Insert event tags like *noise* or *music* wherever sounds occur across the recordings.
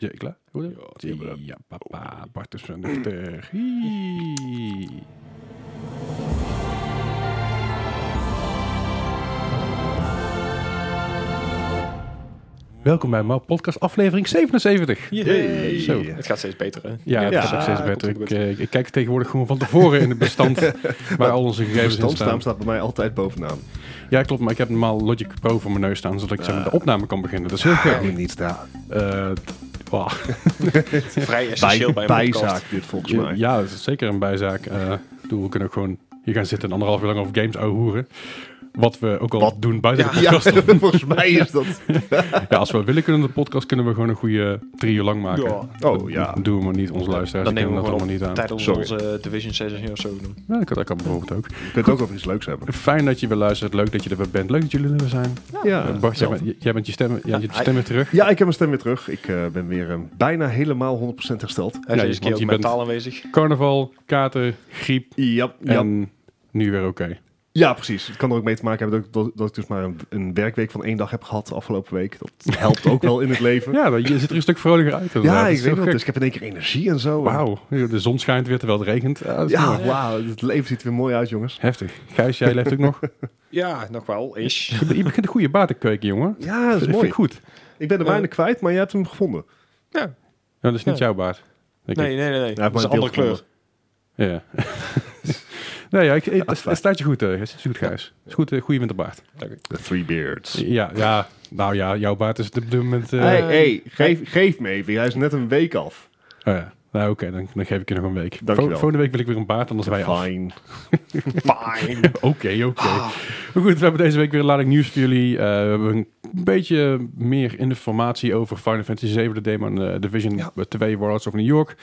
Ja, klaar? Goed? Ja, ik heb het. Ja, papa, Bart is van nuchter. Hie. Welkom bij mijn podcast aflevering 77. Hey. Zo. Het gaat steeds beter, hè? Ja, het Ja, gaat ook steeds komt beter. goed. Ik, eh, ik kijk tegenwoordig gewoon van tevoren in het *laughs* bestand waar al onze gegevens in staan. Bestandsnaam staat bij mij altijd *laughs* bovenaan. Ja, klopt, maar ik heb normaal Logic Pro voor mijn neus staan, zodat ik zeg maar, de opname kan beginnen. Dat is heel gek. niet staan. Eh, t- wauw. Vrij essentieel bij, een podcast. bijzaak dit volgens Ja, mij. ja, dat is zeker een bijzaak. Eh, ik bedoel, we kunnen ook gewoon hier gaan zitten en anderhalf uur lang over games ouwehoeren. Wat we ook al Wat? doen buiten de *laughs* Ja, podcast. *laughs* Ja. *laughs* volgens mij *laughs* is dat... als we willen kunnen de podcast, kunnen we gewoon een goede drie uur lang maken. Ja. Oh ja, Dat doen we maar niet, onze luisteraars Dan die nemen we kunnen dat gewoon allemaal niet aan. op tijdens Sorry. onze eh, Division Session of zo doen. Ja, dat kan- dat kan bijvoorbeeld ook. je kunt het ook over iets leuks hebben. Fijn dat je weer luistert. Leuk dat je er weer bent. Leuk dat jullie er weer zijn. Ja, Eh, Bart, jij, bent- jij bent je stem, jij bent je stem weer terug. ja ik heb mijn stem weer terug. Ik eh, ben weer eh, bijna helemaal 100% hersteld. Hij Ja, is deze keer want ook je bent- mentaal aanwezig. Carnaval, kater, griep Ja, ja, en nu weer oké. ja, precies. Het kan er ook mee te maken hebben dat ik, dat, dat ik dus maar een, een werkweek van één dag heb gehad de afgelopen week. *laughs* Dat helpt ook wel in het leven. Ja, Ja, dan- je ziet er een stuk vrolijker uit. inderdaad. Dat ik is weet heel het. gek. Dus ik heb in één keer energie en zo. Wauw, de zon schijnt weer terwijl het regent. Ja, dat is mooi. Ja, wauw. Het leven ziet er weer mooi uit, jongens. Heftig. Gijs, jij leeft ook *laughs* nog. Ja, nog *laughs* wel. Is. Je, be- je begint een goede baat te kweken, jongen. Ja, dat is vind mooi. ik goed. Ik ben er Eh. bijna kwijt, maar jij hebt hem gevonden. Ja. Nou, dat is niet Ja. jouw baard. Denk Nee, nee, nee. nee. maar Dat is een een andere deel kleur. Ik. Ja. *laughs* nee, ja, ik, het- het, fijn. staat je goed, eh, het is goed, Gijs. Het is goed, eh, goede winterbaard. The Three Beards. Ja, ja, nou ja, jouw baard is het op dit moment... eh, hey, hey, geef, geef me even. Hij is net een week af. eh, nou, oké, dan, dan geef ik je nog een week. Vol- Dankjewel. Volgende week wil ik weer een baard, anders wij af. Fine. Fine. Oké, oké. Maar goed, we hebben deze week weer een lading nieuws voor jullie. Eh, we hebben een beetje meer informatie over Final Fantasy VII, de demo en eh, Division 2 Warlords of New York.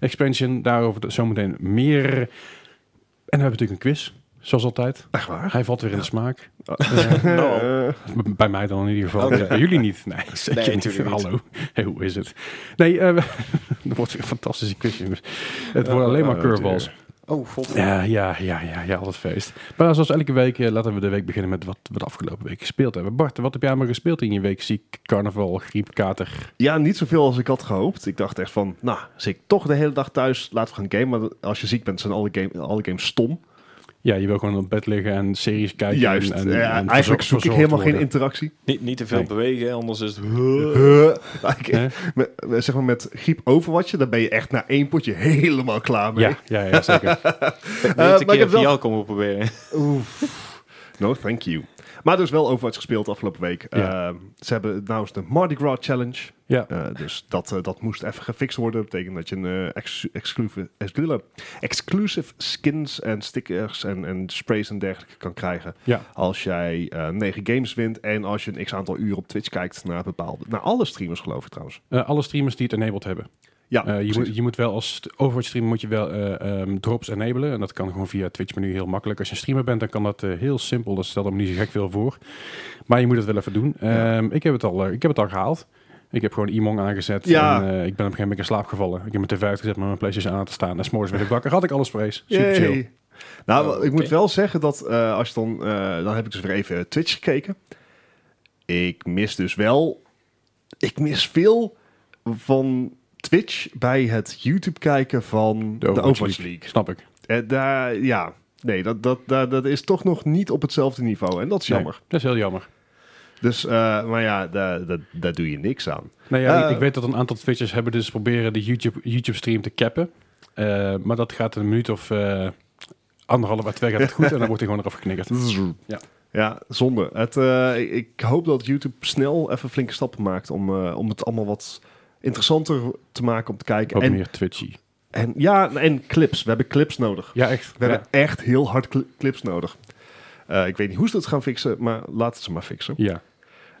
Expansion, daarover de- zometeen meer. En dan hebben we natuurlijk een quiz, zoals altijd. Echt waar? Hij valt weer in de smaak. Nou, Eh, B- Bij mij dan in ieder geval. Oké. Bij jullie niet. Nee, zeker Nee, niet. tuurlijk niet. Hallo. Hey, hoe is het? Nee, eh *laughs* er wordt weer een fantastische quiz. jongens. Het worden alleen maar eh, curveballs. *laughs* Oh, god. Ja, ja, ja, ja, ja, altijd feest. Maar zoals elke week eh, laten we de week beginnen met wat we de afgelopen week gespeeld hebben. Bart, wat heb jij allemaal gespeeld in je week? Ziek, carnaval, griep, kater. ja, niet zoveel als ik had gehoopt. Ik dacht echt van, nou, zit ik toch de hele dag thuis, laten we gaan gamen. Maar als je ziek bent, zijn alle, game, alle games stom. Ja, je wil gewoon op bed liggen en series kijken. Juist. En, en, Ja, en eigenlijk verzorgd- zoek ik verzorgd helemaal geen worden. interactie. Niet, niet te veel Nee. bewegen, anders is *laughs* *laughs* het... Eh, ik- *laughs* Nee? met- zeg maar met griep overwatje, daar ben je echt na één potje helemaal klaar mee. Ja, ja, ja, zeker. maar Niet ik een heb keer wel- VR komen proberen. Oef. No, thank you. Maar er is wel Overwatch gespeeld afgelopen week. Ja. Eh, ze hebben nou eens de Mardi Gras Challenge. ja. Eh, dus dat, eh, dat moest even gefixt worden. Dat betekent dat je een eh, ex- exclusive, exclusive, exclusive skins en stickers en, en sprays en dergelijke kan krijgen. Ja. Als jij eh, negen games wint en als je een x aantal uur op Twitch kijkt naar bepaalde... Naar alle streamers geloof ik trouwens. Eh, alle streamers die het enabled hebben. Ja, Eh, je, precies. moet, je moet wel als st- Overwatch streamer moet je wel eh, ehm, drops enablen. En dat kan gewoon via Twitch menu heel makkelijk. Als je een streamer bent, dan kan dat eh, heel simpel. Dat stelt hem niet zo gek veel voor. Maar je moet het wel even doen. Ehm, ik, heb het al, eh, ik heb het al gehaald. Ik heb gewoon Imong aangezet. Ja. En, eh, ik ben op een gegeven moment in slaap gevallen. Ik heb mijn tv uitgezet met mijn PlayStation aan te staan. En s'morgens werd ik wakker. Had ik alles sprays. Super Yay. chill. Nou, Oh, ik oké. moet wel zeggen dat eh, als je dan... eh, dan heb ik dus weer even Twitch gekeken. Ik mis dus wel... Ik mis veel van Twitch bij het YouTube kijken van de Overwatch, League. Snap ik. Eh, daar, ja, nee, dat, dat, dat, dat is toch nog niet op hetzelfde niveau. En dat is Nee, jammer. dat is heel jammer. Dus, eh, maar ja, daar, daar, daar doe je niks aan. Nou ja, Eh, ik weet dat een aantal Twitchers hebben dus proberen de YouTube, YouTube stream te cappen. Eh, maar dat gaat een minuut of eh, anderhalf à twee gaat het goed. en dan wordt hij gewoon eraf *laughs* geknikkerd. Ja. Ja, zonde. Het, eh, ik- ik hoop dat YouTube snel even flinke stappen maakt om, eh, om het allemaal wat interessanter te maken om te kijken. Wat En, meer Twitchy. en ja, en clips. We hebben clips nodig. Ja, echt. We Ja. hebben echt heel hard cli- clips nodig. Eh, ik weet niet hoe ze dat gaan fixen, maar laten ze maar fixen. Ja.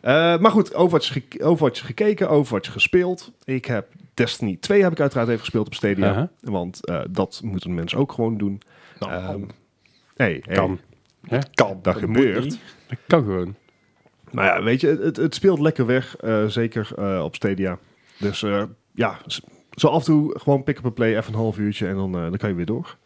Eh, maar goed, Overwatch, ge- Overwatch gekeken, Overwatch gespeeld. Ik heb Destiny 2 heb ik uiteraard even gespeeld op Stadia. Aha. Want eh, dat moeten mensen ook gewoon doen. *laughs* Nou, Ehm, Hey, hey, Kan. kan. dat moet gebeurt. niet. Dat kan gewoon. Maar ja, weet je, het- het, het speelt lekker weg. eh, zeker eh, op Stadia. Dus eh, ja, z- zo af en toe gewoon pick-up en play. Even een half uurtje en dan, eh, dan kan je weer door.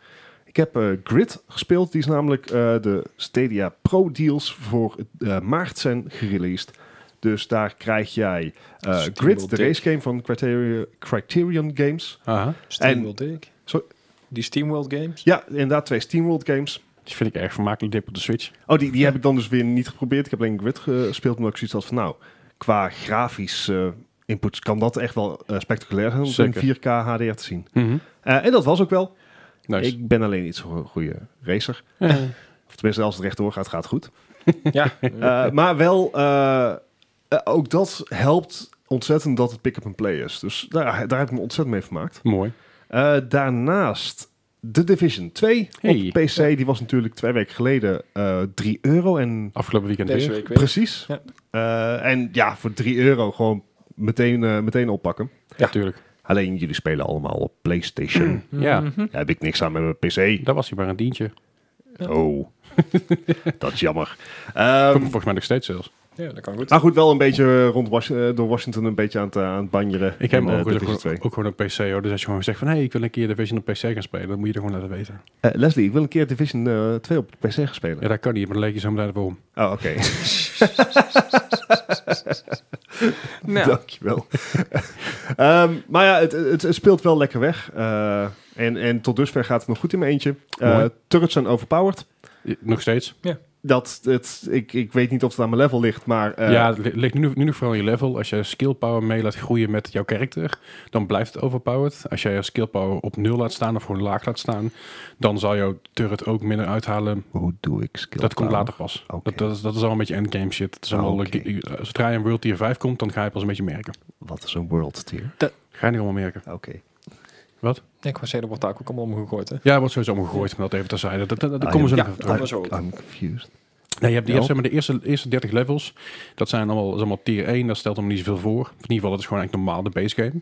Ik heb eh, Grid gespeeld. Die is namelijk eh, de Stadia Pro deals voor eh, maart zijn gereleased. Dus daar krijg jij eh, Steamboat Grid, de Dick. race game van Criterion, Criterion Games. Aha. SteamWorld Dick. Sorry? Die SteamWorld games? Ja, inderdaad, twee SteamWorld games. Die vind ik erg vermakelijk dip op de Switch. Oh, die, die heb ik dan dus weer niet geprobeerd. Ik heb alleen Grid gespeeld, omdat ik zoiets had van... Nou, qua grafisch eh input kan dat echt wel eh, spectaculair zijn om het in Zeker. 4K HDR te zien. Eh, en dat was ook wel. Nice. Ik ben alleen niet zo'n goede racer. Eh, Of tenminste, als het rechtdoor gaat, gaat het *laughs* goed. Ja. Eh, maar wel, eh, eh, ook dat helpt ontzettend dat het pick-up and play is. Dus daar, daar heb ik me ontzettend mee vermaakt. mooi. Eh, daarnaast The Division 2 Hey. op PC. Die was natuurlijk twee weken geleden eh 3 euro. En Afgelopen weekend Deze weer. week weer. precies. Ja. Eh, en ja, voor 3 euro gewoon meteen, eh, meteen oppakken. Ja, natuurlijk. Alleen jullie spelen allemaal op *clears throat* PlayStation. Ja. Mhm. Daar heb ik niks aan met mijn PC. Daar was hij maar een Ehm, dientje. *laughs* Oh, dat is jammer. Ehm, Volgens mij nog steeds zelfs. Ja, dat kan Ah, goed. Maar goed, wel een beetje rond Was- eh, door Washington een beetje aan het, eh, aan het banjeren. Ik heb In, hem eh, ook, Division gewoon, ook gewoon een PC hoor. Dus als je gewoon zegt van hé, hey, ik wil een keer Division op PC gaan spelen, dan moet je er gewoon laten weten. 2. Eh, Leslie, ik wil een keer Division eh, 2 op de PC gaan spelen. Ja, dat kan niet, maar dan leek je zo meteen waarom. Oh, oké. *laughs* Nou, Dankjewel. *laughs* Ehm, maar ja, het, het, het speelt wel lekker weg. Eh, en, en tot dusver gaat het nog goed in mijn eentje. Eh, Mooi. turrets zijn overpowered. Ja, Nog steeds. Dat, het, ik, ik weet niet of het aan mijn level ligt, maar... eh, ja, het li- ligt nu, nu nog vooral aan je level. Als je skill power mee laat groeien met jouw karakter, dan blijft het overpowered. Als jij je skill power op nul laat staan of gewoon laag laat staan, dan zal jouw turret ook minder uithalen. Hoe doe ik skill Dat komt power? later pas. Oké. Dat, dat, is, dat is al een beetje endgame shit. Het is allemaal, Oké. eh, ge- eh, Zodra je een World Tier 5 komt, dan ga je pas een beetje merken. Wat is een world tier? Ga je niet allemaal merken. Oké. Wat? ik was zeggen, dat wordt daar ook allemaal omgegooid, hè? Ja, wordt sowieso allemaal gegooid, maar dat even terzijde. Dat, dat, dat, daar komen ze Ah, Ja, nog even dat terug. was ook. I'm confused. Nee, je hebt, je Ja. hebt, zeg maar, de eerste, eerste 30 levels. Dat zijn allemaal, dat is allemaal tier 1. Dat stelt hem niet zoveel voor. Of In ieder geval, dat is gewoon eigenlijk normaal, de base game.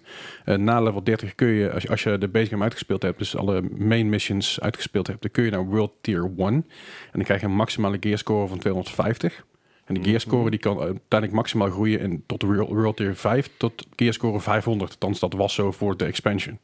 Eh, na level 30 kun je, als je, als je de base game uitgespeeld hebt... dus alle main missions uitgespeeld hebt... dan kun je naar World Tier 1. En dan krijg je een maximale gearscore van 250. En die gearscore die kan uiteindelijk maximaal groeien... In, tot de World, World Tier 5 tot gearscore 500. Althans, dat was zo voor de expansion.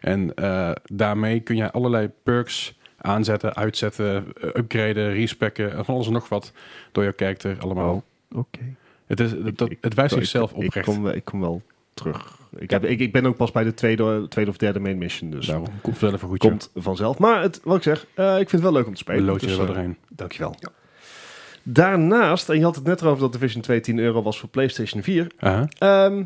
En eh, daarmee kun je allerlei perks aanzetten, uitzetten, eh, upgraden, respecken... en van alles en nog wat door jouw character allemaal. Oké. Het, is, dat, dat- ik- het wijst Ik- zichzelf ik, oprecht. Ik kom, ik kom wel terug. Ik, heb, ik, ik ben ook pas bij de tweede, tweede of derde main mission, dus Daarom komt zelf een goed joh. komt vanzelf. Maar het, wat ik zeg, eh, ik vind het wel leuk om te We spelen. loodje er Dus, wel eh, doorheen. dankjewel. Daarnaast, en je had het net erover dat Division 2 10 euro was voor PlayStation 4. Aha. Ehm,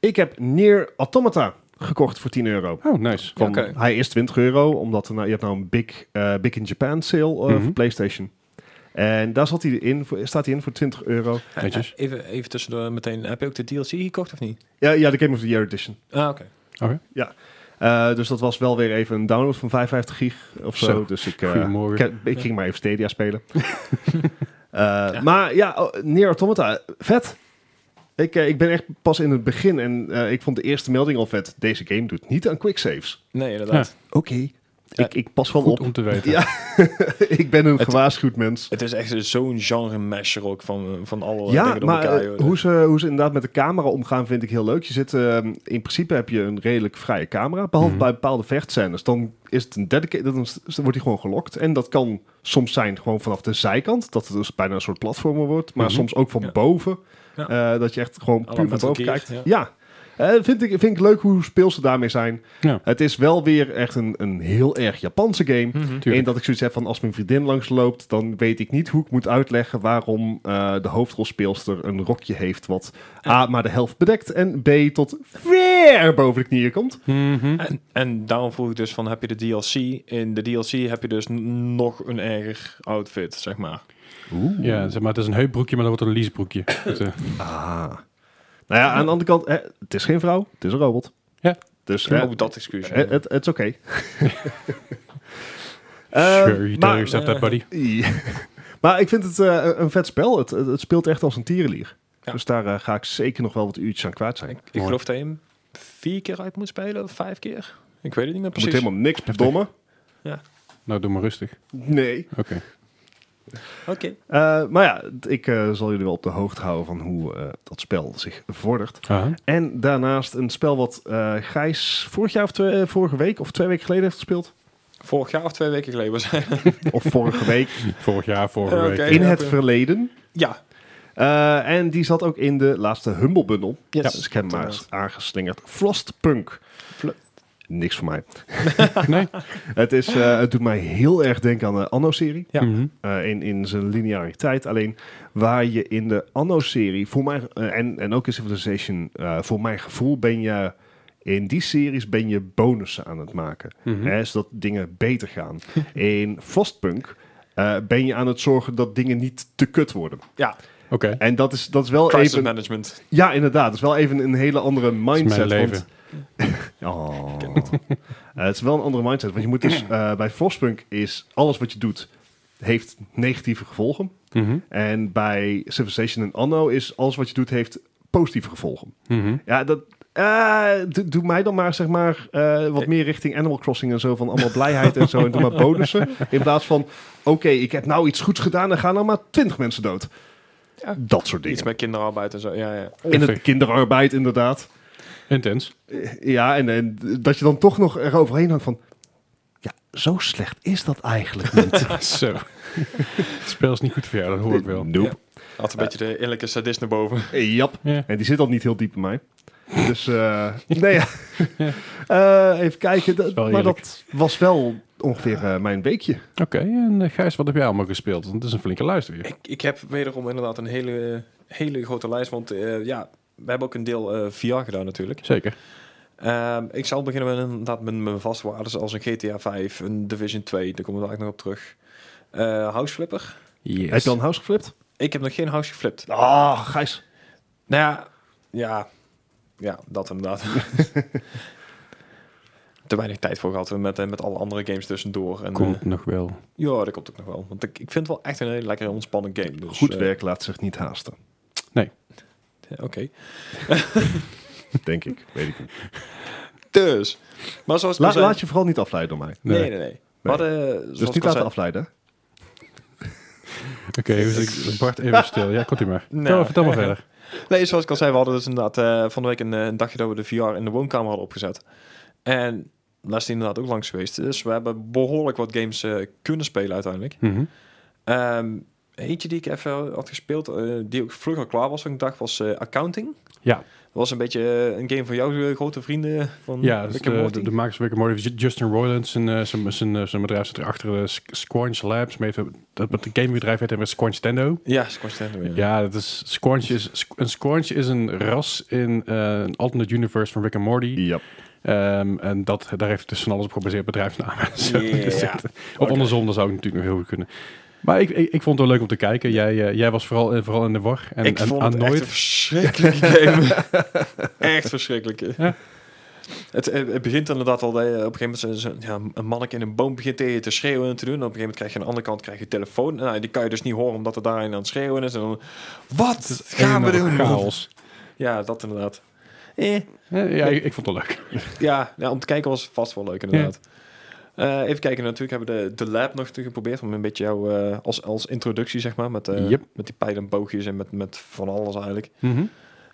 ik heb Nier Automata gekocht voor 10 euro. Oh, nice. Van, Oké. Hij is 20 euro, omdat er nou, je hebt nou een Big, eh, big in Japan sale eh, Mhm. voor PlayStation. En daar zat hij in, voor, staat hij in voor 20 euro. Netjes. Even, Eh, even tussendoor meteen. Heb je ook de DLC gekocht of niet? Ja, ja, de Game of the Year edition. Ah, oké. Eh, dus dat was wel weer even een download van 55 gig of zo. Zo. Dus ik, eh, Goedemorgen. ik, heb- ik ging maar even Stadia spelen. Eh, Maar ja, oh, Nier Automata, vet. Ik, eh, ik ben echt pas in het begin en eh, ik vond de eerste melding al vet. Deze game doet niet aan quicksaves. Nee, inderdaad. Oké. Ik, ik pas wel Goed op. om te weten. Ja, *laughs* ik ben een Het- gewaarschuwd mens. Het is echt zo'n genre masher ook van, van alle Ja, dingen door maar elkaar. eh, joh. hoe, ze, hoe ze inderdaad met de camera omgaan vind ik heel leuk. Je zit, eh, in principe heb je een redelijk vrije camera, behalve Mhm. bij bepaalde vechtscènes. Dan, is het een dedicated, dan is- dan wordt hij gewoon gelokt. En dat kan soms zijn gewoon vanaf de zijkant, dat het dus bijna een soort platformer wordt. Maar Mhm. soms ook van Ja. boven, Ja. eh, dat je echt gewoon Alla puur van Metal boven Gear, kijkt. Ja, ja. Eh, vind, ik, vind ik leuk hoe speels ze daarmee zijn. Ja. Het is wel weer echt een, een heel erg Japanse game. Mhm. Tuurlijk. En dat ik zoiets heb van als mijn vriendin langsloopt, dan weet ik niet hoe ik moet uitleggen waarom eh, de hoofdrolspeelster een rokje heeft wat A, maar de helft bedekt en B, tot ver boven de knieën komt. Mhm. En, en daarom vroeg ik dus van, heb je de DLC? In de DLC heb je dus n- nog een erger outfit, zeg maar. Oeh. Ja, zeg maar, het is een heupbroekje, maar dat wordt een *laughs* liesbroekje. Het, eh, Ah. Nou ja, aan de andere kant, eh, het is geen vrouw, het is een robot. Ja. Dus eh, Ook dat excuus. eh, het het is oké. *laughs* Eh, sure, you tell maar, yourself that, buddy. Ja. *laughs* maar ik vind het eh, een- een vet spel. Het, het, het speelt echt als een tierenlier. Ja. Dus daar eh, ga ik zeker nog wel wat uurtjes aan kwijt zijn. Ik, ik Mooi. geloof dat je hem vier keer uit moet spelen, of vijf keer. Ik weet het niet meer Je moet precies. helemaal niks verdommen. Nou, doe maar rustig. Nee. Oké. Oké. Eh, maar ja, d- ik eh, zal jullie wel op de hoogte houden van hoe eh, dat spel zich vordert. Aha. En daarnaast een spel wat eh, Gijs vorig jaar of twee- eh, vorige week of twee weken geleden heeft *laughs* gespeeld. Vorig jaar of twee weken geleden was *laughs* Of vorige week. Vorig jaar, vorige Eh, *laughs* week. oké. In ja, het ja. verleden. Ja. Eh, en die zat ook in de laatste Humble Bundle. Yes. Dus ik heb hem maar eens aangeslingerd. Frostpunk. Fl- Niks voor mij. Nee? Het, is, eh, het doet mij heel erg denken aan de Anno-serie. Ja. Mhm. eh, in, in zijn lineariteit. Alleen waar je in de Anno-serie, voor mij, eh, en, en ook in Civilization, eh, voor mijn gevoel ben je in die series ben je bonussen aan het maken. Mhm. Hè, zodat dingen beter gaan. in Frostpunk eh, ben je aan het zorgen dat dingen niet te kut worden. Ja, Oké. En dat is, dat is wel crisis even... management. Ja, inderdaad. Dat is wel even een hele andere Dat is mijn mindset. leven. Want, *laughs* oh. Eh, het is wel een andere mindset. Want je moet dus... eh, bij Frostpunk is alles wat je doet... heeft negatieve gevolgen. Mhm. En bij Civilization en Anno is alles wat je doet... heeft positieve gevolgen. Mhm. Ja, dat... eh, doe, doe mij dan maar, zeg maar, eh, wat Ik- meer richting Animal Crossing en zo. Van allemaal blijheid en zo. En doe maar bonussen. In plaats van, oké, ik heb nou iets goeds gedaan. En gaan nou maar twintig mensen dood. Ja. Dat soort dingen. Iets met kinderarbeid en zo. Ja, ja. In het kinderarbeid, inderdaad. Intens. *laughs* Ja, en, en dat je dan toch nog eroverheen hangt van... Ja, zo slecht is dat eigenlijk *laughs* niet. Zo. Het spel is niet goed voor jou, dat hoor ik wel. Nope. Had een beetje de eerlijke sadist naar boven. Eh, Jap. Ja. En die zit al niet heel diep in *laughs* mij. Dus, eh, nee, ja. *laughs* Eh, even kijken. Dat- is wel maar eerlijk. dat was wel ongeveer eh, mijn weekje. Oké, en eh, Gijs, wat heb jij allemaal gespeeld? Want het is een flinke lijst weer. Ik, ik heb wederom inderdaad een hele, hele grote lijst. Want eh, ja, we hebben ook een deel eh, VR gedaan natuurlijk. Zeker. Ehm, ik zal beginnen met inderdaad met mijn vastwaardes als een GTA 5, een Division 2. Daar komen we eigenlijk nog op terug. Eh house Flipper. Yes. Heb je al een house geflipt? Ik heb nog geen house geflipt. Ah, Gijs. Nou ja, ja, ja dat *laughs* inderdaad. Te weinig tijd voor gehad met, eh, met alle andere games tussendoor. En, eh, Komt nog wel. ja, dat komt ook nog wel. Want ik, ik vind het wel echt een hele lekkere ontspannen game. Dus, Goed eh, werk laat zich niet *laughs* haasten. ja, Oké. Denk ik. Weet ik niet. Dus. Maar zoals ik La- al zei- laat je vooral niet afleiden door mij. Nee. Nee, nee, nee. We hadden, zoals Dus ik niet al laten zei- afleiden. Oké, dus ik, Bart even stil. Ja, komt u maar. Nou. Nou, vertel maar *laughs* verder. Nee, zoals ik al zei, we hadden dus inderdaad eh, van de week een, eh, een dagje dat we de VR in de woonkamer hadden opgezet. En daar is die inderdaad ook langs geweest. Dus we hebben behoorlijk wat games eh, kunnen spelen uiteindelijk. Mhm. Ehm, eentje die ik even had gespeeld, eh, die ook vlug al klaar was, want ik dacht, was eh, Accounting. Ja. Dat was een beetje eh, een game van jouw eh, grote vrienden. Van Ja, dus Rick and de, Morty. de, de makers van Rick and Morty, Ju- Justin Roiland, zijn, eh, zijn, zijn, eh, zijn bedrijf zit erachter, eh, Squ- Squanch Labs, maar even- dat wat een gamebedrijf heet en weer Squanch Tendo. Ja, Squash Tender, ja. Ja, dat is, Squanch is, Squ- een Squanch is een ras in eh, een alternate universe van Rick and Morty. Ja. Ehm, en dat, daar heeft dus van alles op gebaseerd, bedrijfsnamen. en zo. Ja. Dus dat- Of Oké. andersom, dat zou ik natuurlijk nog heel goed kunnen. Maar ik, ik, ik vond het wel leuk om te kijken. Jij, eh, jij was vooral, eh, vooral in de war en, ik en vond aan het echt nooit. een verschrikkelijke *laughs* game. echt verschrikkelijk. Ja. Het, eh, het begint inderdaad al dat je op een gegeven moment zo- zo- ja, een manneke in een boom begint tegen je te schreeuwen en te doen. En op een gegeven moment krijg je aan de andere kant krijg je een telefoon. Nou, die kan je dus niet horen omdat er daarin aan het schreeuwen is. En dan, wat gaan we Enorm doen? Chaos. Ja, dat inderdaad. Eh, Eh, Ja, ik, ik vond het wel leuk. ja, ja, om te kijken was vast wel leuk inderdaad. Eh, even kijken, natuurlijk hebben we de, de lab nog te- geprobeerd om een beetje jou eh, als, als introductie, zeg maar, met, eh, Yep. met die pijlen en boogjes en met, met van alles eigenlijk. Mhm.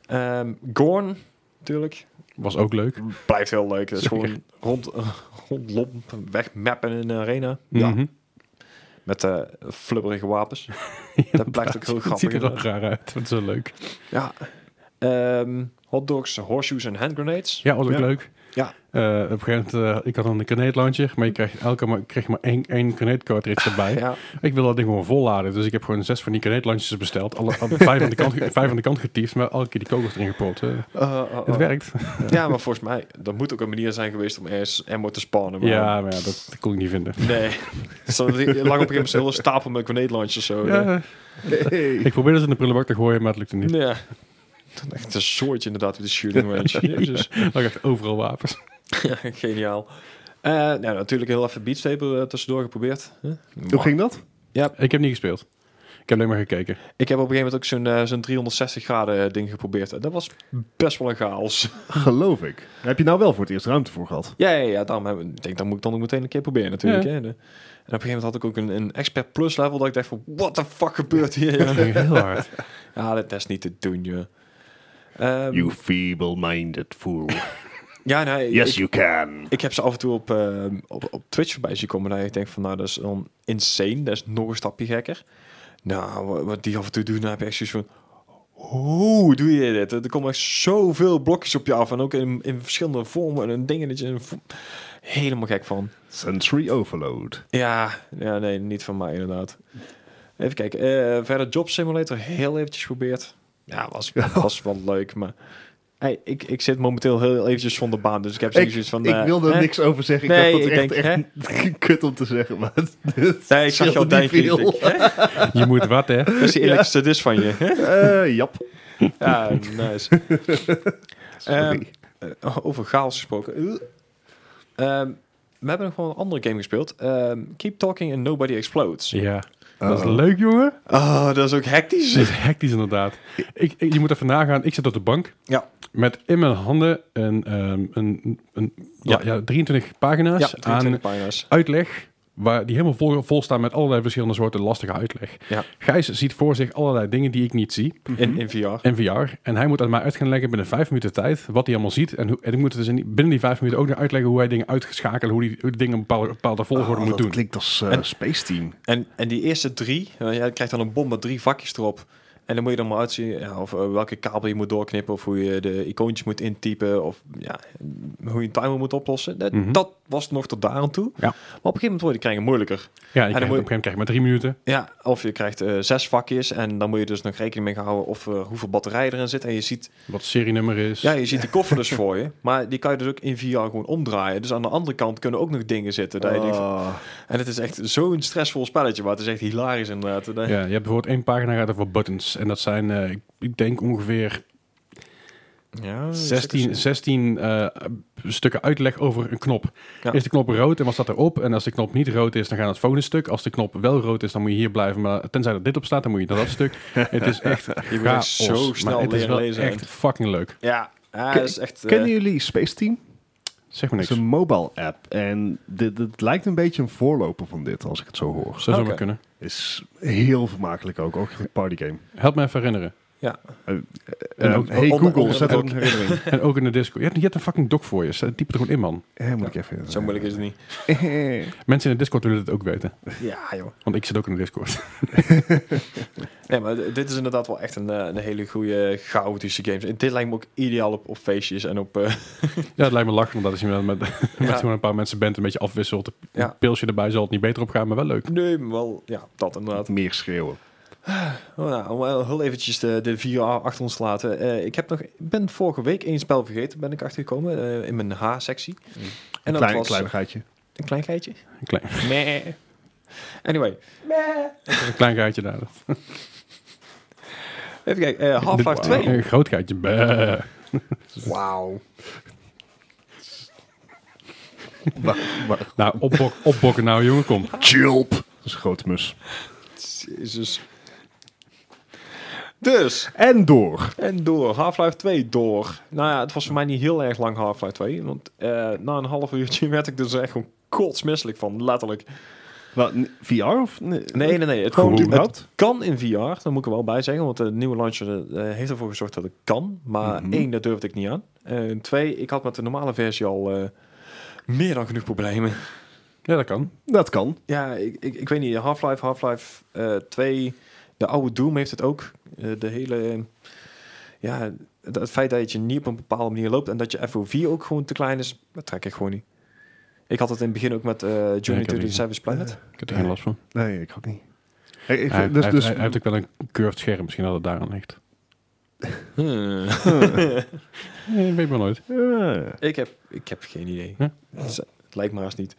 Ehm Gorn, natuurlijk. Was ook leuk. Blijft heel leuk. Dat is Zeker. gewoon rond, *laughs* rondlom, wegmappen in een arena. Ja, Mhm. *laughs* met eh flubberige wapens. dat blijft ook heel Het ziet grappig. er wel raar uit. Dat is wel leuk. Ja. Ehm hot dogs, horseshoes en hand grenades. Ja, was ook Ja. leuk. Ja. Eh, op een gegeven moment, eh, ik had een grenade maar je kreeg elke ma- kreeg maar één, één grenade cartridge erbij. *laughs* Ja, Ik wil dat ding gewoon volladen, dus ik heb gewoon zes van die grenade besteld. Alle, alle vijf, aan de kant, ge- vijf aan de kant getiefd, maar elke keer die kogels erin gepropt. eh. Eh, eh, Het eh. werkt. ja, maar volgens mij, dat moet ook een manier zijn geweest om ergens ammo te spannen. Maar Ja, maar ja, dat kon ik niet vinden. Nee. *laughs* Zo, die- lang op een gegeven moment een hele stapel met grenade launchers zo. Ja, eh, Hey. ik probeerde ze in de prullenbak te gooien, maar het lukte niet. Ja. Echt een soortje inderdaad op de shooting *laughs* range. Jezus. Er lag echt overal wapens. Ja, *laughs* geniaal. Eh, nou, natuurlijk heel even Beat Saber eh, tussendoor geprobeerd. Huh? Hoe ging dat? Ik heb niet gespeeld. Ik heb alleen maar gekeken. Ik heb op een gegeven moment ook zo'n eh, zo'n 360 graden eh, ding geprobeerd. En dat was best wel een chaos. *laughs* Geloof ik. Daar heb je nou wel voor het eerst ruimte voor gehad. ja, ja, ja, daarom hebben we- ik denk, dan moet ik dan ook meteen een keer proberen natuurlijk. Hè? De- en op een gegeven moment had ik ook een, een Expert Plus level dat ik dacht van, what the fuck gebeurt Dat *laughs* hier? ging heel hard. ja, dat is niet te doen, joh. Ehm, feeble-minded *laughs* fool. ja, nou, nee, ik- you can. Ik heb ze af en toe op, eh, op, op Twitch voorbij zien komen. Dat ik denk van, nou, dat is dan insane. Dat is nog een stapje gekker. Nou, wa- wat die af en toe doen, dan heb je echt zoiets van... hoe doe je dit? Er komen echt zoveel blokjes op je af. En ook in, in verschillende vormen en dingen. Dat je een vo- helemaal gek van. Sensory overload. Ja, ja, nee, niet van mij inderdaad. Even kijken. eh, verder Job Simulator heel eventjes geprobeerd. Ja, *laughs* was, was wel leuk, maar... Hey, ik, ik zit momenteel heel eventjes zonder baan, dus ik heb Ik, zoiets van... ik eh, wilde hè? niks over zeggen. Ik Nee, dacht dat ik echt, denk, *laughs* echt kut om te zeggen, maar het, het Nee, ik zag je al scheelde niet denken. veel. Ik denk, hè? Je moet wat, hè? Dat is die eerlijkste sadist van je. *laughs* hè? *laughs* Eh, jap. Ja, *laughs* nice. Sorry. Eh, over chaos gesproken. Uh. Ehm, we hebben nog wel een andere game gespeeld. Ehm, Keep Talking and Nobody Explodes. Ja. Dat is Uh-oh. leuk, jongen. Oh, dat is ook hectisch. Dat is hectisch inderdaad. Ik, ik- je moet even nagaan. Ik zit op de bank. Ja. Met in mijn handen een, ehm, een, een ja. Ja, 23 pagina's Ja, aan 23 pagina's. uitleg. Waar die helemaal vol, vol staan met allerlei verschillende soorten lastige uitleg. Ja. Gijs ziet voor zich allerlei dingen die ik niet zie. In, in VR. En VR. En hij moet aan mij uit gaan leggen binnen vijf minuten tijd wat hij allemaal ziet. En, hoe, en ik moet dus in die- binnen die vijf minuten ook nog uitleggen hoe hij dingen uitgeschakelen, hoe hij hoe die dingen een bepaalde, bepaalde volgorde Oh, moet dat doen. klinkt als eh, En- Space Team. En, en die eerste drie, eh, jij krijgt dan een bom met drie vakjes erop. En dan moet je dan maar uitzien ja, of eh, welke kabel je moet doorknippen, of hoe je de icoontjes moet intypen, of ja, hoe je een timer moet oplossen. Dat, Mhm. dat was nog tot daar aan toe. Ja. Maar op een gegeven moment wordt die krijgen moeilijker. Ja, je krijgt, moet op een je- gegeven moment krijg je maar drie minuten. Ja, of je krijgt eh, zes vakjes en dan moet je dus nog rekening mee gaan houden of eh, hoeveel batterij erin zit. En je ziet, Wat het serienummer is. ja, je ziet *laughs* die koffer dus voor je, maar die kan je dus ook in VR gewoon omdraaien. Dus aan de andere kant kunnen ook nog dingen zitten. Dat je denkt Oh. van- Ah. en het is echt zo'n stressvol spelletje, maar het is echt hilarisch inderdaad. *laughs* Dat- Ja, je hebt bijvoorbeeld één pagina gaat over buttons. En dat zijn, eh, ik, ik denk ongeveer Oh, Ja, 16, zeker. 16 eh, stukken uitleg over een knop. Ja. Is de knop rood en wat staat erop? En als de knop niet rood is, dan gaat het volgende stuk. Als de knop wel rood is, dan moet je hier blijven. Maar tenzij er dit op staat, dan moet je naar dat *laughs* stuk. Het is echt Je moet echt chaos, zo snel maar het is leren wel lezen. echt fucking leuk. Ja, ja Ken- dat is echt... eh, Kennen jullie Space Team? Zeg maar Het niks. is een mobile app. En dit, dit lijkt een beetje een voorloper van dit, als ik het zo hoor. Zo zou Oké. maar kunnen. Is heel vermakelijk ook. Ook een partygame. Help me even herinneren. En Eh, ook- hey onder- Google, onder- zet ook ook- een herinnering. En ook in de Discord. Je hebt, je hebt een fucking doc voor je. Zet- Typ het gewoon in, man. Eh, moet ik even... *laughs* zo moeilijk is het *laughs* niet. Mensen in de Discord willen het ook weten. Ja, joh. Want ik zit ook in de Discord. Nee, maar d- dit is inderdaad wel echt een, eh, een hele goede chaotische game. En Dit lijkt me ook ideaal op, op feestjes en op... eh, *laughs* ja, het lijkt me lachen. Omdat als je met, met, *laughs* met Ja. gewoon een paar mensen bent, een beetje afwisselt. Een Ja. pilsje erbij zal het niet beter op gaan, maar wel leuk. nee, maar wel... Ja, dat inderdaad. *laughs* Meer schreeuwen. Oh, nou, om wel heel eventjes de, de VR achter ons te laten. Eh, ik heb nog, ik ben vorige week één spel vergeten, ben ik achtergekomen. eh, in mijn H-sectie. En Een dat klein, was kleinigheidje. een klein geitje. Een klein, Meh. Anyway, een klein gaatje daar. even kijken. eh, Half-Life Dit- 2. Een groot gaatje. Bah. Wauw. Maar, maar, Nou, opbok, opbokken nou, jongen, kom. Chilp. Dat is een grote mus. Jezus. Dus, En door. En door. Half-Life 2 door. Nou ja, het was voor mij niet heel erg lang Half-Life 2. Want eh, na een half uurtje *laughs* werd ik dus echt gewoon kotsmisselijk van, letterlijk. Wat, n- VR of... Nee, Nee, nee, nee. Het, Gewoon het überhaupt? kan in VR, daar moet ik er wel bij zeggen. Want de nieuwe launcher eh, heeft ervoor gezorgd dat het kan. Maar Mhm. één, daar durfde ik niet aan. En twee, ik had met de normale versie al eh, meer dan genoeg problemen. Ja, dat kan. Dat kan. Ja, ik, ik, ik weet niet. Half-Life, Half-Life eh 2. De oude Doom heeft het ook. Eh, de hele... eh, ja, het, het feit dat je niet op een bepaalde manier loopt... en dat je FOV ook gewoon te klein is... dat trek ik gewoon niet. Ik had het in het begin ook met eh Journey ik to ook the niet. Savage Planet. Ik heb er geen last van. Nee, ik ook niet. Hey, ik- Hij, dus, hij- dus, hij- hij heeft ook wel een curved scherm. Misschien dat het daaraan ligt. Hmm. Nee, weet maar nooit. Eh, ik, heb, ik heb geen idee. Ja. Dus, eh, het lijkt me haast niet.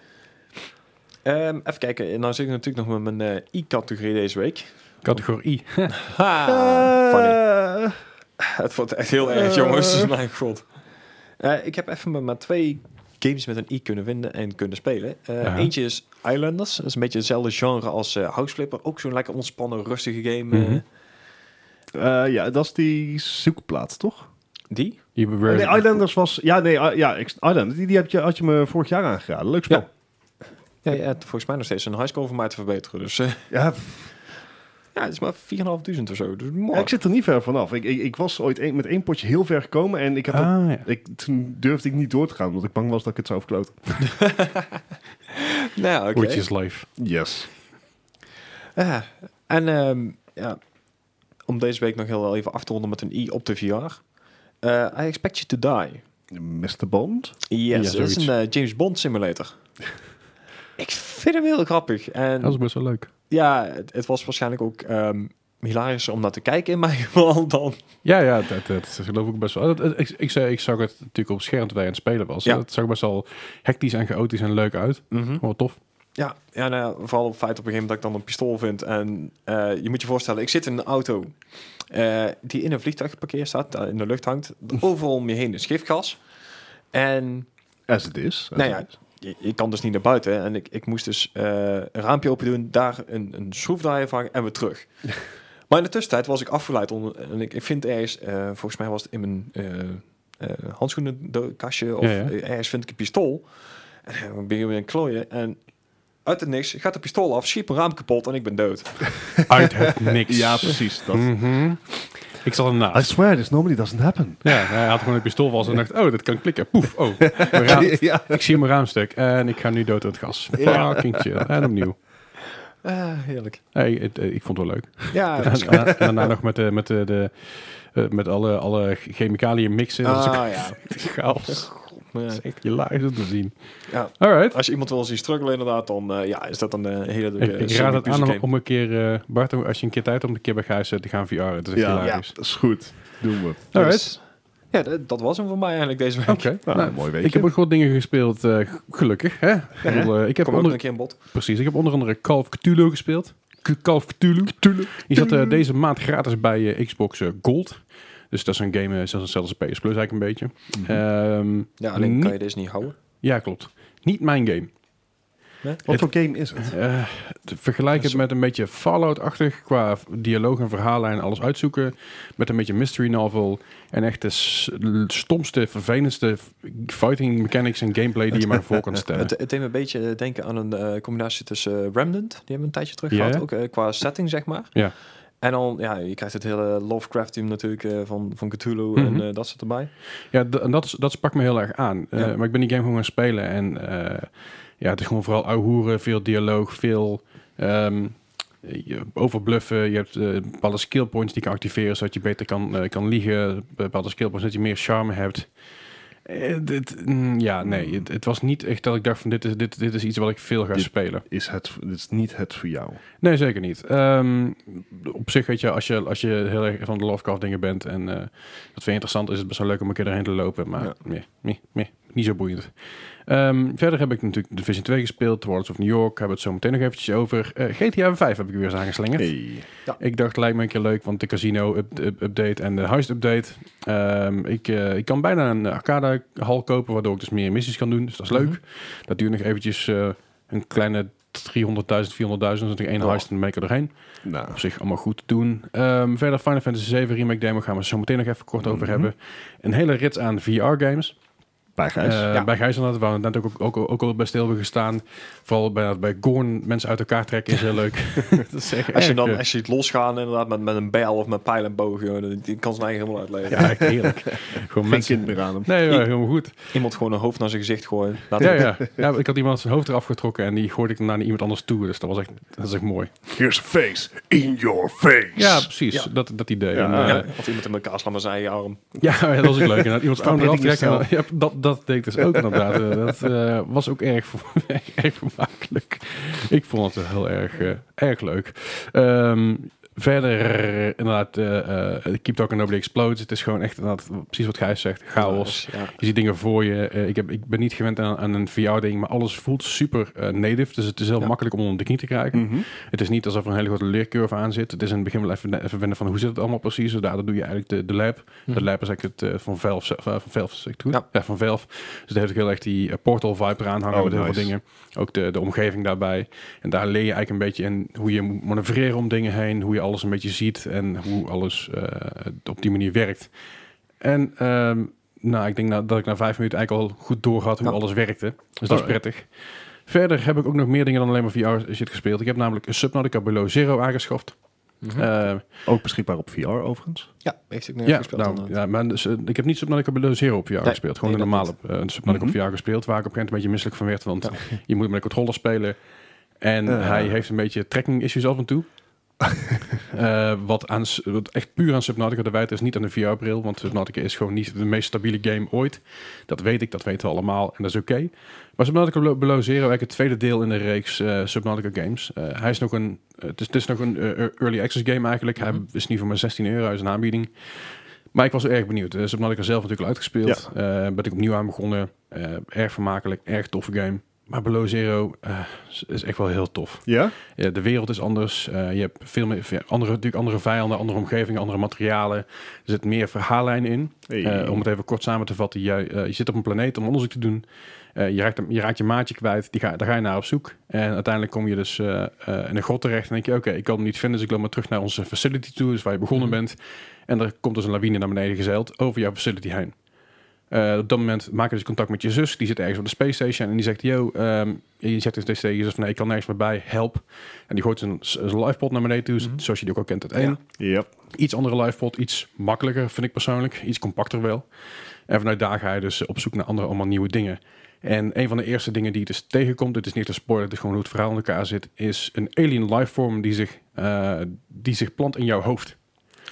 Ehm, even kijken. Nou zit ik natuurlijk nog met mijn eh, i-categorie deze week. Categorie I. Ha! Ah, funny. eh, *laughs* Het wordt echt heel erg, Eh. jongens. *laughs* Mijn god. Eh, ik heb even maar, maar twee games met een i kunnen vinden en kunnen spelen. Eh, Ja. Eentje is Islanders. Dat is een beetje hetzelfde genre als eh House Flipper. Ook zo'n lekker ontspannen, rustige game. eh. Mhm. eh, ja, dat is die zoekplaats, toch? die? Je Nee, beweert- Islanders was... Ja, nee, I- ja, ik- Islanders. Die, die heb je, had je me vorig jaar aangeraden. Leuk spel. Ja, ja, het- volgens mij nog steeds een highscore voor mij te verbeteren. Dus eh, Ja, ja, het is maar 4.500 of zo. Dus mooi. ik zit er niet ver vanaf. Ik, ik, ik was ooit een- met één potje heel ver gekomen en ik heb dat- Ah, ja. ik, toen durfde ik niet door te gaan, omdat ik bang was dat ik het zou verkloten. Nou, oké. Which is life. Yes. Eh, Ja, en ehm, ja. om deze week nog heel even af te ronden met een i op de VR. Eh, I Expect You To Die. Mr. Bond? Ja, Yes, dat zoiets. is een eh, James Bond simulator. *laughs* ik vind hem heel grappig. En Dat is best wel leuk. ja, het, het was waarschijnlijk ook ehm hilarischer om naar te kijken in mijn *laughs* geval dan. Ja, ja, dat, dat geloof ik best wel. Dat- dat- ik, ik, zei, ik zag het natuurlijk op het scherm terwijl je aan het spelen was. Ja. Dat zag best wel hectisch en chaotisch en leuk uit. Wel tof. Ja, ja nou, ja, vooral op het feit op een gegeven moment dat ik dan een pistool vind. En eh, je moet je voorstellen, ik zit in een auto eh, die in een vliegtuig geparkeerd staat, eh, in de lucht hangt. Overal om je heen is gifgas. En As it is. As Nou it ja, is. je, je kan dus niet naar buiten. hè. En ik, ik moest dus eh, een raampje open doen, daar een, een schroefdraaier vangen en weer terug. *laughs* maar in de tussentijd was ik afgeleid. Onder, en ik, ik vind ergens, eh, volgens mij was het in mijn eh, eh, handschoenenkastje of Ja, ja. eh, ergens vind ik een pistool. En dan ben je weer aan het klooien. En uit het niks gaat de pistool af, schiet mijn raam kapot en ik ben dood. Uit het niks. Ja, precies. Dat. Mhm. Ik zal I ernaast. swear, this normally doesn't happen. Ja, hij had gewoon een pistool vast en dacht, oh, dat kan klikken. Poef, oh. mijn raam- ja. ik zie mijn raamstuk en ik ga nu dood aan het gas. Ja. Fucking chill. En opnieuw. Ah, heerlijk. Hey, het- eh, ik vond het wel leuk. *laughs* Ja, En daarna- en daarna nog met, de, met, de, de, eh, met alle, alle chemicaliën mixen. Dat is ook ah, ja. echt chaos. Ja. Dat is echt hilarisch om te zien. Ja. Alright. Als je iemand wil zien struggelen inderdaad, dan eh, ja, is dat een eh, hele... Ik, drukke ik raad het aan semi-puzzle om, game. om een keer, eh, Bart, als je een keer tijd hebt om een keer bij Gijs eh, te gaan VR'en. Dat is echt Ja, hilarisch. dat Dus is goed. Doen we. Alright. Dus, ja, dat, dat was hem voor mij eigenlijk deze week. Oké, nou, een mooi weekje. ik heb ook wat dingen gespeeld, eh, g- gelukkig. Hè? Ik, bedoel, eh, ik heb Kom ook onder, nog een keer in bod. precies, ik heb onder andere Call of Cthulhu gespeeld. C- Call of Cthulhu. Die zat eh, deze maand gratis bij eh, Xbox eh, Gold. Dus dat is een game, eh, zelfs hetzelfde als PS Plus eigenlijk een beetje. Ehm, Ja, alleen kan niet- je deze niet houden. ja, klopt. Niet mijn game. Wat voor game is het? Eh, te- vergelijk het met een beetje Fallout-achtig qua v- dialoog en verhalen en alles uitzoeken. Met een beetje mystery novel. En echt de s- l- stomste, vervelendste f- fighting mechanics en gameplay die je maar voor kan stellen. Het, het deed me een beetje denken aan een eh, combinatie tussen eh, Remnant, die hebben we een tijdje terug Ja, gehad, ja. ook eh, qua setting zeg maar. Ja. En dan, ja, je krijgt het hele Lovecraft-team natuurlijk eh, van, van Cthulhu en Mhm. eh, dat zit erbij. Ja, d- en dat, is- dat sprak me heel erg aan. Eh, Ja. Maar ik ben die game gewoon gaan spelen. En eh, ja, het is gewoon vooral ouwhoeren, veel dialoog, veel ehm, je- overbluffen. Je hebt eh, bepaalde skillpoints die je kan activeren, zodat je beter kan, eh, kan liegen. Bepaalde skillpoints, dat je meer charme hebt. Eh, dit, mm, ja, nee, het, het was niet echt dat ik dacht van dit is, dit, dit is iets wat ik veel ga Dit- spelen. Is het, dit is niet het voor jou. Nee, zeker niet. Ehm, op zich, weet je, als je, als je heel erg van de Lovecraft dingen bent en eh, dat vind je interessant, is het best wel leuk om een keer erheen te lopen. Maar Ja. meh, meh, meh, niet zo boeiend. Ehm, verder heb ik natuurlijk Division 2 gespeeld, The Warlords of New York, hebben we het zo meteen nog eventjes over. Eh, GTA 5 heb ik weer eens aangeslingerd. Hey. Ik dacht, lijkt me een keer leuk, want de casino-update en de heist-update. Ehm, ik, eh, ik kan bijna een arcade-hal kopen, waardoor ik dus meer missies kan doen. Dus dat is leuk. Mhm. Dat duurt nog eventjes eh, een kleine 300.000, 400.000. Dus nog één Oh. heist en dan ben ik er doorheen. Nou, Op zich allemaal goed te doen. Ehm, verder Final Fantasy VII Remake Demo gaan we zo meteen nog even kort over Mhm. hebben. Een hele rits aan VR-games. bij Gijs. Eh, Bij Gijsland, waar we net ook, ook, ook, ook al best stil hebben gestaan. Vooral bij, bij Gorn mensen uit elkaar trekken is heel *laughs* leuk. *laughs* dat is echt Als je erg, dan eh, als je het losgaan inderdaad met, met een bijl of met pijl en boog, joh, die- die kan zijn eigen helemaal uitleggen. Ja, echt heerlijk. Gewoon Geen mensen... kind meer aan hem. Nee, ja, helemaal goed. Iemand gewoon een hoofd naar zijn gezicht gooien. Laat Ja, ja. ja, ik had iemand zijn hoofd eraf getrokken en die gooide ik daarna naar iemand anders toe. Dus dat was echt, dat is echt mooi. Here's a face. In your face. Ja, precies. Ja. Dat, dat idee. Ja, En, ja. eh, *laughs* Ja, of iemand in elkaar slaan met zijn eigen arm. Ja, *laughs* dat was ook leuk. Inderdaad. Iemand Stop arm eraf hitting trekken. en dan- Ja, dat, dat deed ik dus ook inderdaad. Eh, Dat eh, was ook erg, *laughs* ver- erg vermakelijk. Ik vond het heel erg, eh, erg leuk. Ehm, verder, inderdaad, eh, eh, Keep Talking Nobody Explodes. Het is gewoon echt inderdaad, precies wat Gijs zegt, chaos. Ja. Je ziet dingen voor je. Eh, ik, heb, ik ben niet gewend aan, aan een VR-ding, maar alles voelt super eh, native. Dus het is heel Ja. makkelijk om onder de knie te krijgen. Mhm. Het is niet alsof er een hele grote leercurve aan zit. Het is in het begin wel even, even wennen van hoe zit het allemaal precies. Dus Daardoor doe je eigenlijk de, de lab. De lab is eigenlijk het eh, van Valve, zelf- eh, van Valve, zeg ik het goed? Ja. Ja. van Valve. Dus daar heeft ook heel erg die eh, portal vibe eraan hangen Oh, met heel nice. veel dingen. Ook de, de omgeving daarbij. En daar leer je eigenlijk een beetje in hoe je moet manoeuvreren om dingen heen. Hoe je alles een beetje ziet en hoe alles eh, op die manier werkt. En ehm, nou, ik denk na- dat ik na vijf minuten eigenlijk al goed door had hoe Ja. alles werkte. Dus dat is Alright. prettig. Verder heb ik ook nog meer dingen dan alleen maar VR shit gespeeld. Ik heb namelijk een Subnautica Below Zero aangeschaft. Mhm. Eh, Ook beschikbaar op VR overigens. ja, heeft ik nu ja, gespeeld. nou, inderdaad. ja, maar dus, eh, ik heb niet Subnautica Below Zero op VR gespeeld. Gewoon nee, een dat normale eh, Subnautica Mhm. op VR gespeeld. Waar ik op een gegeven moment een beetje misselijk van werd. Want je moet met een controller spelen. En Eh. hij heeft een beetje tracking issues af en toe. Eh, wat, aan, s- wat echt puur aan Subnautica te wijten is, niet aan de VR-bril. Want Subnautica is gewoon niet de meest stabiele game ooit. Dat weet ik, dat weten we allemaal. En dat is oké. Maar Subnautica Belo- Below Zero, eigenlijk het tweede deel in de reeks eh, Subnautica games. Eh, hij is nog een, eh, het, is, het is nog een eh, early access game eigenlijk. Hij Mhm. is nu voor maar 16 euro, is een aanbieding. Maar ik was erg benieuwd. Eh, Subnautica zelf natuurlijk al uitgespeeld. Eh, ben ik opnieuw aan begonnen. Eh, erg vermakelijk, erg toffe game. Maar Below Zero eh, is- is echt wel heel tof. Ja? Ja, de wereld is anders. Eh, je hebt veel meer ja, andere, natuurlijk andere vijanden, andere omgevingen, andere materialen. Er zit meer verhaallijn in. Hey. Eh, om het even kort samen te vatten. Je, eh, je zit op een planeet om onderzoek te doen. Eh, je, raakt, hem- je raakt je maatje kwijt. Die ga, daar ga je naar op zoek. En uiteindelijk kom je dus eh, eh, in een grot terecht. En denk je, oké, ik kan hem niet vinden. Dus ik loop maar terug naar onze facility toe. Dus waar je begonnen bent. En er komt dus een lawine naar beneden gezeild over jouw facility heen. Eh, op dat moment maak je dus contact met je zus. Die zit ergens op de space station. En die zegt, yo, ehm, je zegt dus tegen je zus van, nee, ik kan nergens meer bij. Help. En die gooit zijn, zijn lifepod naar beneden toe. Mhm. Zoals je die ook al kent uit één. Ja. Ja. Iets andere livepod, iets makkelijker vind ik persoonlijk. Iets compacter wel. En vanuit daar ga je dus op zoek naar andere allemaal nieuwe dingen. En een van de eerste dingen die je dus tegenkomt, dit is niet een spoiler, het is gewoon hoe het verhaal in elkaar zit, is een alien lifeform die zich, eh, die zich plant in jouw hoofd.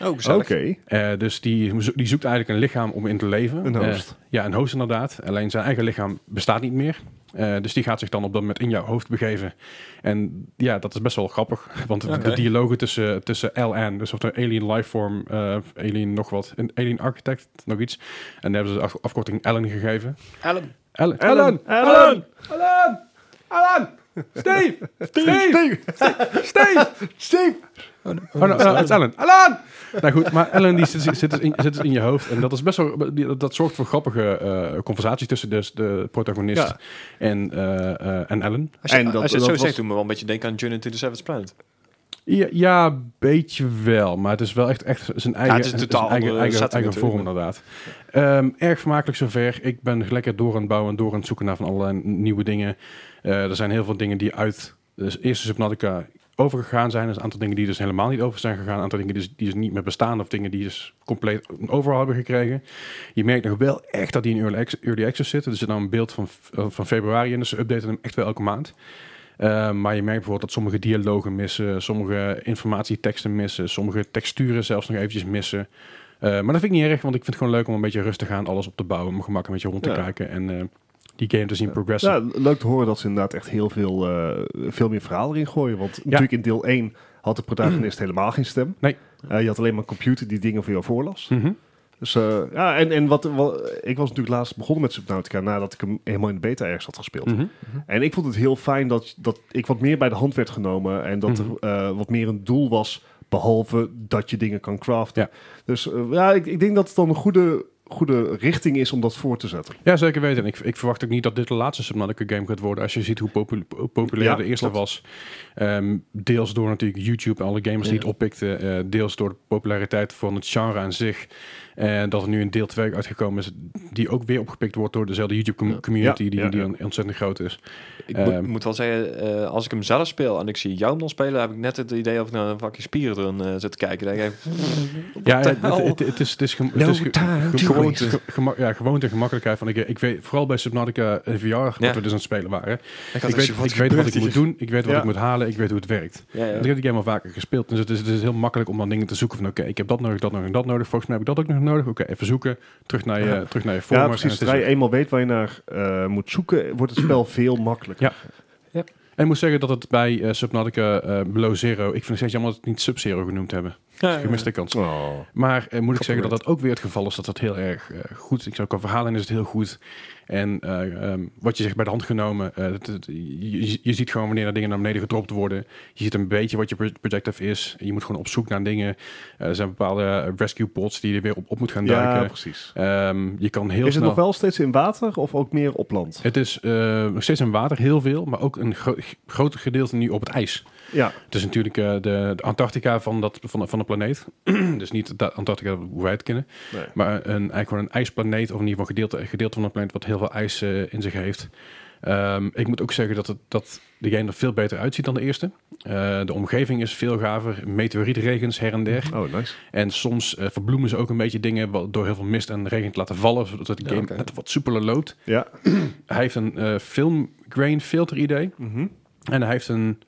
Oh, Oké. gezellig. Eh, dus die, zo- die zoekt eigenlijk een lichaam om in te leven. Een host. Eh, ja, een host inderdaad. Alleen zijn eigen lichaam bestaat niet meer. Eh, dus die gaat zich dan op dat moment in jouw hoofd begeven. En ja, dat is best wel grappig. Want de- de Oké. dialogen tussen, tussen LN, dus of de Alien Lifeform, eh Alien nog wat, een Alien Architect, nog iets. En daar hebben ze de af- afkorting Ellen gegeven. Ellen. Ellen! Ellen! Ellen! Ellen! Ellen! Steve! Steve! Steve! Steve! Oh, nou, eh, het is Ellen. Ellen! Nou goed, maar Ellen die zit, zit, dus in, zit dus in je hoofd. En dat is best wel. die- Dat, dat zorgt voor grappige eh, conversaties tussen dus de protagonist Ja. en, eh, eh, en Ellen. Als je, En dat- als je het zo dat was- zegt, doet me wel een beetje denken aan Journey to the Seventh Planet. Ja, ja, een beetje wel. Maar het is wel echt, echt zijn eigen, het is een totaal zijn eigen, andere eigen, setting eigen vorm, inderdaad. Ehm, erg vermakelijk zover. Ik ben lekker door aan het bouwen en door aan het zoeken naar van allerlei nieuwe dingen. Eh, er zijn heel veel dingen die uit de eerste Subnautica overgegaan zijn. Er zijn een aantal dingen die dus helemaal niet over zijn gegaan. Een aantal dingen die dus, die dus niet meer bestaan. Of dingen die dus compleet een overhaal hebben gekregen. Je merkt nog wel echt dat die in early access, early access zitten. Er zit nou een beeld van, f- eh, van februari in. Dus ze updaten hem echt wel elke maand. Eh, maar je merkt bijvoorbeeld dat sommige dialogen missen, sommige informatieteksten missen, sommige texturen zelfs nog eventjes missen. Eh, maar dat vind ik niet erg, want ik vind het gewoon leuk om een beetje rustig aan alles op te bouwen, om gemak een beetje rond te Ja. kijken en eh, die game te zien progressen. Ja, leuk te horen dat ze inderdaad echt heel veel, eh, veel meer verhaal erin gooien. Want natuurlijk in deel 1 had de protagonist helemaal geen stem. Nee. Eh, je had alleen maar een computer die dingen voor jou voorlas. Mhm. Dus eh, ja, en, en wat, wat- ik was natuurlijk laatst begonnen met Subnautica nadat ik hem helemaal in de beta ergens had gespeeld. Mhm. En ik vond het heel fijn dat, dat ik wat meer bij de hand werd genomen en dat Mhm. er eh, wat meer een doel was, behalve dat je dingen kan craften. Ja. Dus eh, ja, ik, ik denk dat het dan een goede, goede richting is om dat voor te zetten. Ja, zeker weten. En ik, ik verwacht ook niet dat dit de laatste Subnautica game gaat worden. Als je ziet hoe popul- po- populair Ja, de eerste klopt. was. Ehm, deels door natuurlijk YouTube en alle gamers die het oppikten. eh, deels door de populariteit van het genre aan zich. En dat er nu een deel 2 uitgekomen is. Die ook weer opgepikt wordt door dezelfde YouTube com- Ja. community. Ja, Die, ja, die ja. on- ontzettend groot is. Ik Ehm. moet- moet wel zeggen, eh, als ik hem zelf speel en ik zie jou hem dan spelen, heb ik net het idee of ik naar een vakje spieren erin eh, zit te kijken. Dan denk ik, Ja, the het, het, hell? het, het is, het is, gem- No het is ge- time ge- to gewoonte, waste. ge- gemak- ja, gewoonte en gemakkelijkheid. Van, ik, ik weet vooral bij Subnautica eh, VR, wat Ja. we dus aan het spelen waren. ik, had *laughs* Ik weet, echt zo, ik weet wat gebeurt ik hier? moet doen, ik weet wat Ja. ik moet halen, ik weet hoe het werkt. Ja, ja. Ik heb die game al vaker gespeeld. Dus het is, het is heel makkelijk om dan dingen te zoeken van... oké, ik heb dat nodig, dat nodig en dat nodig. Volgens mij heb ik dat ook nog nodig. Oké, even zoeken. Terug naar je, Ja. terug naar je Ja, format. precies. En, het Zodra is- je eenmaal weet waar je naar eh, moet zoeken, wordt het *clears throat* spel veel makkelijker. en ik moet zeggen dat het bij eh, Subnautica eh, Below Zero... ik vind het steeds jammer dat we het niet Sub-Zero genoemd hebben. Ja, ja. Gemiste kans. Oh. Maar eh, moet ik zeggen dat dat ook weer het geval is. Dat dat heel erg eh, goed Ik zou qua verhalen is het heel goed. En eh, ehm, wat je zegt bij de hand genomen. eh, dat- dat- je, je- je ziet gewoon wanneer er dingen naar beneden gedropt worden. Je ziet een beetje wat je pro- projective is. Je moet gewoon op zoek naar dingen. Eh, er zijn bepaalde eh, rescue pods die je er weer op, op moet gaan Ja, duiken. precies. Ehm, je kan heel is snel... het nog wel steeds in water of ook meer op land? Het is eh, nog steeds in water heel veel. Maar ook een gro- groter gedeelte nu op het ijs. Ja, Het is natuurlijk eh, de, de Antarctica van, dat, van, de- van de planeet. *clears throat* dus niet de Antarctica hoe wij het kennen. Nee. Maar een, eigenlijk gewoon een ijsplaneet. Of in ieder geval een gedeelte, een gedeelte van een planeet wat heel veel ijs eh, in zich heeft. Ehm, ik moet ook zeggen dat, het, dat de game er veel beter uitziet dan de eerste. Eh, de omgeving is veel gaver. Meteorietregens her en der. Mhm. oh nice. En soms eh, verbloemen ze ook een beetje dingen wat- door heel veel mist en regen te laten vallen. Zodat de Ja, game oké. net wat soepeler loopt. Ja. Hij heeft een eh film grain filter idee. Mhm. En hij heeft een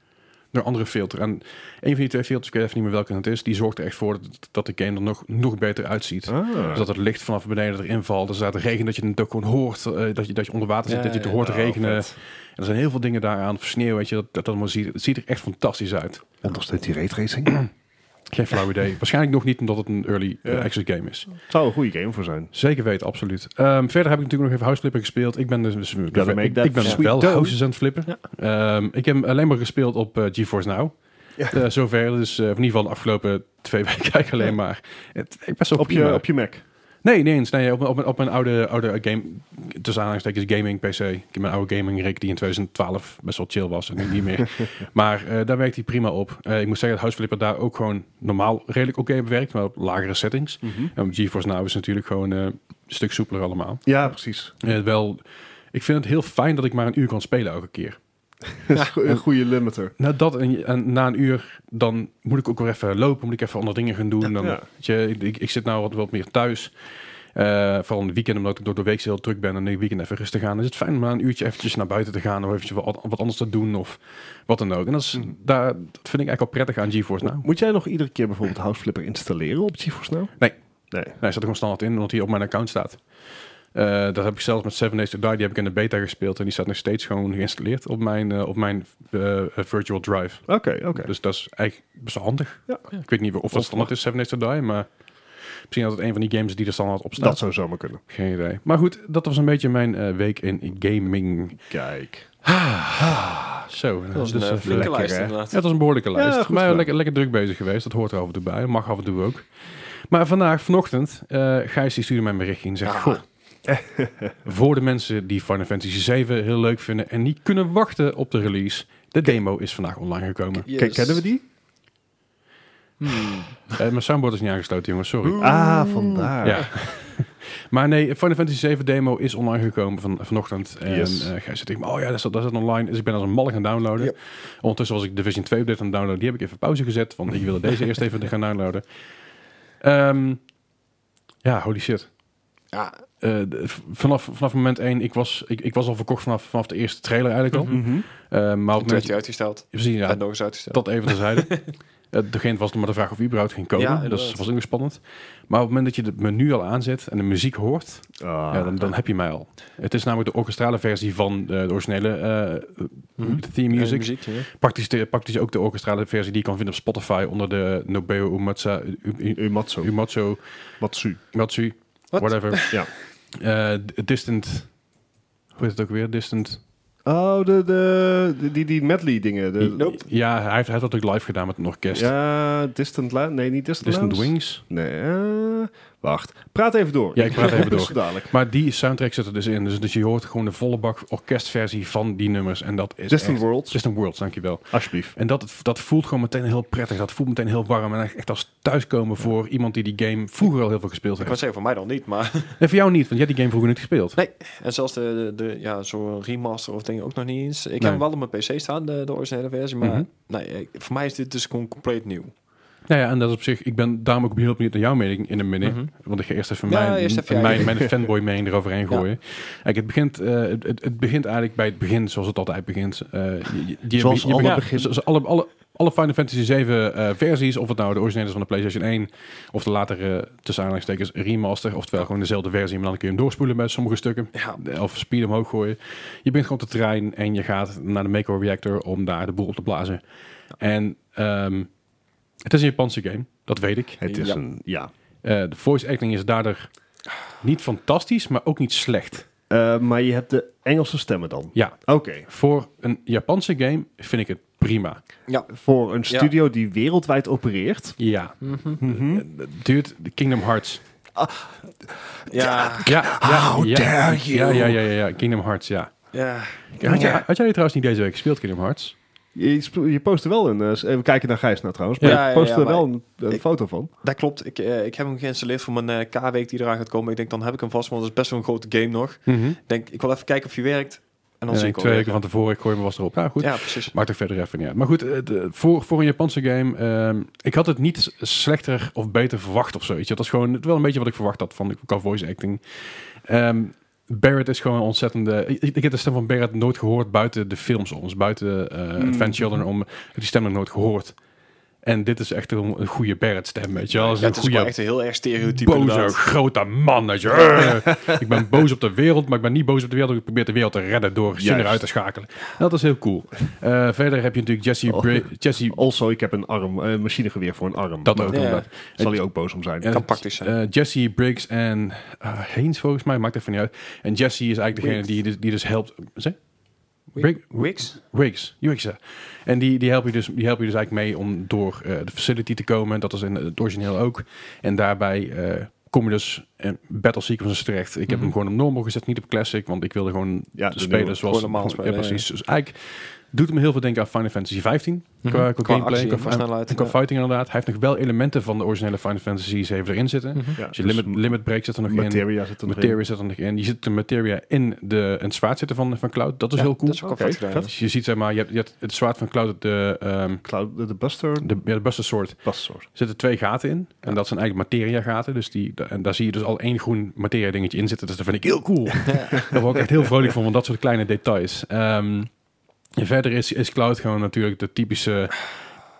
door andere filter. En een van die twee filters, ik weet even niet meer welke het is, die zorgt er echt voor dat, dat de game er nog, nog beter uitziet. Ah. Dus dat het licht vanaf beneden erin valt. Dus dat het regen dat je het ook gewoon hoort. eh, dat, je, dat je onder water zit, Ja, dat je het ja, hoort oh, regenen. vet. En er zijn heel veel dingen daaraan. Sneeuw, weet je, dat, dat allemaal ziet. Het ziet er echt fantastisch uit. Ondersteunt die raytracing? Geen flauw idee. Waarschijnlijk nog niet omdat het een early eh, Ja. access game is. *clears throat* Zou een goede game voor zijn. Zeker weten, absoluut. Ehm, verder heb ik natuurlijk nog even houseflippen gespeeld. Ik ben dus, dus- ik, make ik that ben sweet wel dough. houses aan het flippen. Ehm, ik heb alleen maar gespeeld op eh, GeForce Now. Ja. Eh, zover, dus eh, in ieder geval de afgelopen twee *laughs* weken eigenlijk alleen Ja. maar. Het, ik best wel Op je, prima. op je Mac. Nee, nee eens. Nee, op, mijn- op, mijn- op mijn oude, oude game, tussen aanhalingstekens gaming PC. Ik heb mijn oude gaming rig die in 2012 best wel chill was en nu niet *laughs* meer. maar eh, daar werkt hij prima op. Eh, ik moet zeggen dat House Flipper daar ook gewoon normaal redelijk oké op werkt, maar op lagere settings. Mhm. En op GeForce Now is het natuurlijk gewoon eh, een stuk soepeler allemaal. Ja, precies. *laughs* Eh, wel, ik vind het heel fijn dat ik maar een uur kan spelen elke keer. Dat is een goede limiter. Na dat en, en na een uur, dan moet ik ook weer even lopen, moet ik even andere dingen gaan doen. Dan, Ja. weet je, ik- ik, ik zit nou wat, wat meer thuis. Eh vooral in het weekend, omdat ik door de week heel druk ben en in het weekend even rustig aan. Is het fijn om na een uurtje eventjes naar buiten te gaan of eventjes wat, wat anders te doen of wat dan ook. En dat, is, Mhm. daar, dat vind ik eigenlijk al prettig aan GeForce Now. Moet jij nog iedere keer bijvoorbeeld House Flipper installeren op GeForce Now? Nee. Nee, Nee. hij staat er gewoon standaard in, omdat hij op mijn account staat. Eh, dat heb ik zelfs met Seven Days to Die, die heb ik in de beta gespeeld. En die staat nog steeds gewoon geïnstalleerd op mijn, eh, op mijn eh, virtual drive. Oké, oké. Dus dat is eigenlijk best wel handig. Ja. Ik weet niet of dat standaard is, Seven Days to Die, maar misschien dat het een van die games die er standaard op staat. Dus dat zou zomaar kunnen. Geen idee. Maar goed, dat was een beetje mijn eh, week in gaming. Dus, Kijk. Zo, dat Dat is een eh, flinke lekker, lijst hè? inderdaad. ja, het was een behoorlijke lijst. Ja, goed maar gedaan. lekker, lekker druk bezig geweest. Dat hoort er af en toe bij. Dat mag af en toe ook. Maar vandaag, vanochtend, eh Gijs die stuurde mij een berichtje en zegt... Ah. Goh, voor de mensen die Final Fantasy 7 heel leuk vinden en niet kunnen wachten op de release... De demo is vandaag online gekomen. Yes. K- Kennen we die? Eh, mijn soundboard is niet aangesloten, jongens. Sorry. Ah, vandaar. Ja. *laughs* maar nee, Final Fantasy 7 demo is online gekomen van, vanochtend. En Yes. eh, Gijs zit tegen me, oh ja, dat zat, dat zat online. Dus ik ben als een malle gaan downloaden. Yep. Ondertussen was ik Division 2 update aan het downloaden. Die heb ik even pauze gezet, want ik wilde deze eerst even gaan downloaden. Ehm, ja, holy shit. Ja, Eh, de- v- vanaf, vanaf moment 1, ik was, ik, ik was al verkocht vanaf, vanaf de eerste trailer eigenlijk al. Mhm. Eh, maar op toen het werd moment, hij uitgesteld. precies, ja, Ja, nog eens uitgesteld. dat even terzijde. Eh, Degene was nog maar de vraag of hij überhaupt ging komen. Ja, dus inderdaad. dat was ook nog spannend. Maar op het moment dat je het menu al aanzet en de muziek hoort, Ah. ja, dan, dan heb je mij al. Het is namelijk de orkestrale versie van eh, de originele eh, theme Eh, music. muziek, ja. Praktisch, de- praktisch ook de orkestrale versie die je kan vinden op Spotify onder de Nobeo Umatsa, U- U- Umatsu. Umatsu, Matsu. Matsu, Wat? whatever. Ja. Eh, d- distant, hoe heet het ook weer? Distant. Oh, de, de, de- die, die medley dingen. De, Nope. Eh, Ja, hij heeft, hij heeft dat ook live gedaan met een orkest. Eh, Ja, Distant Land. Nee, niet Distant Distant Lands. Wings. Nee, eh, wacht. Praat even door. Ja, ik praat *laughs* even door. Zo dadelijk. Maar die soundtrack zit er dus in. Dus, dus je hoort gewoon de volle bak orkestversie van die nummers. En dat is Distant echt- Worlds. Distant Worlds, dankjewel. Alsjeblieft. En dat, dat voelt gewoon meteen heel prettig. Dat voelt meteen heel warm. En echt als thuiskomen voor iemand die die game vroeger al heel veel gespeeld Ik wou heeft. zeggen, voor mij dan niet, maar... *laughs* En voor jou niet, want jij hebt die game vroeger niet gespeeld. Nee, en zelfs de, de, de- ja, zo'n remaster of dingen ook nog niet eens. Ik Nee. heb hem wel op mijn PC staan, de, de originele versie, maar Mhm. nee, ik- voor mij is dit dus gewoon compleet nieuw. Nou ja, en dat is op zich, ik ben daarom ook heel benieuwd naar jouw mening in een minute. Want ik ga eerst even Mhm. Ja, mijn, eerst even jij. mijn, mijn fanboy mening eroverheen gooien. Kijk, het begint, eh, het, het- het begint eigenlijk bij het begin, zoals het altijd begint. Eh, je- je- je- Zoals je- je- alle ja, begin- zoals alle, alle, alle Final Fantasy 7 eh, versies, of het nou de originele is van de PlayStation 1, of de latere, tussen aanhalingstekens, remaster, oftewel gewoon dezelfde versie, maar dan kun je hem doorspoelen met sommige stukken. Ja, Of speed omhoog gooien. Je bent gewoon op de trein en je gaat naar de Mako Reactor om daar de boel op te blazen. En ehm, het is een Japanse game, dat weet ik. Het is Ja. een, ja. Eh, de voice acting is daardoor niet fantastisch, maar ook niet slecht. Eh, maar je hebt de Engelse stemmen dan. Ja, Oké. voor een Japanse game vind ik het prima. ja. Voor een studio die wereldwijd opereert. Ja. Mhm. Duurt Eh, Kingdom Hearts. ja. Ja, ja, How ja, dare Ja, you. ja, ja, ja, ja, Kingdom Hearts, ja. ja. Had jij, had jij die trouwens niet deze week gespeeld, Kingdom Hearts? Je, sp- je post er wel een... eh, s- even kijken naar Gijs nou trouwens. Maar Ja, ja, je post ja, er maar wel een, een ik- foto van. Dat klopt. Ik, eh, ik heb hem geïnstalleerd voor mijn eh, K-week die eraan gaat komen. Ik denk, dan heb ik hem vast, want het is best wel een grote game nog. Ik denk, ik wil even kijken of hij werkt. En dan En zie ik ik twee alweer. weken van tevoren, ik gooi hem was erop. Nou, goed. Ja, precies. Maakt ook verder even niet uit. Maar goed, eh, de- voor, voor een Japanse game, ehm, ik had het niet slechter of beter verwacht of zoiets. Dat is gewoon wel een beetje wat ik verwacht had van qua voice acting. Ehm, Barrett is gewoon een ontzettende... Ik, ik heb de stem van Barrett nooit gehoord buiten de films om. Dus buiten eh Hmm. Mm. Advent Children om. heb ik Die stem nog nooit gehoord. En dit is echt een, een goede Barrett stem, weet je wel. Dat is Ja, een het is wel goede echt een heel erg stereotype. boze, inderdaad. grote man. Weet je. Eh, *laughs* ik ben boos op de wereld, maar ik ben niet boos op de wereld. Ik probeer de wereld te redden door zin Juist. eruit te schakelen. En dat is heel cool. Eh, verder heb je natuurlijk Jesse... Oh. Bra- Jesse Also, ik heb een arm, eh, een machinegeweer voor een arm. dat Maar ook Ja. inderdaad. daar Zal hij ook boos om zijn? Ja. Kan praktisch zijn. Eh, Jesse, Briggs en eh Haynes volgens mij, maakt even niet uit. En Jesse is eigenlijk degene die, dus- die dus helpt. Zeg? Brig- Wix? Briggs, UX. ja. En die, die, help je dus, die help je dus eigenlijk mee om door eh, de facility te komen. Dat is in het origineel ook. En daarbij eh, kom je dus in battle sequences terecht. Ik heb hem Mhm. gewoon op normal gezet, niet op classic. Want ik wilde gewoon Ja, de spelen nieuwe. zoals... Gewoon normaal spelen, ja, ja. precies. Dus eigenlijk doet het me heel veel denken aan Final Fantasy 15. Mhm. Qua, qua, Qua gameplay, actie, qua, qua en- snelheid, en qua ja. fighting inderdaad. Hij heeft nog wel elementen van de originele Final Fantasy 7 erin zitten. Mhm. Ja, Dus je dus limit, limit break zit er nog in. materia zit er nog in. Materia zit er nog in. Je zit de materia in, de, in het zwaard zitten van, van Cloud. Dat is Ja, heel cool. Dat is ook al Oké, vet gedaan. vet. Dus je ziet zeg maar, je hebt, je hebt het zwaard van Cloud, de, ehm Cloud, de, de Buster. de, ja, de Buster Sword, Buster. zitten twee gaten in. En dat zijn eigenlijk materia gaten. Dus die, da- en daar zie je dus al één groen materia dingetje in zitten. Dus dat vind ik heel *laughs* cool. Daar word ik echt heel vrolijk van, want dat soort kleine details. Ehm, en verder is, is Cloud gewoon natuurlijk de typische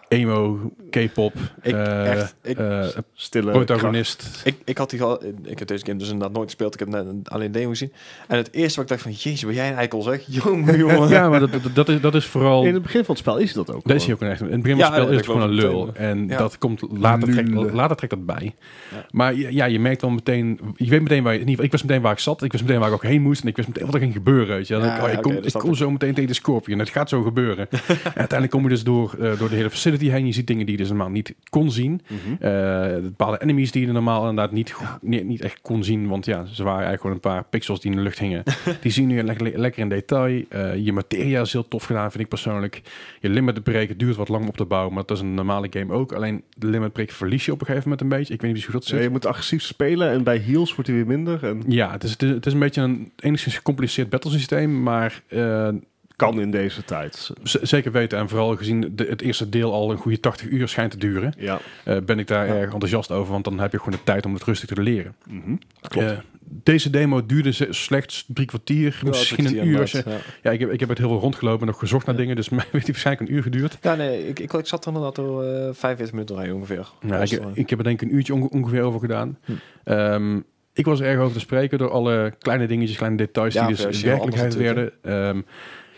emo, k-pop, Ik- eh, echt, ik- eh, Stille protagonist. Ik, ik had die al, ik heb deze game dus inderdaad nooit gespeeld. Ik heb net alleen een demo gezien. En het eerste wat ik dacht van, jezus, ben jij een eikel zeg? *laughs* Jongen, jongen. Ja, maar dat, dat, dat is, dat is vooral... kracht. In het begin van het spel is dat ook. Dat is hij gewoon. ook een echte. In het begin van Ja, het spel is ja, het dat gewoon een geloof ik lul. meteen, En Ja. dat komt later, trekt, Lullen. later trekt dat bij. Ja. Maar ja, ja, je merkt dan meteen. Je weet meteen waar je. In ieder geval, ik wist meteen waar ik zat. Ik wist meteen waar ik ook heen moest. En ik wist meteen wat er ging gebeuren. Weet je. wel. Ja, ik, oh, ik oké, kom, dus ik dat kom is- zo meteen tegen de Scorpion. Het gaat zo *laughs* gebeuren. en uiteindelijk kom je dus door, eh, door de hele facility heen. Je ziet dingen die je dus normaal niet kon zien. Mhm. Eh, bepaalde enemies die je normaal inderdaad niet, go- niet, niet echt kon zien. Want ja, ze waren eigenlijk gewoon een paar pixels die in de lucht hingen. die zien nu lekker, lekker in detail. Eh, je materia is heel tof gedaan, vind ik persoonlijk. Je limit breken duurt wat lang om op te bouwen. Maar dat is een normale game ook. Alleen de limit break verlies je op een gegeven moment een beetje. Ik weet niet hoe dat Ja, zit. je moet agressief spelen en bij heals wordt hij weer minder. En Ja, het is, het is- het is een beetje een enigszins gecompliceerd battlesysteem. Maar eh, kan in deze tijd. z- zeker weten, en vooral gezien de, het eerste deel al een goede 80 uur schijnt te duren, Ja. eh, ben ik daar Ja. erg enthousiast over. Want dan heb je gewoon de tijd om het rustig te leren. Mhm. Klopt. Eh, deze demo duurde ze- slechts drie kwartier, misschien een uur. Ze- Ja. Ja, ik heb, ik heb het heel veel rondgelopen en nog gezocht naar Ja. dingen, dus *laughs* mij heeft die waarschijnlijk een uur geduurd. Ja, nee, ik, ik, ik zat er inderdaad door eh 45 minuten doorheen ongeveer. Nou, Was ik, er- ik heb er denk ik een uurtje onge- ongeveer over gedaan. Hm. Ehm, ik was er erg over te spreken door alle kleine dingetjes, kleine details Ja, die dus in versie, heel werkelijkheid anders werden. Ehm,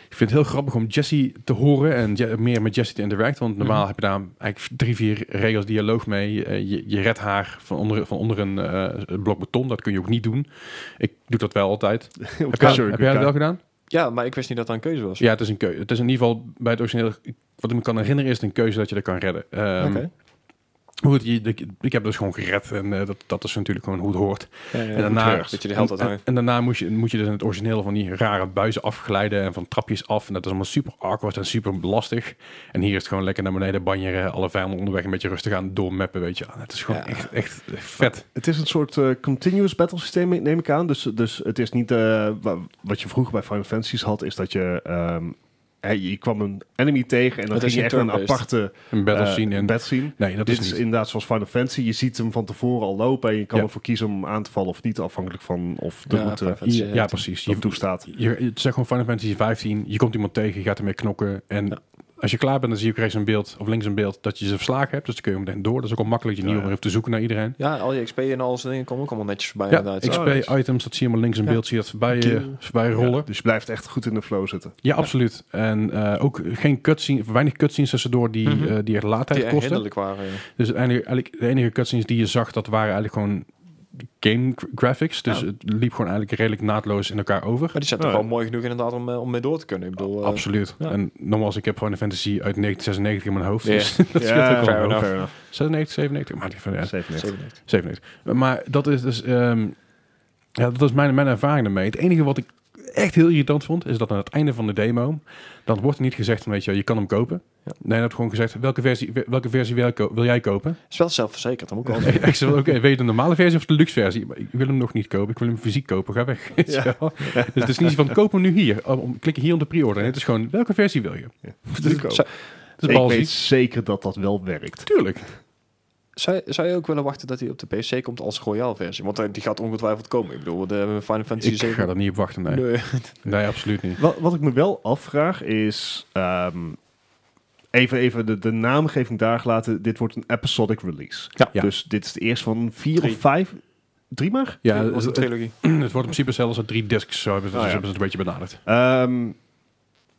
ik vind het heel grappig om Jesse te horen en Je- meer met Jesse te interacten. Want normaal Mhm. heb je daar eigenlijk drie, vier regels dialoog mee. Eh, je, je redt haar van onder, van onder een eh, blok beton. Dat kun je ook niet doen. Ik doe dat wel altijd. *laughs* Heb jij, heb jij dat wel gedaan? ja, maar ik wist niet dat dat een keuze was. Ja, het is een keuze. Het is in ieder geval bij het origineel. Wat ik me kan herinneren is het een keuze dat je dat kan redden. Ehm, Oké. maar Goed, je, ik, ik heb dus gewoon gered en eh, dat, dat is natuurlijk gewoon hoe het hoort. Ja, ja, en daarna, treurig. Dat je de held en, en, uithangt. en daarna moet je, moet je dus in het origineel van die rare buizen afglijden en van trapjes af. En dat is allemaal super awkward en super lastig. En hier is het gewoon lekker naar beneden banjeren, alle vijanden onderweg een beetje rustig aan doormappen, weet je. Ah, Het is gewoon Ja. echt, echt vet. Het is een soort eh, continuous battle systeem, neem ik aan. Dus, dus het is niet... eh, wa- wat je vroeger bij Final Fantasy had, is dat je... ehm, hè, je kwam een enemy tegen en dan Het ging is je geen echt een turn-based. aparte Een battle eh, scene en... battle scene. nee, dat Dit is is niet. inderdaad zoals Final Fantasy. Je ziet hem van tevoren al lopen en je kan Ja. ervoor kiezen om hem aan te vallen of niet, afhankelijk van of de Ja, route perfect. Ja, ja, precies. dat Je, toestaat. je, het is gewoon Final Fantasy 15. Je komt iemand tegen, je gaat ermee knokken. En Ja. als je klaar bent, dan zie je ook rechts een beeld of links een beeld dat je ze verslagen hebt. Dus dan kun je hem meteen door. Dat is ook al makkelijk. Je niet Ja, meer ja. hoeft te zoeken naar iedereen. Ja, al je XP en al zijn dingen komen ook allemaal netjes voorbij Ja, inderdaad. XP, Oh, nice. items, dat zie je helemaal links in Ja. beeld. Zie je dat voorbij, eh, Kill. voorbij rollen. Ja, Ja, dus je blijft echt goed in de flow zitten. absoluut. En eh, ook geen cutscene, of weinig cutscenes tussendoor die, Mhm. eh, die er laatheid Die echt kosten. hinderlijk waren. ja. Dus uiteindelijk, eigenlijk de enige cutscenes die je zag, dat waren eigenlijk gewoon game gra- graphics. Dus Ja. het liep gewoon eigenlijk redelijk naadloos in elkaar over. Maar die zijn Ja. toch wel mooi genoeg inderdaad om, eh, om mee door te kunnen. Ik bedoel, eh, Nou, Oh, Absoluut. ja. En nogmaals, ik heb gewoon een fantasy uit 1996 in mijn hoofd. Ja. Dus *laughs* dat scheelt ook wel. fair enough. 96, 97, maar ik vind, ja, Safe net. zeker niet. 97. Maar dat is dus, ehm, ja, dat is mijn, mijn ervaring ermee. Het enige wat ik echt heel irritant vond, is dat aan het einde van de demo, dan wordt er niet gezegd, van, weet je, wel, je kan hem kopen. Ja. Nee, dan wordt gewoon gezegd, welke versie, welke versie wil, jij ko- wil jij kopen? *laughs* Is wel zelfverzekerd, dat moet ik wel zeggen. Ik ik zei, oké, wil je de normale versie of de luxe versie? Maar ik wil hem nog niet kopen, ik wil hem fysiek kopen, ga weg. *laughs* Weet je wel? Dus het is niet zo van, koop hem nu hier, Oh, om, om- klik hier om de pre-order. Nee, het is gewoon, welke versie wil je? Ja. Het is, Ik ook. het is Ik balzie. weet zeker dat dat wel werkt. Tuurlijk. Zou, zou je ook willen wachten dat hij op de PC komt als Royale versie? Want eh, die gaat ongetwijfeld komen. Ik bedoel, de eh, Final Fantasy Ik 7. ga er niet op wachten, nee. Nee. Nee, absoluut niet. Wat, wat ik me wel afvraag is... ehm, even even de, de naamgeving daar gelaten. Dit wordt een episodic release. Ja. Ja. Dus dit is de eerste van vier Drie. of vijf... Drie maar? Ja, *laughs* Dat was het, een het- trilogie. het wordt in principe zelfs als drie discs, zo hebben ze, Oh, ja. hebben ze het een beetje benaderd. Ehm,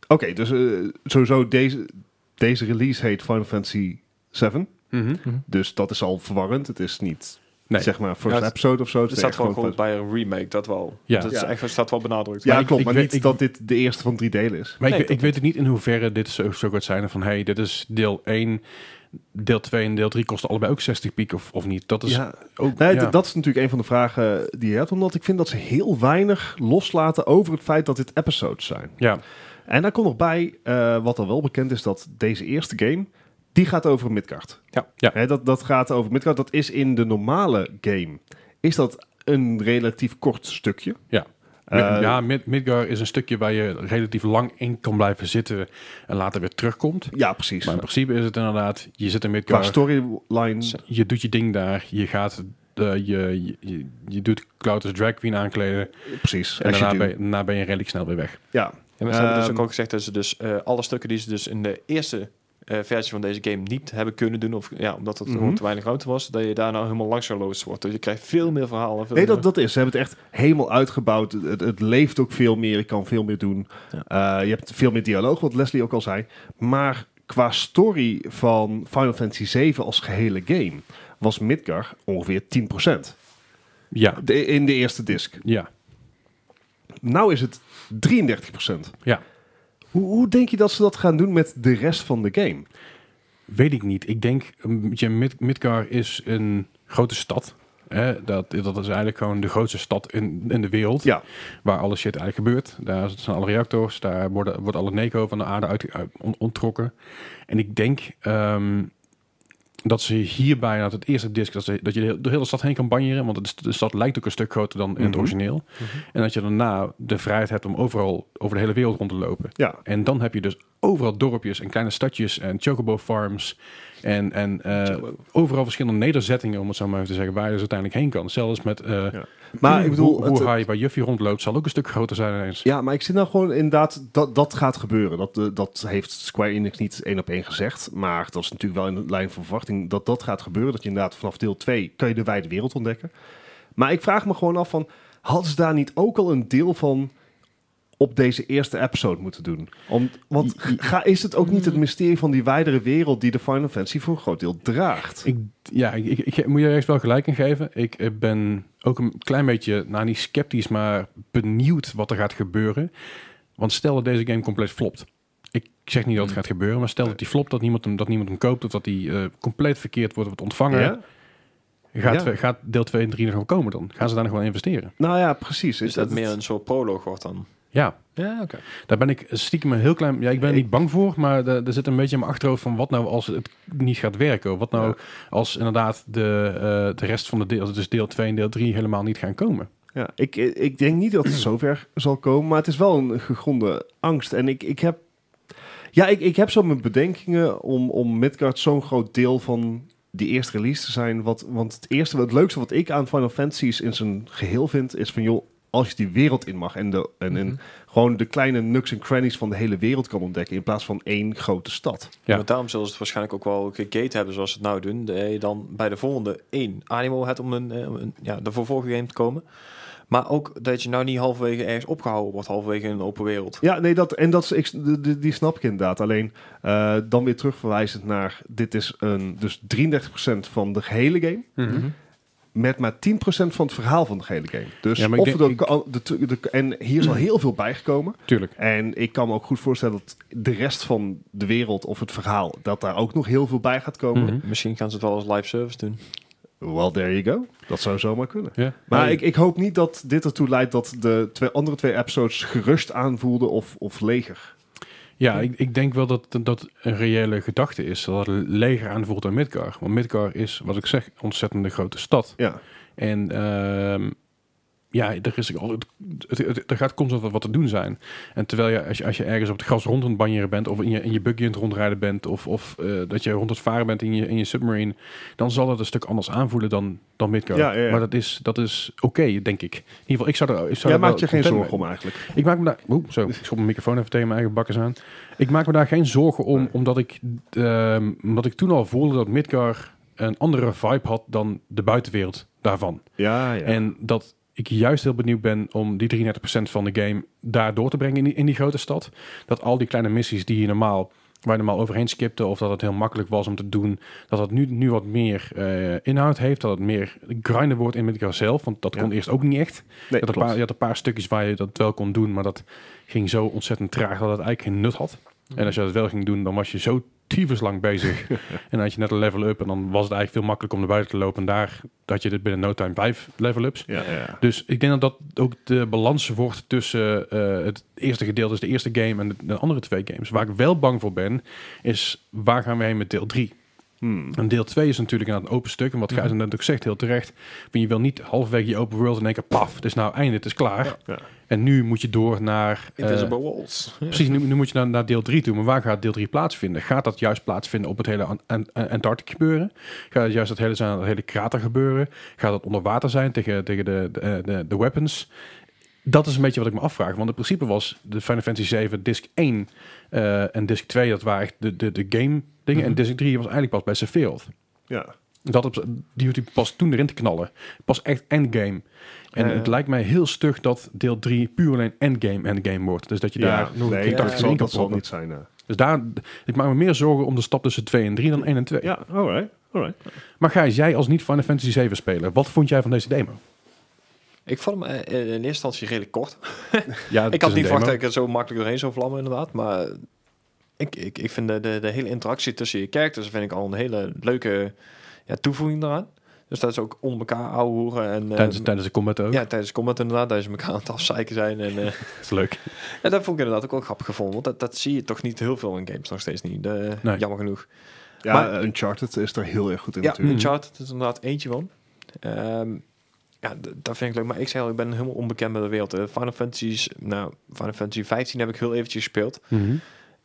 Oké, dus eh, sowieso deze, deze release heet Final Fantasy 7. Dus dat is al verwarrend. Het is niet, Nee. zeg maar, first Ja, het- episode of zo. Het Het is staat echt gewoon, gewoon Final bij een remake, dat wel. Ja. Dat Is Ja. echt, staat wel benadrukt. Fantasy. Ja, Maar ik- klopt. ik maar weet- niet ik- dat dit de eerste van drie delen is. Maar Nee, ik, dat ik weet het niet in hoeverre dit zo, zo gaat zijn van... hey, dit is deel 1, deel 2 en deel 3 kosten allebei ook 60 piek of, of niet. Dat is ja. ook... Nee, ja. d- Dat is natuurlijk een van de vragen die je hebt. Omdat ik vind dat ze heel weinig loslaten over het feit dat dit episodes zijn. Ja, En daar komt nog bij, eh, wat al wel bekend is, dat deze eerste game, die gaat over Midgard. Ja. Ja. Hè, dat, dat gaat over Midgard. Dat is in de normale game, is dat een relatief kort stukje. Ja. Eh, Mid- ja, Mid- Midgar is een stukje waar je relatief lang in kan blijven zitten en later weer terugkomt. ja, precies. Maar in principe is het inderdaad, je zit in Qua Midgar, storyline, je doet je ding daar, je gaat, eh, je, je- je, je doet Cloud als drag queen aankleden precies. en as you daarna do. ben, je- daarna ben je redelijk snel weer weg. Ja, En we hebben dus Ehm, ook al gezegd dat ze dus eh, alle stukken die ze dus in de eerste eh, versie van deze game niet hebben kunnen doen, of ja, omdat het gewoon Mhm. te weinig ruimte was, dat je daar nou helemaal langs geloosd wordt. Dus je krijgt veel meer verhalen. Veel nee, dat, meer- dat is. Ze hebben het echt helemaal uitgebouwd. Het, het leeft ook veel meer. Je kan veel meer doen. Eh, je hebt veel meer dialoog, wat Leslie ook al zei. Maar qua story van Final Fantasy VII als gehele game was Midgar ongeveer 10%. Ja, De, in de eerste disc. ja, Nou is het 33%. ja. Hoe, hoe denk je dat ze dat gaan doen met de rest van de game? Weet ik niet. Ik denk, mm, je, Mid- Midgar is een grote stad. Hè? Dat, dat is eigenlijk gewoon de grootste stad in, in de wereld. Ja. Waar alle shit eigenlijk gebeurt. Daar zijn alle reactors. Daar worden, wordt alle neko van de aarde uit, uit- on- onttrokken. En ik denk ehm, dat ze hierbij, dat het eerste disc, dat, ze, dat je de, heel- door heel de stad heen kan banjeren. Want het is- de stad lijkt ook een stuk groter dan in het Mhm. origineel. En dat je daarna de vrijheid hebt om overal over de hele wereld rond te lopen. Ja, En dan heb je dus overal dorpjes en kleine stadjes en chocobo farms. En, en eh, overal verschillende nederzettingen, om het zo maar even te zeggen, waar je dus uiteindelijk heen kan. Zelfs met eh, maar ik bedoel... hoe, het- hoe hij waar Juffie rondloopt, zal ook een stuk groter zijn ineens. Ja, maar ik zit nou gewoon inderdaad, dat, dat gaat gebeuren. Dat, eh, dat heeft Square Enix niet één op één gezegd. Maar dat is natuurlijk wel in de lijn van verwachting dat dat gaat gebeuren. Dat je inderdaad vanaf deel 2 kan je de wijde wereld ontdekken. Maar ik vraag me gewoon af van, hadden ze daar niet ook al een deel van op deze eerste episode moeten doen? Om, want ga, is het ook niet het mysterie van die wijdere wereld die de Final Fantasy voor een groot deel draagt? Ik, ja, ik, ik, ik moet je ergens wel gelijk in geven. Ik eh, ben ook een klein beetje, nou niet sceptisch, maar benieuwd wat er gaat gebeuren. Want stel dat deze game compleet flopt. Ik zeg niet dat het gaat gebeuren, maar stel dat die flopt, dat niemand hem, dat niemand hem koopt of dat die eh, compleet verkeerd wordt wordt ontvangen. Ja? Gaat, Ja. gaat deel 2 en 3 nog wel komen dan? Gaan ze daar nog wel investeren? Nou ja, precies. Dus dat meer een soort proloog wordt dan. Ja, Ja, oké. daar ben ik stiekem een heel klein... Ja, ik ben er Ik- niet bang voor, maar da- er zit een beetje in mijn achterhoofd van... wat nou als het niet gaat werken? Wat nou Ja. als inderdaad de, eh, de rest van de deel, dus deel 2 en deel 3 helemaal niet gaan komen? Ja, ik, ik denk niet dat het zover zal komen, maar het is wel een gegronde angst. En ik, ik heb, ja, ik, ik heb zo mijn bedenkingen om, om Midgard zo'n groot deel van die eerste release te zijn. Wat, want het eerste, het leukste wat ik aan Final Fantasy's in zijn geheel vind, is van joh, als je die wereld in mag en, de, en, en Mhm. gewoon de kleine nuks en crannies van de hele wereld kan ontdekken, in plaats van één grote stad. Ja. Maar daarom zullen ze het waarschijnlijk ook wel gegate hebben zoals ze het nou doen. Dat je dan bij de volgende één animo hebt om een, eh, om een- ja, de vervolgende game te komen. Maar ook dat je nou niet halverwege ergens opgehouden wordt, halverwege in een open wereld. Ja, nee, dat, en dat is, ik, de- de- die snap ik inderdaad. Alleen eh, dan weer terugverwijzend naar, dit is een, dus 33% van de gehele game. met maar 10% van het verhaal van de gehele game. Dus Ja, maar ik of denk- de, de, de- en hier is al heel veel bijgekomen. Tuurlijk. En ik kan me ook goed voorstellen dat de rest van de wereld of het verhaal, dat daar ook nog heel veel bij gaat komen. Mhm. Misschien gaan ze het wel als live service doen. Well, there you go. Dat zou zomaar kunnen. Ja. Maar Nee. ik, ik hoop niet dat dit ertoe leidt dat de twee, andere twee episodes gerust aanvoelden of, of leger. Ja, ik, ik denk wel dat dat een reële gedachte is. Dat het leger aanvoelt aan Midgar. Want Midgar is, wat ik zeg, een ontzettend grote stad. Ja. En ehm, ja, er, is al, het, het, het- er gaat constant wat- wat te doen zijn. En terwijl je als, je, als je ergens op het gras rond aan het banjeren bent, of in je, in je buggy aan het rondrijden bent, of, of eh, dat je rond het varen bent in je, in je submarine, dan zal dat een stuk anders aanvoelen dan, dan Midgar. Ja, ja, ja. Maar dat is, dat is oké, denk ik. In ieder geval, ik zou er, ik zou Jij daar wel maakt je geen content mee- zorgen om eigenlijk. ik maak me daar... Oeh, zo. Ik schop mijn microfoon even tegen mijn eigen bakkers aan. Ik maak me daar geen zorgen om, omdat, ik, ehm, omdat ik toen al voelde dat Midgar een andere vibe had dan de buitenwereld daarvan. Ja, ja. En dat ik juist heel benieuwd ben om die 33% van de game daar door te brengen in die, in die grote stad. Dat al die kleine missies die je normaal waar je normaal overheen skipte of dat het heel makkelijk was om te doen, dat het nu, nu wat meer eh, inhoud heeft, dat het meer grinden wordt in Midgar zelf, want dat Ja. kon eerst ook niet echt. nee, Je had, een klopt. paar, je had een paar stukjes waar je dat wel kon doen, maar dat ging zo ontzettend traag dat het eigenlijk geen nut had. Mhm. En als je dat wel ging doen, dan was je zo tyfuslang *laughs* bezig. en dan had je net een level up en dan was het eigenlijk veel makkelijker om naar buiten te lopen. En daar had je dit binnen no time vijf level ups. Ja, ja, ja. Dus ik denk dat dat ook de balans wordt tussen eh, het eerste gedeelte, dus de eerste game en de, de andere twee games. Waar ik wel bang voor ben, is waar gaan we heen met deel 3? Hmm. En deel 2 is natuurlijk inderdaad een open stuk. En wat Mhm. Gijs net ook zegt, heel terecht. want Je wil niet halverwege je open world in één keer paf. Het is nou einde, het is klaar. Ja. En nu moet je door naar... eh, Invisible Walls. precies, nu, nu moet je naar, naar deel 3 toe. Maar waar gaat deel 3 plaatsvinden? Gaat dat juist plaatsvinden op het hele An- An- An- Antarctic gebeuren? Gaat het juist dat hele, zijn, dat hele krater gebeuren? Gaat het onder water zijn tegen, tegen de, de, de, de weapons? Dat is een beetje wat ik me afvraag. Want in principe was de Final Fantasy 7 disc 1 eh, en disc 2... dat waren echt de, de, de game dingen. En disc 3 was eigenlijk pas bij Sephiroth. ja. Dat op YouTube pas toen erin te knallen. Pas echt endgame. En Ja, ja. het lijkt mij heel stug dat deel 3 puur alleen endgame endgame wordt. Dus dat je daar nog nee, geen ja, 80 dat, in zal, kan dat zal proppen. niet zijn. eh. Dus daar, ik maak me meer zorgen om de stap tussen 2 en 3 dan 1 en 2. Ja, alright. alright. Maar Gijs, jij als niet Final Fantasy 7 speler, wat vond jij van deze demo? Ik vond hem eh, in eerste instantie redelijk kort. Ja, Ik had niet verwacht dat ik er zo makkelijk doorheen zou vlammen, inderdaad. Maar ik, ik, ik vind de, de, de hele interactie tussen je characters vind ik al een hele leuke ja, toevoeging daaraan. Dus dat is ook om elkaar ouwehoeren. En, eh, Tijdens, tijdens de combat ook. ja, tijdens combat inderdaad, dat ze elkaar aan het afzeiken zijn. En, *laughs* eh, Dat is leuk. en dat vond ik inderdaad ook wel grappig gevonden. Want dat, dat zie je toch niet heel veel in games nog steeds niet. De- Nee. Jammer genoeg. Ja, Maar- eh, Uncharted is er heel erg goed in Ja, natuurlijk. Uncharted is inderdaad eentje van. Ehm, ja, d- dat vind ik leuk. Maar ik zei al, ik ben helemaal onbekend met de wereld. Eh, Final Fantasy's, nou, Final Fantasy 15 heb ik heel eventjes gespeeld. Mhm.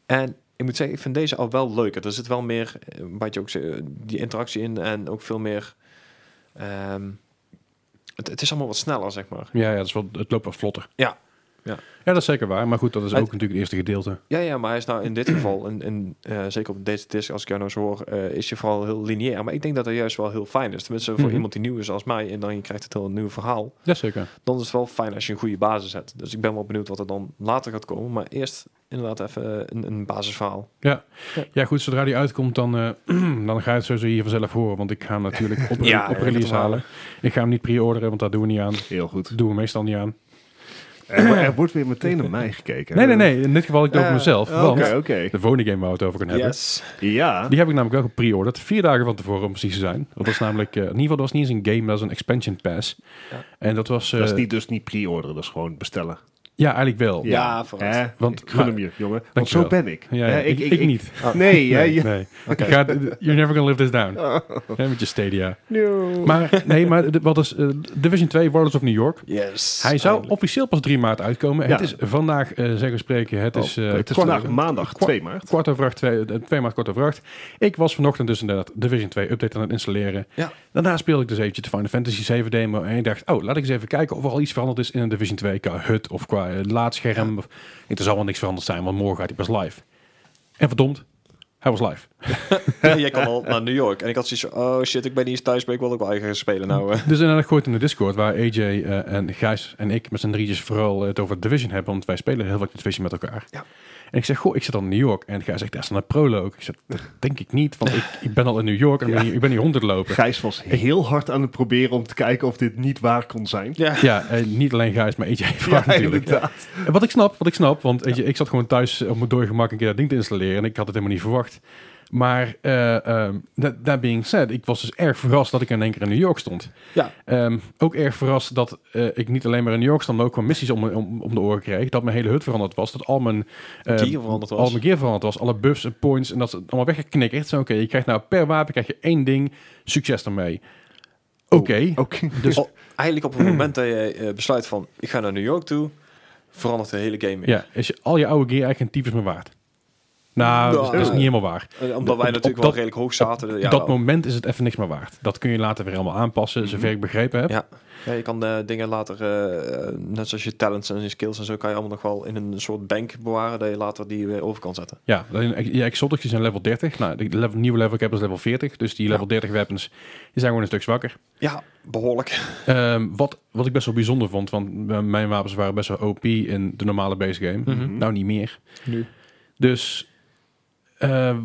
En ik moet zeggen, ik vind deze al wel leuker. Er zit wel meer, eh, wat je ook zei, die interactie in en ook veel meer... ehm, het, het is allemaal wat sneller, zeg maar. Ja, ja dat is wel, het loopt wat vlotter. Ja. Ja. ja, dat is zeker waar. Maar goed, dat is ook Het- natuurlijk het eerste gedeelte. Ja, ja, maar hij is nou in dit geval, en en eh, zeker op deze disc, als ik jou nou zo hoor, eh, is je vooral heel lineair. Maar ik denk dat dat juist wel heel fijn is. Tenminste, voor Mhm. iemand die nieuw is als mij en dan je krijgt het heel een nieuw verhaal. Jazeker. Dan is het wel fijn als je een goede basis hebt. Dus ik ben wel benieuwd wat er dan later gaat komen. Maar eerst inderdaad even eh, een, een basisverhaal. Ja. Ja. ja, goed, zodra die uitkomt, dan, eh, *clears throat* dan ga je het sowieso hier vanzelf horen. Want ik ga hem natuurlijk op, Ja, op ja, release dat wel. halen. Ik ga hem niet pre-orderen, want daar doen we niet aan. Heel goed. Dat doen we meestal niet aan. Eh, maar er wordt weer meteen naar mij gekeken. Nee, nee, nee. In dit geval ik het over Eh, mezelf. Oké, Want oké. de volgende game waar we het over kunnen hebben... Yes. Ja. Die heb ik namelijk wel gepre-orderd. Vier dagen van tevoren om precies te zijn. Dat was namelijk... eh, in ieder geval, dat was niet eens een game. Dat was een expansion pass. Ja. En dat was... eh, dat is niet, dus niet pre-orderen, dat is gewoon bestellen. Ja, eigenlijk wel. Ja, Ja, vooruit. hè? Want- ik gun maar- hem je, jongen. Want Dankjewel. zo ben ik. ja, Hè, ik, ik, niet. Nee, hè, Nee, je- nee. Ik ga- you're never gonna live this down. Hè, met je Stadia. No. Maar nee, maar d- wat is eh, Division 2 Warlords of New York? Yes. Hij zou officieel pas 3 maart uitkomen. Ja. Oh, Het is vandaag, eh zeggen spreken, het is, eh, het is kwart- vandaag maandag kwart- 2 maart. Kwart over acht, twee, eh, twee maart kwart over acht. Ik was vanochtend dus inderdaad Division 2 update aan het installeren. Ja. Daarna speelde ik dus eventjes de Final Fantasy 7 demo. En ik dacht, oh, laat ik eens even kijken of er al iets veranderd is in een Division 2 qua HUD of qua eh, laadscherm. Of- Het zal wel niks veranderd zijn, want morgen gaat hij pas live. En verdomd, hij was live. Ja, *laughs* jij kan al naar New York. En ik had zoiets van, oh shit, ik ben niet eens thuis, maar ik wil ook wel eigen spelen. Nou, eh. Dus inderdaad gooit in de Discord waar AJ eh, en Gijs en ik met z'n drietjes vooral het over Division hebben. Want wij spelen heel vaak Division met elkaar. Ja. En ik zeg, goh, ik zit al in New York. En Gijs zegt, dat is dan een proloog. Ik zeg, dat denk ik niet, want ik, ik ben al in New York en ik ben hier- ik ben hier honderd lopen. Gijs was heel hard aan het proberen om te kijken of dit niet waar kon zijn. *laughs* ja. Ja, en niet alleen Gijs, maar AJ vraagt natuurlijk. inderdaad. En Wat ik snap, wat ik snap, want weet je, ik zat gewoon thuis op mijn doorgemak een keer dat ding te installeren en ik had het helemaal niet verwacht. Maar eh ehm, that, that being said, ik was dus erg verrast dat ik in één keer in New York stond. Ja. Ehm, ook erg verrast dat eh, ik niet alleen maar in New York stond, maar ook gewoon missies om, om, om de oren kreeg. Dat mijn hele hut veranderd was, dat al mijn, ehm, Gear veranderd was. al mijn gear veranderd was. Alle buffs en points en dat ze het allemaal weggeknikkerd. Zo, oké, je krijgt nou per wapen krijg je één ding, succes ermee. Oké. Dus- Al- eigenlijk op het moment dat je eh, besluit van ik ga naar New York toe, verandert de hele game weer. Ja, is je, al je oude gear eigenlijk een tyfus meer waard? Nou, dat is- dat is niet helemaal waar. Eh, Omdat Op- wij op natuurlijk dat- wel redelijk hoog zaten. eh, Op ja, dat wel. moment is het even niks meer waard. Dat kun je later weer allemaal aanpassen, Mhm. zover ik begrepen heb. Ja. Ja, je kan eh, dingen later, eh, eh, net zoals je talents en je skills en zo, kan je allemaal nog wel in een soort bank bewaren dat je later die weer over kan zetten. Ja, alleen, je exoticjes zijn level 30. Nou, de level, nieuwe level ik heb is level 40. Dus die level 30 weapons die zijn gewoon een stuk zwakker. Ja, behoorlijk. Ehm, wat, wat ik best wel bijzonder vond, want m- mijn wapens waren best wel OP in de normale base game. Mhm. Nou, niet meer. Nu. Dus ehm,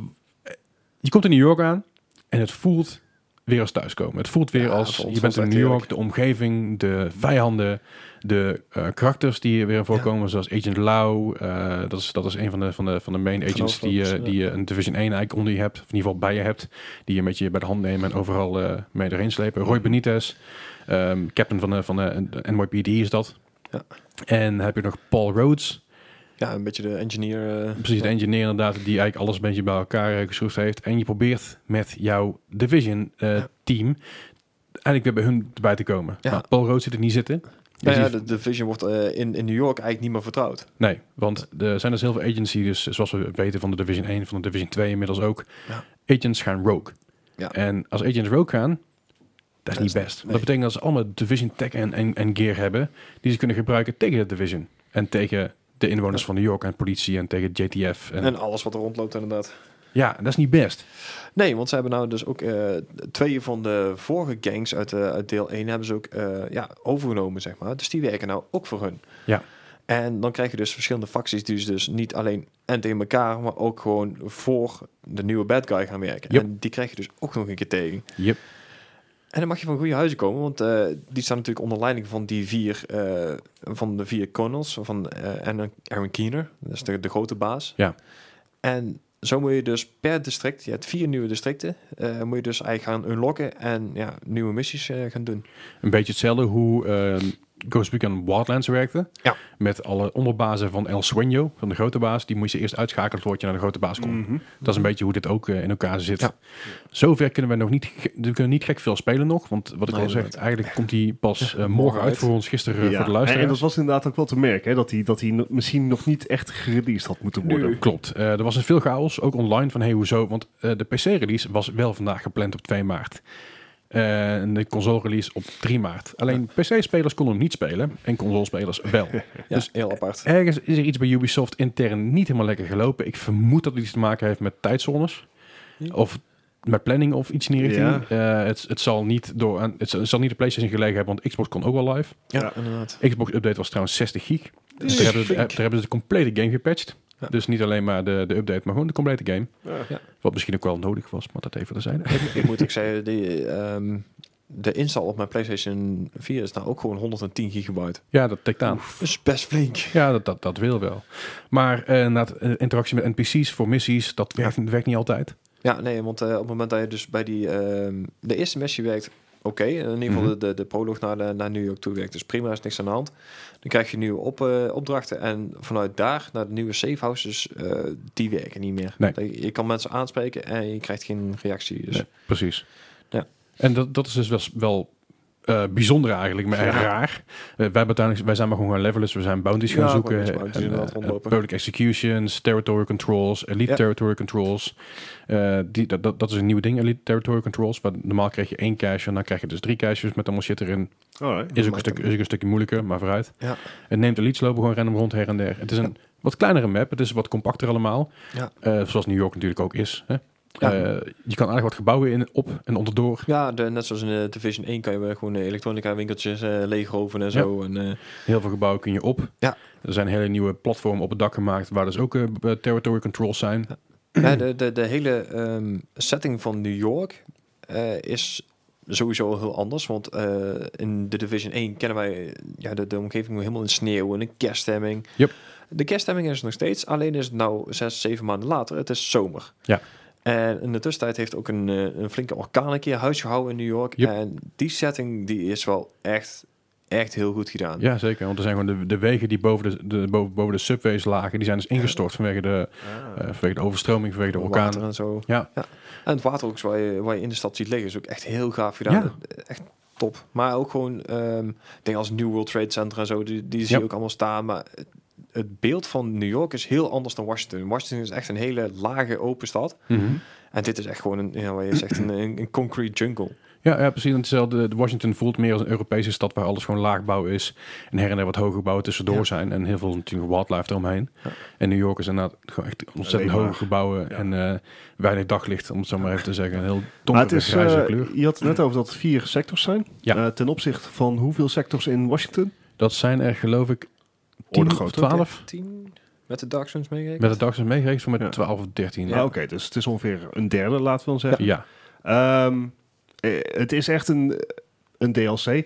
je komt in New York aan en het voelt weer als thuiskomen. Het voelt weer Ja, als voor ons je bent was het in echt New York, de omgeving, de vijanden, de eh, karakters die hier weer voorkomen, zoals Agent Lau. eh, dat, is, dat is een van de, van de, van de main agents die, je- hoofdrolspelers, die je een Division 1 eigenlijk onder je hebt, of in ieder geval bij je hebt, die je met je bij de hand nemen en overal eh, mee erin slepen. Roy Benitez, ehm, captain van de, van de NYPD is dat. Ja. En heb je nog Paul Rhodes, Ja, een beetje de engineer. eh, Precies, de engineer inderdaad, die eigenlijk alles een beetje bij elkaar eh, geschroefd heeft. En je probeert met jouw division eh, team eigenlijk weer bij hun bij te komen. Ja. Maar Paul Rood zit er niet zitten. Dus Nou ja, die- de, de Vision wordt eh, in, in New York eigenlijk niet meer vertrouwd. Nee, want er zijn dus heel veel agents die dus, zoals we weten van de Division 1, van de Division 2 inmiddels ook, Ja. agents gaan rogue. Ja. En als agents rogue gaan, dat is niet is- best. nee. Dat betekent dat ze allemaal Division tech en, en, en gear hebben, die ze kunnen gebruiken tegen de Division. En tegen de inwoners van New York en politie en tegen JTF. En, En alles wat er rondloopt inderdaad. ja, dat is niet best. Nee, want ze hebben nou dus ook eh, twee van de vorige gangs uit, eh, uit deel 1 hebben ze ook eh, ja, overgenomen, zeg maar. Dus die werken nou ook voor hun. Ja. En dan krijg je dus verschillende facties die dus niet alleen en tegen elkaar, maar ook gewoon voor de nieuwe bad guy gaan werken. Yep. En die krijg je dus ook nog een keer tegen. Yep. En dan mag je van goede huizen komen, want eh, die staan natuurlijk onder leiding van die vier, eh, van de vier colonels, van eh, en Aaron Keener, dat is de, de grote baas. Ja. En zo moet je dus per district, je hebt vier nieuwe districten, eh, moet je dus eigenlijk gaan unlocken en ja, nieuwe missies eh, gaan doen. een beetje hetzelfde hoe ehm, Ghost Recon Wildlands werkte. Ja. Met alle onderbazen van El Sueño, van de grote baas. Die moest je eerst uitschakelen voordat je naar de grote baas kon. Dat is een beetje hoe dit ook eh, in elkaar zit. Ja. Zover kunnen we nog niet, ge- we kunnen niet gek veel spelen nog. Want wat ik Nee, al zeg, inderdaad. eigenlijk komt die pas eh, morgen morgen uit uit. voor ons, gisteren eh, Ja, voor de en, luisteraars. en dat was inderdaad ook wel te merken, hè, dat hij dat die no- misschien nog niet echt gereleased had moeten worden. Klopt. Eh, er was dus veel chaos, ook online, van hey, hoezo? Want eh, de PC-release was wel vandaag gepland op 2 maart. Eh, en de console-release op 3 maart. Alleen PC-spelers konden hem niet spelen en consolespelers wel. Ja, dus heel apart. Ergens is er iets bij Ubisoft intern niet helemaal lekker gelopen. Ik vermoed dat het iets te maken heeft met tijdzones. Of met planning of iets in die richting. Eh, het, het, zal niet door, aan- het, zal- het zal niet de PlayStation gelegen hebben, want Xbox kon ook wel live. Ja, Ja. inderdaad. Xbox Update was trouwens 60 gig. Dus is daar hebben, ze- flink. daar hebben ze de complete game gepatcht. Ja. Dus niet alleen maar de, de update, maar gewoon de complete game. Ja. Wat misschien ook wel nodig was, maar dat even terzijde. Ik, ik moet ook zeggen, die, ehm, de install op mijn PlayStation 4 is nou ook gewoon 110 gigabyte. Ja, dat tikt aan. Dat is best flink. Ja, dat, dat, dat wil wel. Maar eh, inderdaad, eh, interactie met NPC's voor missies, dat werkt, werkt niet altijd. Ja, nee, want eh, op het moment dat je dus bij die, ehm, de eerste missie werkt, oké. In ieder geval Mhm. de, de, de proloog naar, de, naar New York toe werkt, dus prima, is niks aan de hand. Dan krijg je nieuwe op, eh, opdrachten en vanuit daar naar de nieuwe safe houses, eh, die werken niet meer. Nee. Dat Je je kan mensen aanspreken en je krijgt geen reactie. Dus. Nee, precies. Ja. En dat, dat is dus wel, wel eh, bijzonder eigenlijk, maar raar. Eh, wij, hebben uiteindelijk, wij zijn maar gewoon gaan levelers, we zijn bounties gaan Ja, zoeken. gewoon bounties en, inderdaad eh, rondlopen. public executions, territory controls, elite Ja. territory controls. Eh, die, dat, dat, dat is een nieuw ding, elite territory controls. Waar normaal krijg je één cache en dan krijg je dus drie caches met allemaal shit erin. Alright. Is ook, een maakt stuk, hem- is ook een stukje moeilijker, maar vooruit. Ja. Het neemt de leads lopen gewoon random rond her en der. Het is een wat kleinere map, het is wat compacter allemaal. Ja. Eh, zoals New York natuurlijk ook is. Hè? Ja. Eh, je kan eigenlijk wat gebouwen in, op en onderdoor. Ja, de, net zoals in de Division 1 kan je wel gewoon eh, elektronica winkeltjes eh leegroven en Ja. zo. En, eh, Heel veel gebouwen kun je op. Ja. Er zijn hele nieuwe platformen op het dak gemaakt waar dus ook eh, b- territory controls zijn. Ja, de, de, de hele ehm, setting van New York eh, is sowieso heel anders. Want eh, in de Division 1 kennen wij eh, ja, de, de omgeving helemaal in sneeuw en een kerststemming. Yep. De kerststemming is er nog steeds, alleen is het nou zes, zeven maanden later. Het is zomer. Ja. En in de tussentijd heeft ook een, eh, een flinke orkaan een keer huis gehouden in New York. Yep. En die setting die is wel echt, echt heel goed gedaan. Ja, zeker. Want er zijn gewoon de, de wegen die boven de, de, boven, boven de subways lagen, die zijn dus ingestort vanwege de, eh, vanwege de overstroming, vanwege de orkaan. Water Ah, en zo. Ja. En het water ook waar je, waar je in de stad ziet liggen is ook echt heel gaaf gedaan. Ja. Echt top. Maar ook gewoon, ehm, ik denk als New World Trade Center en zo, die, die zie Ja. je ook allemaal staan. Maar het, het beeld van New York is heel anders dan Washington. Washington is echt een hele lage open stad. En dit is echt gewoon een, ja, wat je zegt, een, een, een concrete jungle. Ja, ja, precies. En Hetzelfde. De Washington voelt meer als een Europese stad waar alles gewoon laagbouw is. En her en der wat hoge gebouwen tussendoor Ja. zijn. En heel veel natuurlijk wildlife eromheen. Ja. En New York is inderdaad gewoon echt ontzettend Alleen maar. hoge gebouwen. En eh, weinig daglicht, om het zo maar even te zeggen. Een heel Maar het donkere, is, grijze eh, kleur. je had het net over dat er vier sectors zijn. Ja. Eh, ten opzichte van hoeveel sectors in Washington? Dat zijn er geloof ik 10 of Ordegroot. 12. 10 met de Dark Suns meegerekend? Met de dag zijn meegerekend voor met Ja. 12 of 13. Ah, Oké, dus het is ongeveer een derde, laten we dan zeggen. Ja. Ehm, eh, het is echt een, een DLC.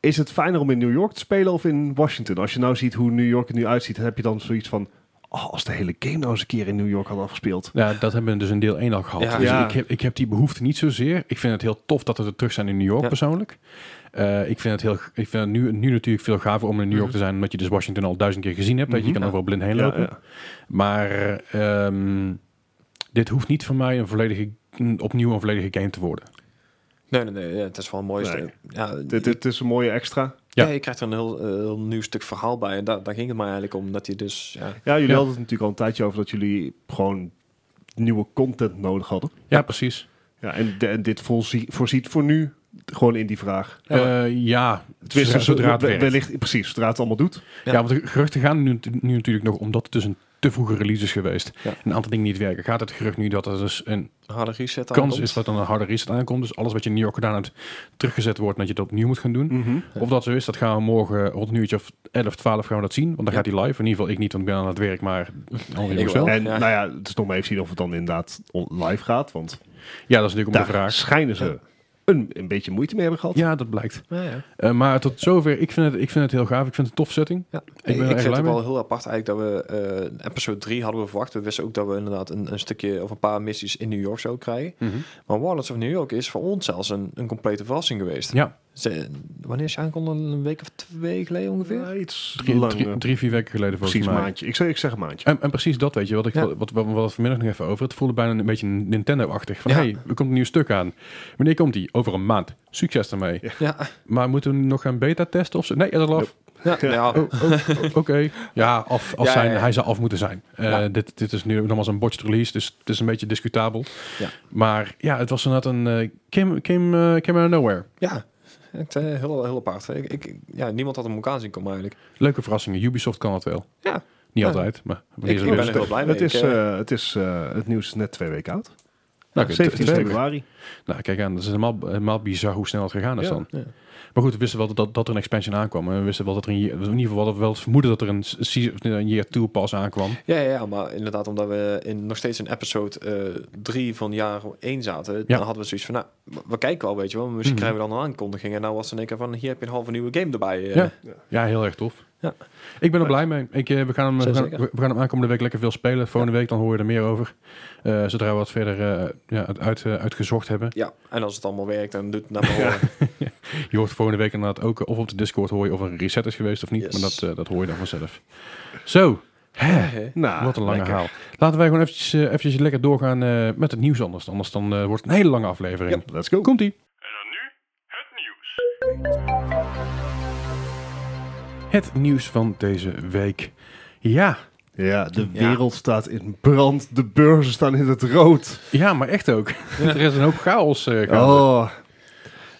Is het fijner om in New York te spelen of in Washington? Als je nou ziet hoe New York er nu uitziet, heb je dan zoiets van... Oh, als de hele game nou eens een keer in New York had afgespeeld. Ja, dat hebben we dus in deel 1 al gehad. Ja. Dus Ja. Ik, heb, ik heb die behoefte niet zozeer. Ik vind het heel tof dat we er terug zijn in New York Ja. persoonlijk. Eh, ik vind het, heel, ik vind het nu, nu natuurlijk veel gaver om in New York Mhm. te zijn, omdat je dus Washington al duizend keer gezien hebt. dat je Mhm. kan Ja. overal blind heen Ja, lopen. ja. Maar ehm, dit hoeft niet voor mij een volledige, een- opnieuw een volledige game te worden. Nee, nee, nee. ja, het is wel een mooi Nee. stuk. Ja, Dit, dit is een mooie extra. Ja. ja. je krijgt er een heel, eh, heel nieuw stuk verhaal bij. En daar, daar ging het mij eigenlijk om. Dat hij dus... Ja, Ja, jullie Ja. hadden het natuurlijk al een tijdje over dat jullie gewoon nieuwe content nodig hadden. Ja, precies. Ja, en, de- en dit voorzie- voorziet voor nu gewoon in die vraag. Ja, Ja, Eh, ja zodra, zodra het we- werkt. Wellicht, precies, zodra het allemaal doet. Ja, Ja. want de geruchten gaan nu, nu natuurlijk nog omdat het dus een te vroege release is geweest. Ja. Een aantal dingen niet werken. Gaat het gerucht nu dat er dus een een harde reset kans aankomt. is dat dan een harde reset aankomt. Dus alles wat je in New York gedaan hebt, teruggezet wordt en dat je dat opnieuw moet gaan doen. Ja. Of dat zo is, dat gaan we morgen rond een uurtje of 11, 12 gaan we dat zien. Want dan Ja. gaat die live. In ieder geval ik niet, want ik ben aan het werk, maar andere jongens wel. wel. En Oh, Ja. nou ja, het is nog maar even zien of het dan inderdaad on- live gaat. Want Ja, dat is natuurlijk om daar de vraag. schijnen ze Ja. een, een beetje moeite mee hebben gehad. Ja, dat blijkt. Ja, ja. Eh, maar tot zover, ik vind, het, ik vind het heel gaaf. Ik vind het een tof setting. Ja. Ik, ben er echt vind blij het ook mee. wel heel apart eigenlijk dat we eh, episode 3 hadden we verwacht. We wisten ook dat we inderdaad een, een stukje of een paar missies in New York zouden krijgen. Maar Warlords of New York is voor ons zelfs een, een complete verrassing geweest. Ja, Ze- wanneer is je aankondigd? Een week of twee geleden ongeveer? Ja, iets drie, langer. eh, drie, drie, vier weken geleden volgens precies, een mij. maandje. Ik zeg, ik zeg een maandje. En, en precies dat, weet je, wat ik Ja. wat, wat, wat we vanmiddag nog even over. Het voelde bijna een beetje Nintendo-achtig. Van Ja. hey, er komt een nieuw stuk aan. Wanneer komt die? Over een maand. Succes daarmee. Ja, Maar moeten we nog gaan beta testen of zo? Nee, is al af. ja, Ja. ja. Oh, oh, oh, Oké. Ja, af, af Ja, zijn, ja, ja. hij zou af moeten zijn. Eh, Ja. dit, dit is nu nogmaals een botched release, dus het is een beetje discutabel. Ja. Maar ja, het was inderdaad een eh came, came, eh, came out of nowhere. ja. Het, eh, heel, heel apart. Ik, ik, ja, niemand had hem elkaar zien komen eigenlijk. Leuke verrassingen. Ubisoft kan dat wel. Ja. Niet Ja. altijd, maar Ik- wanneer ze ik ben willen. er heel blij mee. Dus Het, Ik, is, eh, eh, het, is, eh, het nieuws is net twee weken oud. Nou, oké, 17 twee februari. Nou, kijk aan, dat is helemaal, helemaal bizar hoe snel het gegaan is Ja. dan. Ja. Maar goed, we wisten wel dat- dat, dat er een expansion aankwam. En we wisten wel dat er een, year- in ieder geval hadden we wel het vermoeden dat er een, season, of een year 2 pas aankwam. Ja, ja, ja, maar inderdaad, omdat we in, nog steeds in episode 3 van jaar 1 zaten, Ja. dan hadden we zoiets van, nou, we- we kijken wel, weet je wel, maar misschien Mhm. krijgen we dan een aankondiging. En nou was er in één keer van, hier heb je een halve nieuwe game erbij. eh. Ja. Ja, heel erg tof. Ja. Ik ben er blij mee. Ik, eh, we, gaan hem, Zo we, gaan, zeker. we we gaan hem aankomende week lekker veel spelen. Volgende week dan hoor je er meer over. Eh, zodra we wat verder eh, ja, het uit, eh, uitgezocht hebben. Ja, en als het allemaal werkt, dan doet het nou eh, naar behoren. Je hoort volgende week inderdaad ook eh, of op de Discord hoor je of er een reset is geweest of niet. Yes. Maar dat, eh, dat hoor je dan vanzelf. Zo, hè, Hè? Nou, wat een lange lekker. haal. Laten wij gewoon eventjes, eh, eventjes lekker doorgaan eh, met het nieuws anders. Anders dan, eh, wordt het een hele lange aflevering. Yep, let's go. Komt-ie. En dan nu het nieuws. Het nieuws van deze week. Ja, Ja, de Ja. wereld staat in brand. De beurzen staan in het rood. ja maar echt ook. *laughs* er is een hoop chaos eh gaande. Oh.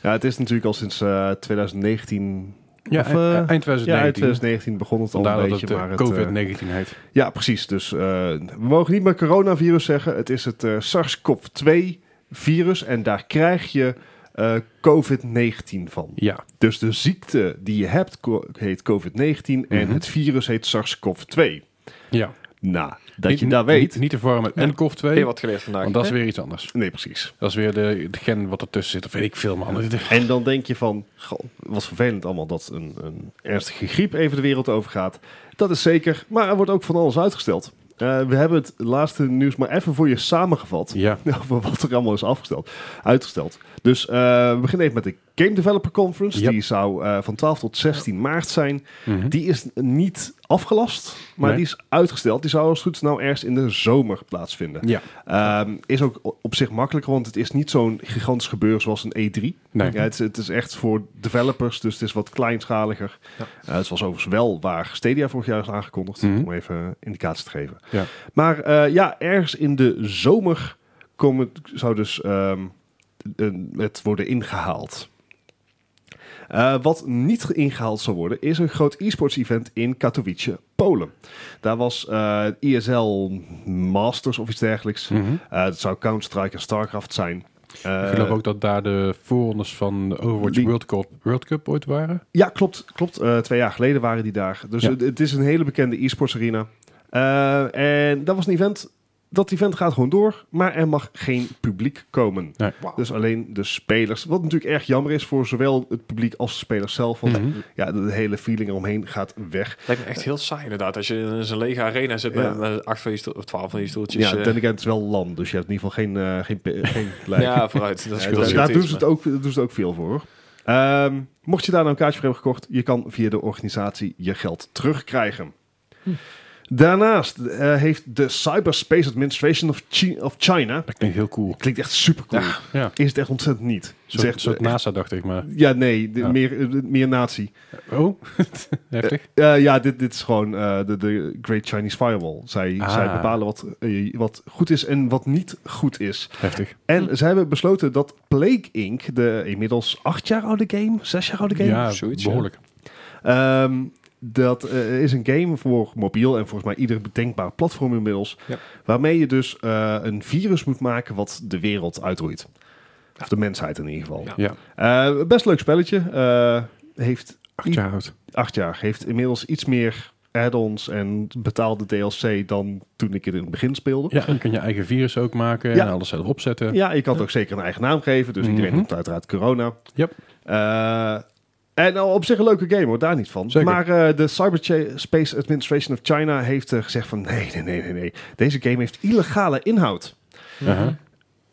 Ja, het is natuurlijk al sinds eh, 2019... ja, of, eind- eh, eind 2019. Ja, uit 2019 begon het al Vandaar dat een beetje. het eh, maar het, eh, COVID-19 heet. Ja, precies. Dus eh, we mogen niet meer coronavirus zeggen. Het is het eh, SARS-CoV-2-virus en daar krijg je eh, COVID-19 van. Ja, Dus de ziekte die je hebt ko- heet COVID-19 en Mhm. het virus heet SARS-CoV-2. ja. Nou, dat je Niet- dat weet. Niet, niet te vormen met NCOV-2, Weer wat geleerd vandaag. want dat is weer iets anders. Nee, precies. Dat is weer de, de gen wat ertussen zit, of weet ik veel, man. En dan denk je van, goh, wat vervelend allemaal dat een, een ernstige griep even de wereld overgaat. Dat is zeker, maar er wordt ook van alles uitgesteld. Eh, we hebben het laatste nieuws maar even voor je samengevat. Ja, *laughs* over wat er allemaal is afgesteld, uitgesteld. Dus eh, we beginnen even met de Game Developer Conference, Yep. die zou eh, van 12 tot 16 maart zijn. Die is niet afgelast, maar Hm? Nee. die is uitgesteld. Die zou als het goed is nou ergens in de zomer plaatsvinden. Ja. Ehm, is ook o- op zich makkelijker, want het is niet zo'n gigantisch gebeuren zoals een E3. Nee. Ja, het, is, het is echt voor developers, dus het is wat kleinschaliger. Ja. Eh, het was overigens wel waar Stadia vorig jaar is aangekondigd, Mhm. om even eh, indicatie te geven. Ja. Maar eh, ja, ergens in de zomer komen, zou dus ehm, een- het worden ingehaald. Eh, wat niet ingehaald zal worden, is een groot e-sports event in Katowice, Polen. Daar was eh ISL Masters of iets dergelijks. Mhm. Eh, dat zou Counter-Strike en StarCraft zijn. Eh, Ik geloof ook dat daar de voorrondes van de Overwatch die- World Cup, World Cup ooit waren. Ja, klopt. klopt. Eh, twee jaar geleden waren die daar. Dus Ja. het, het is een hele bekende e-sports arena. Eh, en dat was een event. Dat event gaat gewoon door, maar er mag geen publiek komen. Nee. Dus alleen de spelers. Wat natuurlijk erg jammer is voor zowel het publiek als de spelers zelf. Want Mhm. ja, de, de hele feeling eromheen gaat weg. Lijkt me echt heel saai inderdaad. Als je in zo'n lege arena zit Ja. met, met acht van die stoel- of twaalf van die stoeltjes. Ja, eh, dan again, het is wel land, dus je hebt in ieder geval geen, eh, geen, pe- geen *laughs* lijk. ja, vooruit. Dat is Ja, dat daar- is daar iets, doen ze, maar- het ook, daar doen ze het ook veel voor. hoor. Ehm, mocht je daar nou een kaartje voor hebben gekocht, je kan via de organisatie je geld terugkrijgen. Daarnaast eh, heeft de Cyberspace Administration of, Chi- of China, Dat klinkt heel cool. klinkt echt super cool, Ja. is het echt ontzettend niet. Een Zegt- eh, soort, soort NASA, dacht ik maar. ja, nee, de- Ja. Meer, eh, meer nazi. Oh, *laughs* heftig. Eh, ja, dit, dit is gewoon eh, de, de Great Chinese Firewall. Zij, Ah. zij bepalen wat, eh, wat goed is en wat niet goed is. Heftig. Hm. En zij hebben besloten dat Plague Inc., de inmiddels acht jaar oude game, zes jaar oude game, Ja, zoiets, ja. behoorlijk. ehm, dat eh, is een game voor mobiel en volgens mij ieder bedenkbaar platform inmiddels, Ja. waarmee je dus eh, een virus moet maken wat de wereld uitroeit. Of de mensheid in ieder geval. Ja. Ja, Eh, best leuk spelletje. Eh, heeft acht jaar oud. acht jaar. Heeft inmiddels iets meer add-ons en betaalde DLC dan toen ik het in het begin speelde. Ja, en je kan je eigen virus ook maken Ja. en alles zelf opzetten. Ja, ik kan het ook zeker een eigen naam geven. Dus iedereen Mhm. noemt uiteraard Corona. Yep. Eh, en nou, op zich een leuke game hoor, daar niet van. Zeker. Maar eh, de Cyberspace Administration of China heeft eh, gezegd van... Nee, nee, nee, nee, nee. Deze game heeft illegale inhoud. Mhm. Aha.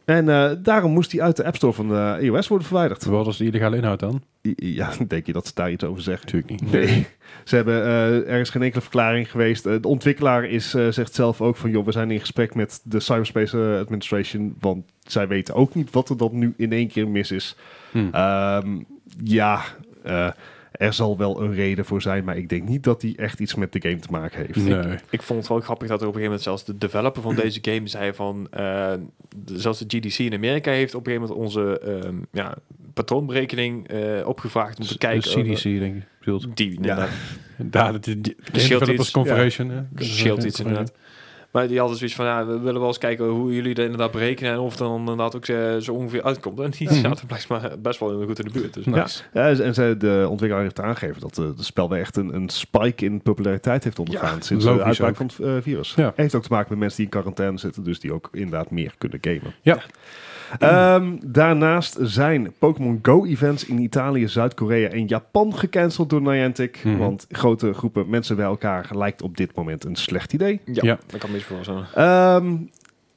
En eh, daarom moest die uit de App Store van de iOS worden verwijderd. Wat was de illegale inhoud dan? I- Ja, *laughs* denk je dat ze daar iets over zeggen? Natuurlijk niet. Nee. Ze hebben, eh, er is geen enkele verklaring geweest. Eh, de ontwikkelaar is, eh, zegt zelf ook van... joh, we zijn in gesprek met de Cyberspace eh, Administration... want zij weten ook niet wat er dan nu in één keer mis is. Hm. Ehm, ja, eh, er zal wel een reden voor zijn... maar ik denk niet dat die echt iets met de game te maken heeft. Nee. Ik vond het wel grappig dat er op een gegeven moment zelfs de developer Mm. van deze game zei van... eh, de- zelfs de GDC in Amerika heeft op een gegeven moment onze ehm, ja, patroonberekening eh, opgevraagd om te De kijken... CDC, denk ik. Bedoeld. Die, inderdaad. Daar, de, de, de, de scheelt Developers iets. Conference. hè. *laughs* Dat scheelt iets inderdaad. Maar die hadden zoiets van, ja, we willen wel eens kijken hoe jullie dat inderdaad berekenen en of het dan inderdaad ook eh, zo ongeveer uitkomt. En die Mhm. zaten blijkbaar eh, best wel goed in de buurt. Dus Ja. nice. Mm. Ja, Eh, en ze, de ontwikkelaar heeft aangegeven dat eh, het spel wel echt een, een spike in populariteit heeft ondergaan sinds de logisch uitbraak ook. van het eh, virus. Ja. Heeft ook te maken met mensen die in quarantaine zitten, dus die ook inderdaad meer kunnen gamen. Ja. Ehm, daarnaast zijn Pokémon Go-events in Italië, Zuid-Korea en Japan gecanceld door Niantic. Mhm. Want grote groepen mensen bij elkaar lijkt op dit moment een slecht idee. Ja, Ja. dat kan mis voor zijn. Ehm,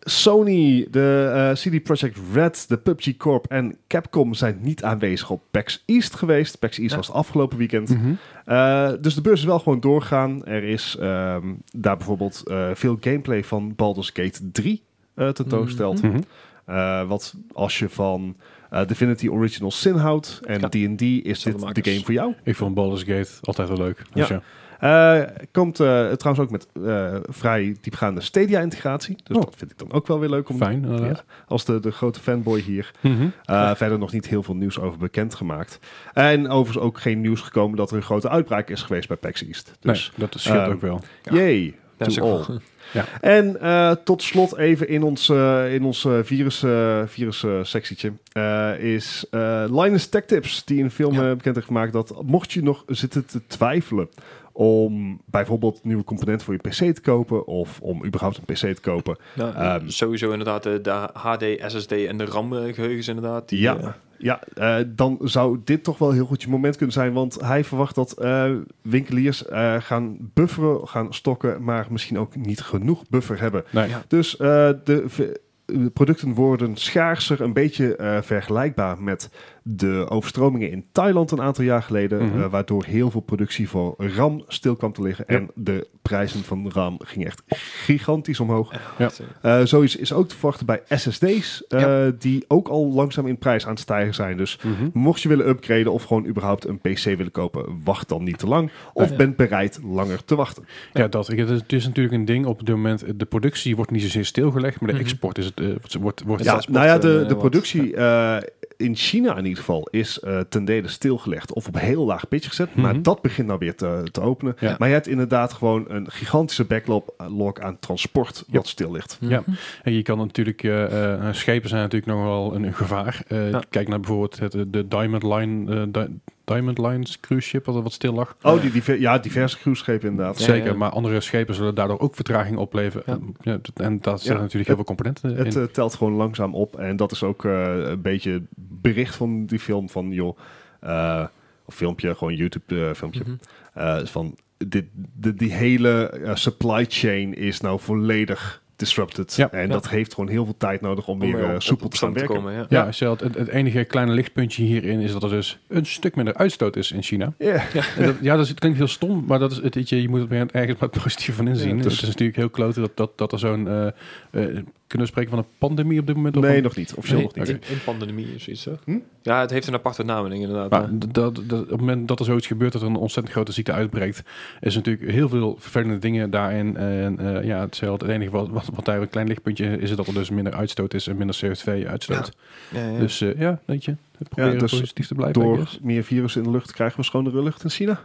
Sony, de eh, CD Projekt Red, de PUBG Corp en Capcom zijn niet aanwezig op PAX East geweest. PAX East was het afgelopen weekend. Mhm. Eh, dus de beurs is wel gewoon doorgaan. Er is ehm, daar bijvoorbeeld eh, veel gameplay van Baldur's Gate 3 eh tentoongesteld. Mhm. Eh, wat als je van eh, Divinity Original Sin houdt en Ja. D&D is Zelfde dit de makers. game voor jou. Ik vond Baldur's Gate altijd wel leuk. Dus Ja. ja. Eh, komt eh, trouwens ook met eh, vrij diepgaande Stadia-integratie. Dus Oh. dat vind ik dan ook wel weer leuk om Fijn, inderdaad. Ja, als de, de grote fanboy hier. Mhm. Eh, Verder nog niet heel veel nieuws over bekendgemaakt. En overigens ook geen nieuws gekomen dat er een grote uitbraak is geweest bij PAX East. Dus nee, dat scheelt ehm, ook wel. Ja. yay Dat is to ook *laughs* all. wel- Ja. En eh, tot slot even in ons, eh, in ons eh, virus, eh, virus eh, sectietje eh, is eh Linus Tech Tips, die een film Ja. eh, bekend heeft gemaakt dat mocht je nog zitten te twijfelen om bijvoorbeeld nieuwe componenten voor je PC te kopen of om überhaupt een PC te kopen, Nou, Ehm, sowieso inderdaad eh, de, de HD, SSD en de RAM eh, geheugens inderdaad. Die, eh, Ja, ja eh, dan zou dit toch wel heel goed je moment kunnen zijn. Want hij verwacht dat eh, winkeliers eh, gaan bufferen, gaan stokken, maar misschien ook niet genoeg buffer hebben. Nee. Ja. Dus eh, de, v- de producten worden schaarser, een beetje eh, vergelijkbaar met de overstromingen in Thailand een aantal jaar geleden, Mhm. eh, waardoor heel veel productie voor RAM stil kwam te liggen. En de prijzen van RAM gingen echt gigantisch omhoog. Ja. Eh zoiets is ook te verwachten bij SSD's, eh, die ook al langzaam in prijs aan het stijgen zijn. Dus Mhm. mocht je willen upgraden of gewoon überhaupt een PC willen kopen, wacht dan niet te lang. Of Ja. ben bereid langer te wachten. Ja, dat. Ik- Het is, het is natuurlijk een ding op dit moment. eh, De productie wordt niet zozeer stilgelegd, maar de Mhm. export is het, eh, wordt, wordt, wordt Ja, transport, nou ja, eh, de, de wat- productie eh, in China in ieder geval is eh, ten dele stilgelegd of op heel laag pitch gezet. Mhm. Maar dat begint nou weer te, te openen. Ja. Maar je hebt inderdaad gewoon een gigantische backlog eh, log aan transport wat stil ligt. hm. Mhm. Ja, en je kan natuurlijk, eh, eh, schepen zijn natuurlijk nog wel een, een gevaar. Eh, Ja. Kijk naar bijvoorbeeld het, eh, de Diamond Line, eh, Di- Diamond Lines cruise ship, wat, wat stil lag. Oh, die, diver- ja, diverse cruiseschepen inderdaad. Ja, Zeker, ja. maar andere schepen zullen daardoor ook vertraging opleveren. Ja. En, ja, dat- en daar zitten Eh, Ja. natuurlijk heel veel componenten Het in. eh, telt gewoon langzaam op. En dat is ook eh, een beetje het bericht van die film van joh, eh, of filmpje, gewoon YouTube eh, filmpje. Mhm. Eh, van dit, de, die hele eh, supply chain is nou volledig disrupted. Ja. en Ja. dat heeft gewoon heel veel tijd nodig om, Om weer eh, op- soepel op te gaan stand werken. komen, ja. ja, als je had- het, het enige kleine lichtpuntje hierin is dat er dus een stuk minder uitstoot is in China. Ja. En dat, ja, dat is- het klinkt heel stom, maar dat is het, je, je moet het ergens maar het positieve van inzien. Ja, dus- het het, is, is- natuurlijk heel klote dat, dat, dat er zo'n, eh, eh, kunnen we spreken van een pandemie op dit moment? Of Nee, een- nog niet. Officieel nog niet. in, in pandemie of zoiets, toch? Hm? Ja, het heeft een aparte naam, inderdaad. Maar ja. Nou, dat, dat- op het moment dat er zoiets gebeurt, dat er een ontzettend grote ziekte uitbreekt, is natuurlijk heel veel vervelende dingen daarin. En eh, ja, hetzelfde. Het enige wat, wat, wat daar een klein lichtpuntje is, is dat er dus minder uitstoot is en minder CO2-uitstoot. Ja, ja. Dus eh, ja, weet je, proberen dus positief te blijven. I Door guess. meer virussen in de lucht krijgen we schonere lucht in China.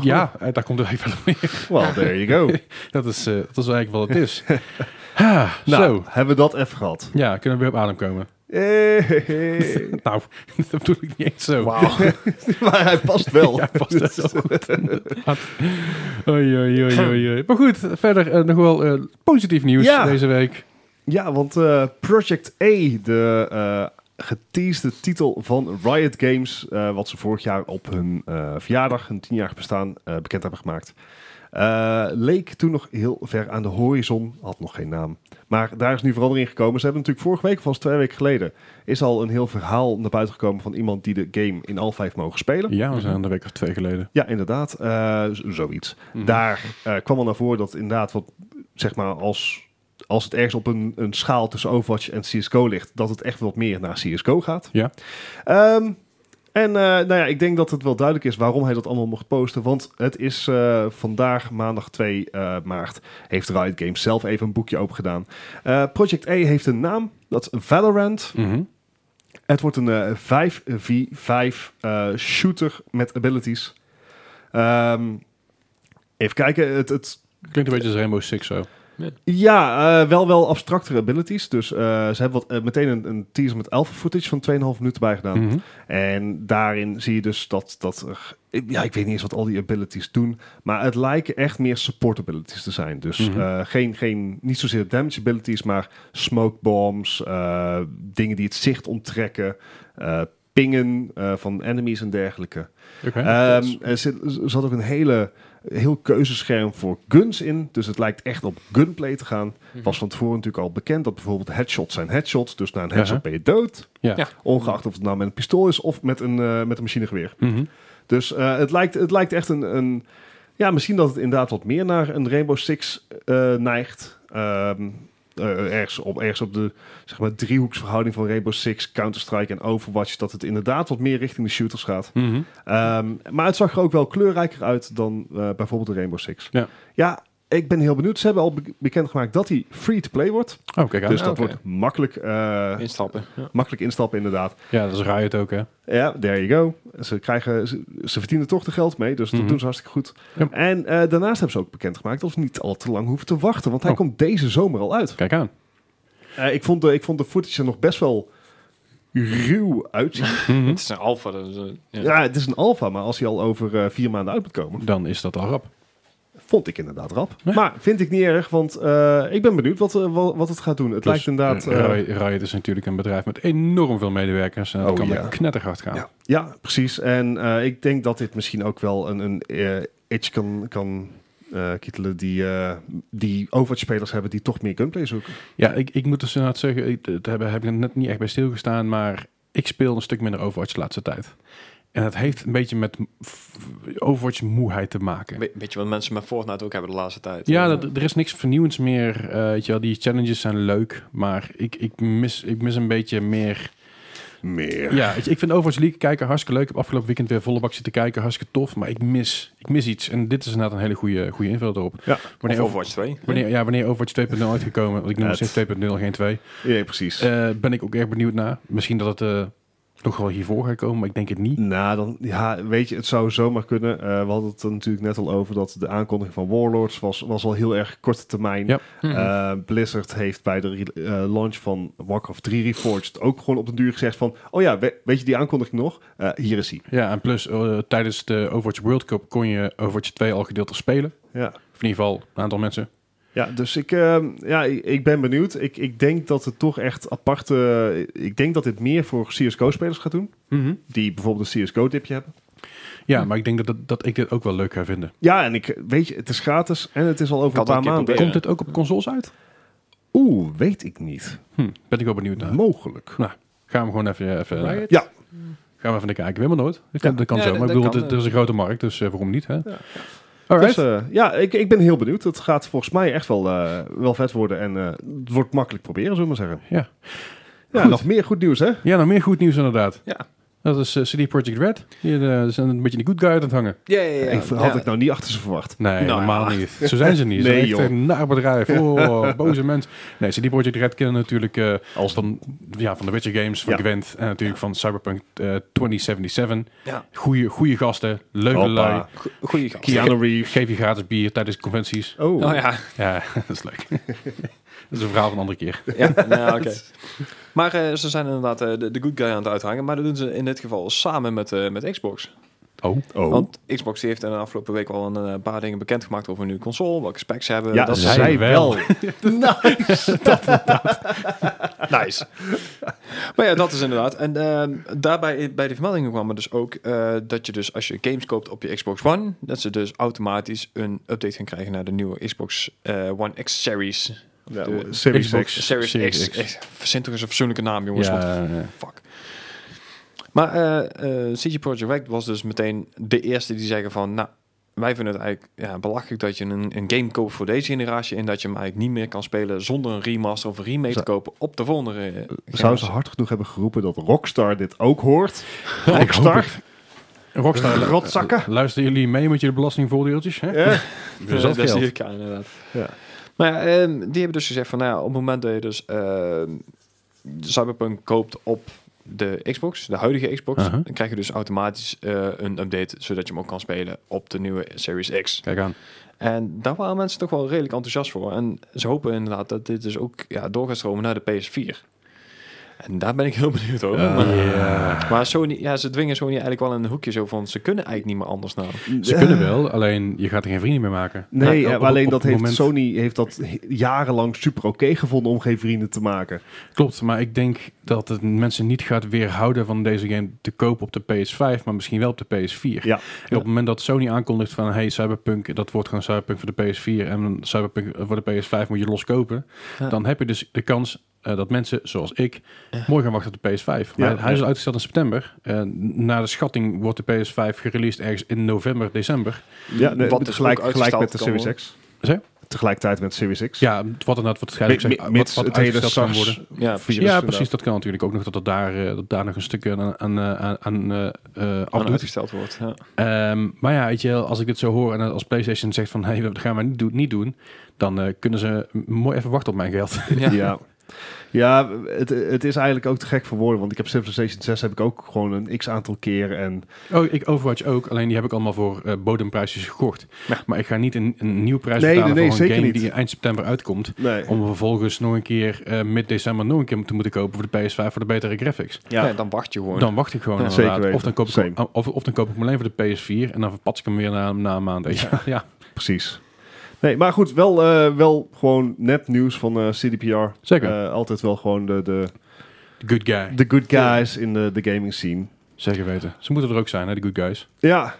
Ja, eh, daar komt het eigenlijk wel op neer. Well, there you go. Dat is, eh, dat is eigenlijk wat het is. Ha, nou, Zo. hebben we dat even *laughs* gehad. Ja, kunnen we weer op adem komen? Hey. *laughs* nou, dat bedoel ik niet eens zo. *laughs* maar hij past *laughs* wel. Ja, past dat zo *laughs* goed. inderdaad. Oei, oei, oei, oei, oei. Maar goed, verder eh, nog wel eh, positief nieuws Ja. deze week. Ja, want eh, Project A, de eh geteasde titel van Riot Games, eh, wat ze vorig jaar op hun eh, verjaardag, hun tienjarig bestaan, eh, bekend hebben gemaakt, eh, leek toen nog heel ver aan de horizon, had nog geen naam. Maar daar is nu verandering gekomen. Ze hebben natuurlijk vorige week, of was het twee weken geleden, is al een heel verhaal naar buiten gekomen van iemand die de game in al vijf mogen spelen. Ja, we zijn een week of twee geleden. Ja, inderdaad. eh, z- zoiets. Mhm. Daar eh, kwam al naar voren dat inderdaad, wat, zeg maar, als, als het ergens op een, een schaal tussen Overwatch en CSGO ligt, dat het echt wat meer naar CSGO gaat. Ja. Ehm, en eh, nou ja, ik denk dat het wel duidelijk is waarom hij dat allemaal mocht posten. Want het is eh, vandaag, maandag 2 eh, maart, heeft Riot Games zelf even een boekje open gedaan. Eh, Project A heeft een naam, dat is Valorant. Mhm. Het wordt een eh, 5v5 eh, shooter met abilities. Ehm, even kijken. Het, het, Klinkt een beetje als Rainbow Six zo. ja, eh, wel wel abstractere abilities. Dus eh, ze hebben wat, eh, meteen een, een teaser met alpha footage van 2,5 minuten bij gedaan. Mhm. En daarin zie je dus dat, dat er, ja, ik weet niet eens wat al die abilities doen, maar het lijken echt meer support abilities te zijn. Dus Mhm. eh, geen, geen, niet zozeer damage abilities, maar smoke bombs, eh, dingen die het zicht onttrekken, eh, pingen eh, van enemies en dergelijke. Oké. Ehm, er, zit, er zat ook een hele, heel keuzescherm voor guns in, dus het lijkt echt op gunplay te gaan. Mhm. Was van tevoren natuurlijk al bekend dat bijvoorbeeld headshots zijn headshots, dus na een headshot Ja. ben je dood. ja. ja. Ongeacht of het nou met een pistool is of met een, eh, met een machinegeweer. Mhm. Dus eh, het, lijkt, het lijkt echt een, een... Ja, misschien dat het inderdaad wat meer naar een Rainbow Six eh, neigt. Ehm, eh, ergens, op, ergens op de zeg maar, driehoeksverhouding van Rainbow Six, Counter-Strike en Overwatch. Dat het inderdaad wat meer richting de shooters gaat. Mhm. Ehm, maar het zag er ook wel kleurrijker uit dan eh, bijvoorbeeld de Rainbow Six. Ja. ja, ik ben heel benieuwd. Ze hebben al be- bekendgemaakt dat hij free-to-play wordt. Oh, kijk aan. dus ah, dat oké. wordt makkelijk, eh, Instappen. Ja. makkelijk instappen inderdaad. Ja, dat is Riot ook, hè. Ja, there you go. Ze, krijgen, ze, ze verdienen toch de geld mee, dus dat Mhm. doen ze hartstikke goed. Ja. En eh, daarnaast hebben ze ook bekendgemaakt dat we niet al te lang hoeven te wachten, want hij Oh. komt deze zomer al uit. Kijk aan. Eh, ik, vond de, ik vond de footage er nog best wel ruw uitzien. Mhm. Het is een alfa. Dus, eh, ja. ja, het is een alfa, maar als hij al over eh, vier maanden uit moet komen, Dan is dat al rap. vond ik inderdaad rap. Ja. Maar vind ik niet erg, want eh, ik ben benieuwd wat, eh, wat, wat het gaat doen. Het lijkt inderdaad... Eh, eh, Riot, Riot is natuurlijk een bedrijf met enorm veel medewerkers. En dat Oh, kan ja. echt knetterhard gaan. Ja, ja precies. En eh, ik denk dat dit misschien ook wel een, een eh, edge kan, kan eh, kietelen die, eh, die Overwatch-spelers hebben die toch meer gunplay zoeken. Ja, ik, ik moet dus inderdaad zeggen, ik, dat heb, heb ik net niet echt bij stilgestaan, maar ik speel een stuk minder Overwatch de laatste tijd. En dat heeft een beetje met Overwatch moeheid te maken. Weet, weet je wat mensen met Fortnite ook hebben de laatste tijd? eh, Ja, dat- er is niks vernieuwends meer. eh, weet je wel, die challenges zijn leuk, maar ik, ik, mis, ik mis een beetje meer... Meer. Ja, weet je, ik vind Overwatch League kijken hartstikke leuk. Ik heb afgelopen weekend weer volle bak zitten kijken, hartstikke tof. Maar ik mis, ik mis iets. En dit is inderdaad een hele goede, goede invulling erop. Ja, Of Wanneer, over, Overwatch 2. wanneer, ja, wanneer Overwatch 2.0 uitgekomen, want ik noem het Het- steeds 2.0, geen 2, ja, precies. eh, ben ik ook erg benieuwd naar. Misschien dat het eh, nog wel hiervoor gaat komen, maar ik denk het niet. Nou, dan, ja, weet je, het zou zomaar kunnen. Eh, we hadden het er natuurlijk net al over dat de aankondiging van Warlords was, was al heel erg korte termijn. Ja. Hm. Mhm. Eh, Blizzard heeft bij de re- eh, launch van Warcraft 3 Reforged ook gewoon op den duur gezegd van... Oh ja, we- weet je die aankondiging nog? Eh, hier is hij. Ja, en plus eh, tijdens de Overwatch World Cup kon je Overwatch 2 al gedeeltelijk spelen. Ja. Of in ieder geval een aantal mensen. Ja, dus ik, eh, ja, ik, ik ben benieuwd. Ik, ik denk dat het toch echt aparte... Ik denk dat dit meer voor CSGO-spelers gaat doen. Die bijvoorbeeld een CSGO-dipje hebben. Ja, maar ik denk dat, dat, dat ik dit ook wel leuk ga vinden. Ja, en ik weet je, het is gratis en het is al over Kan een dat paar een maanden. keer Komt dit ook op consoles uit? Oeh, weet ik niet. Hm, ben ik wel benieuwd naar. Mogelijk. Nou, gaan we gewoon even, even, eh, Riot? Ja, gaan we even naar kijken. We hebben nooit. Dat kan, Ja. dat kan Ja, zo. dat- Maar ik bedoel, dat kan, dit- eh. er is een grote markt, dus eh, waarom niet? Hè? ja. Alright. Dus, eh, ja ik, ik ben heel benieuwd. Het gaat volgens mij echt wel, eh, wel vet worden. En eh, het wordt makkelijk proberen, zullen we maar zeggen. ja. Ja, Goed. nog meer goed nieuws, hè? ja, nou meer goed nieuws inderdaad. Ja. Dat is eh, CD Projekt Red. Die eh, zijn een beetje de good guy aan het hangen. Ja, ja, ja. ik had ik nou niet achter ze verwacht. Nee, Nou, normaal niet. Zo zijn ze niet. Ze *laughs* Nee, zijn echt joh. een naar bedrijf. *laughs* Oh, boze mens. Nee, CD Projekt Red kennen natuurlijk eh, Als van, ja, van de Witcher games, van Ja. Gwent en natuurlijk van Cyberpunk eh, 2077. Ja. Goeie, goeie gasten, leuke Hoppa. lui. Goeie gast. Keanu Reeves. Geef je gratis bier tijdens conventies. Oh, Oh ja. Ja, *laughs* dat is *laughs* leuk. dat is een verhaal van een andere keer. *laughs* Ja, *laughs* nou, oké. Maar eh, ze zijn inderdaad eh, de, de good guy aan het uithangen. Maar dat doen ze in dit geval samen met, eh, met Xbox. Oh, Oh. Want Xbox die heeft in de afgelopen week al een eh, paar dingen bekendgemaakt over hun nieuwe console. Welke specs ze hebben. ja, eh, dat zij soort- zij wel. wel. nice. Nice. maar ja, dat is inderdaad. En ehm, daarbij bij de vermeldingen kwamen dus ook eh, dat je dus als je games koopt op je Xbox One, dat ze dus automatisch een update gaan krijgen naar de nieuwe Xbox eh, One X Series. *laughs* Ja, De- Series Xbox. X. Series, Series X. X. Echt, Verzin toch eens een persoonlijke naam, jongens. Ja, want ja, ja. fuck. Maar eh eh CG Projekt Red was dus meteen de eerste die zeggen van... Nou, wij vinden het eigenlijk ja, belachelijk dat je een, een game koopt voor deze generatie... en dat je hem eigenlijk niet meer kan spelen zonder een remaster of een remake te Zou- kopen op de volgende eh, Zou ze generatie. hard genoeg hebben geroepen dat Rockstar dit ook hoort? hoop Rockstar? *laughs* Rockstar, lu- Rotzakken. luisteren jullie mee met je belastingvoordeeltjes? Hè? Ja. Dus dat Eh, is geldt. hier inderdaad. Ja. Maar ja, ehm, die hebben dus gezegd van, nou ja, op het moment dat je dus ehm, Cyberpunk koopt op de Xbox, de huidige Xbox, Aha. dan krijg je dus automatisch eh, een update, zodat je hem ook kan spelen op de nieuwe Series X. Kijk aan. En daar waren mensen toch wel redelijk enthousiast voor. En ze hopen inderdaad dat dit dus ook ja, door gaat stromen naar de PS4. En daar ben ik heel *laughs* benieuwd over. maar, maar Sony, Ah, ja, ze dwingen Sony eigenlijk wel in een hoekje zo van, ze kunnen eigenlijk niet meer anders nou. Ze kunnen wel, alleen je gaat er geen vrienden mee maken. Nee, Ja, eh, op- maar op- alleen op dat het heeft moment- Sony heeft dat he- jarenlang super oké gevonden om geen vrienden te maken. Klopt, maar ik denk dat het mensen niet gaat weerhouden van deze game te kopen op de PS5, maar misschien wel op de PS4. Ja. En op het moment dat Sony aankondigt van hey, Cyberpunk, dat wordt gewoon Cyberpunk voor de PS4 en Cyberpunk voor de PS5 moet je los kopen, Ja. dan heb je dus de kans eh, dat mensen zoals ik mooi gaan wachten op de PS5. Ja. Maar hij is al uitgesteld in september. Eh, naar de schatting wordt de PS5 gereleased ergens in november, december. Ja, nee, Wat dus tegelijk, ook gelijk met de uitgesteld kan Series X. Zeg? Tegelijkertijd met Series X. Ja, wat inderdaad wat het Mi- mi- scheidsrechter mits wat, wat het hele uitgesteld kan SARS worden. Ja, virus Ja, inderdaad. precies. Dat kan natuurlijk ook nog dat, het daar, eh, dat daar nog een stuk aan, aan, eh, aan, aan eh, eh, aan afdoet. uitgesteld wordt. Ja. Ehm, maar ja, weet je, wel, als ik dit zo hoor en als PlayStation zegt van *laughs* hé, hey, dat gaan we niet doen, niet doen dan eh, kunnen ze mooi even wachten op mijn geld. *laughs* Ja. Ja, ja het, het is eigenlijk ook te gek voor woorden. Want ik heb Civilization 6 heb ik ook gewoon een x-aantal keer. En Oh, ik Overwatch ook, alleen die heb ik allemaal voor eh, bodemprijsjes gekocht. Ja. Maar ik ga niet een, een nieuw prijs Nee, betalen nee, nee, voor een zeker game niet. die eind september uitkomt. nee. Om vervolgens nog een keer eh, mid-december nog een keer te moeten kopen voor de PS5 voor de betere graphics. Ja. Nee, dan wacht je gewoon. Dan wacht ik gewoon Ja. inderdaad. Zeker weten. Of dan, koop ik, Same. of, of dan koop ik hem alleen voor de PS4 en dan verpats ik hem weer na, na een maand. weet je. *laughs* ja. precies. Nee, maar goed, wel, eh, wel gewoon net nieuws van eh, CDPR. Zeker. Eh, altijd wel gewoon de, de, Good guy. de good guys in de, de gaming scene. Zeker weten. Ze moeten er ook zijn, hè, de good guys. Ja.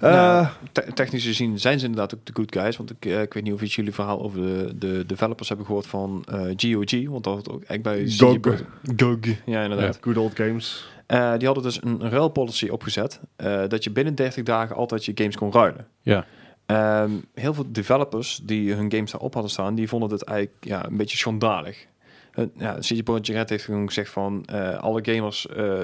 Nou, Eh, te- technisch gezien zijn ze inderdaad ook de good guys. Want ik, eh, ik weet niet of iets jullie verhaal over de, de developers hebben gehoord van eh, GOG. Want dat had ook echt bij CG GOG. Pro- GOG. Ja, inderdaad. Good old games. Eh, die hadden dus een ruilpolicy opgezet. eh, dat je binnen 30 dagen altijd je games kon ruilen. Ja. Ehm, heel veel developers die hun games daarop hadden staan, die vonden het eigenlijk ja, een beetje schandalig. Eh, Ja, CD Projekt Red heeft gewoon gezegd van eh, alle gamers eh,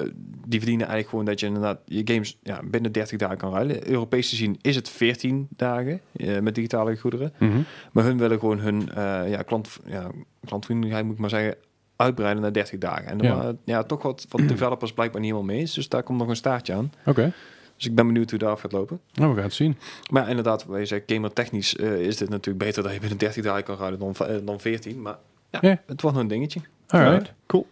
die verdienen eigenlijk gewoon dat je inderdaad je games ja, binnen 30 dagen kan ruilen. Europees gezien is het 14 dagen eh, met digitale goederen. Mhm. Maar hun willen gewoon hun eh, ja, klant, ja, klantvriendelijkheid, moet ik maar zeggen, uitbreiden naar 30 dagen. En daar Ja. waren ja, toch wat, wat developers blijkbaar niet helemaal mee is. Dus daar komt nog een staartje aan. Oké, Dus ik ben benieuwd hoe dat af gaat lopen. nou we gaan het zien. Maar ja, inderdaad, wij zeggen gamertechnisch eh, is dit natuurlijk beter dat je binnen 30 dagen kan ruilen dan, eh, dan 14. Maar ja, Ja. het was nog een dingetje. Alright. Cool.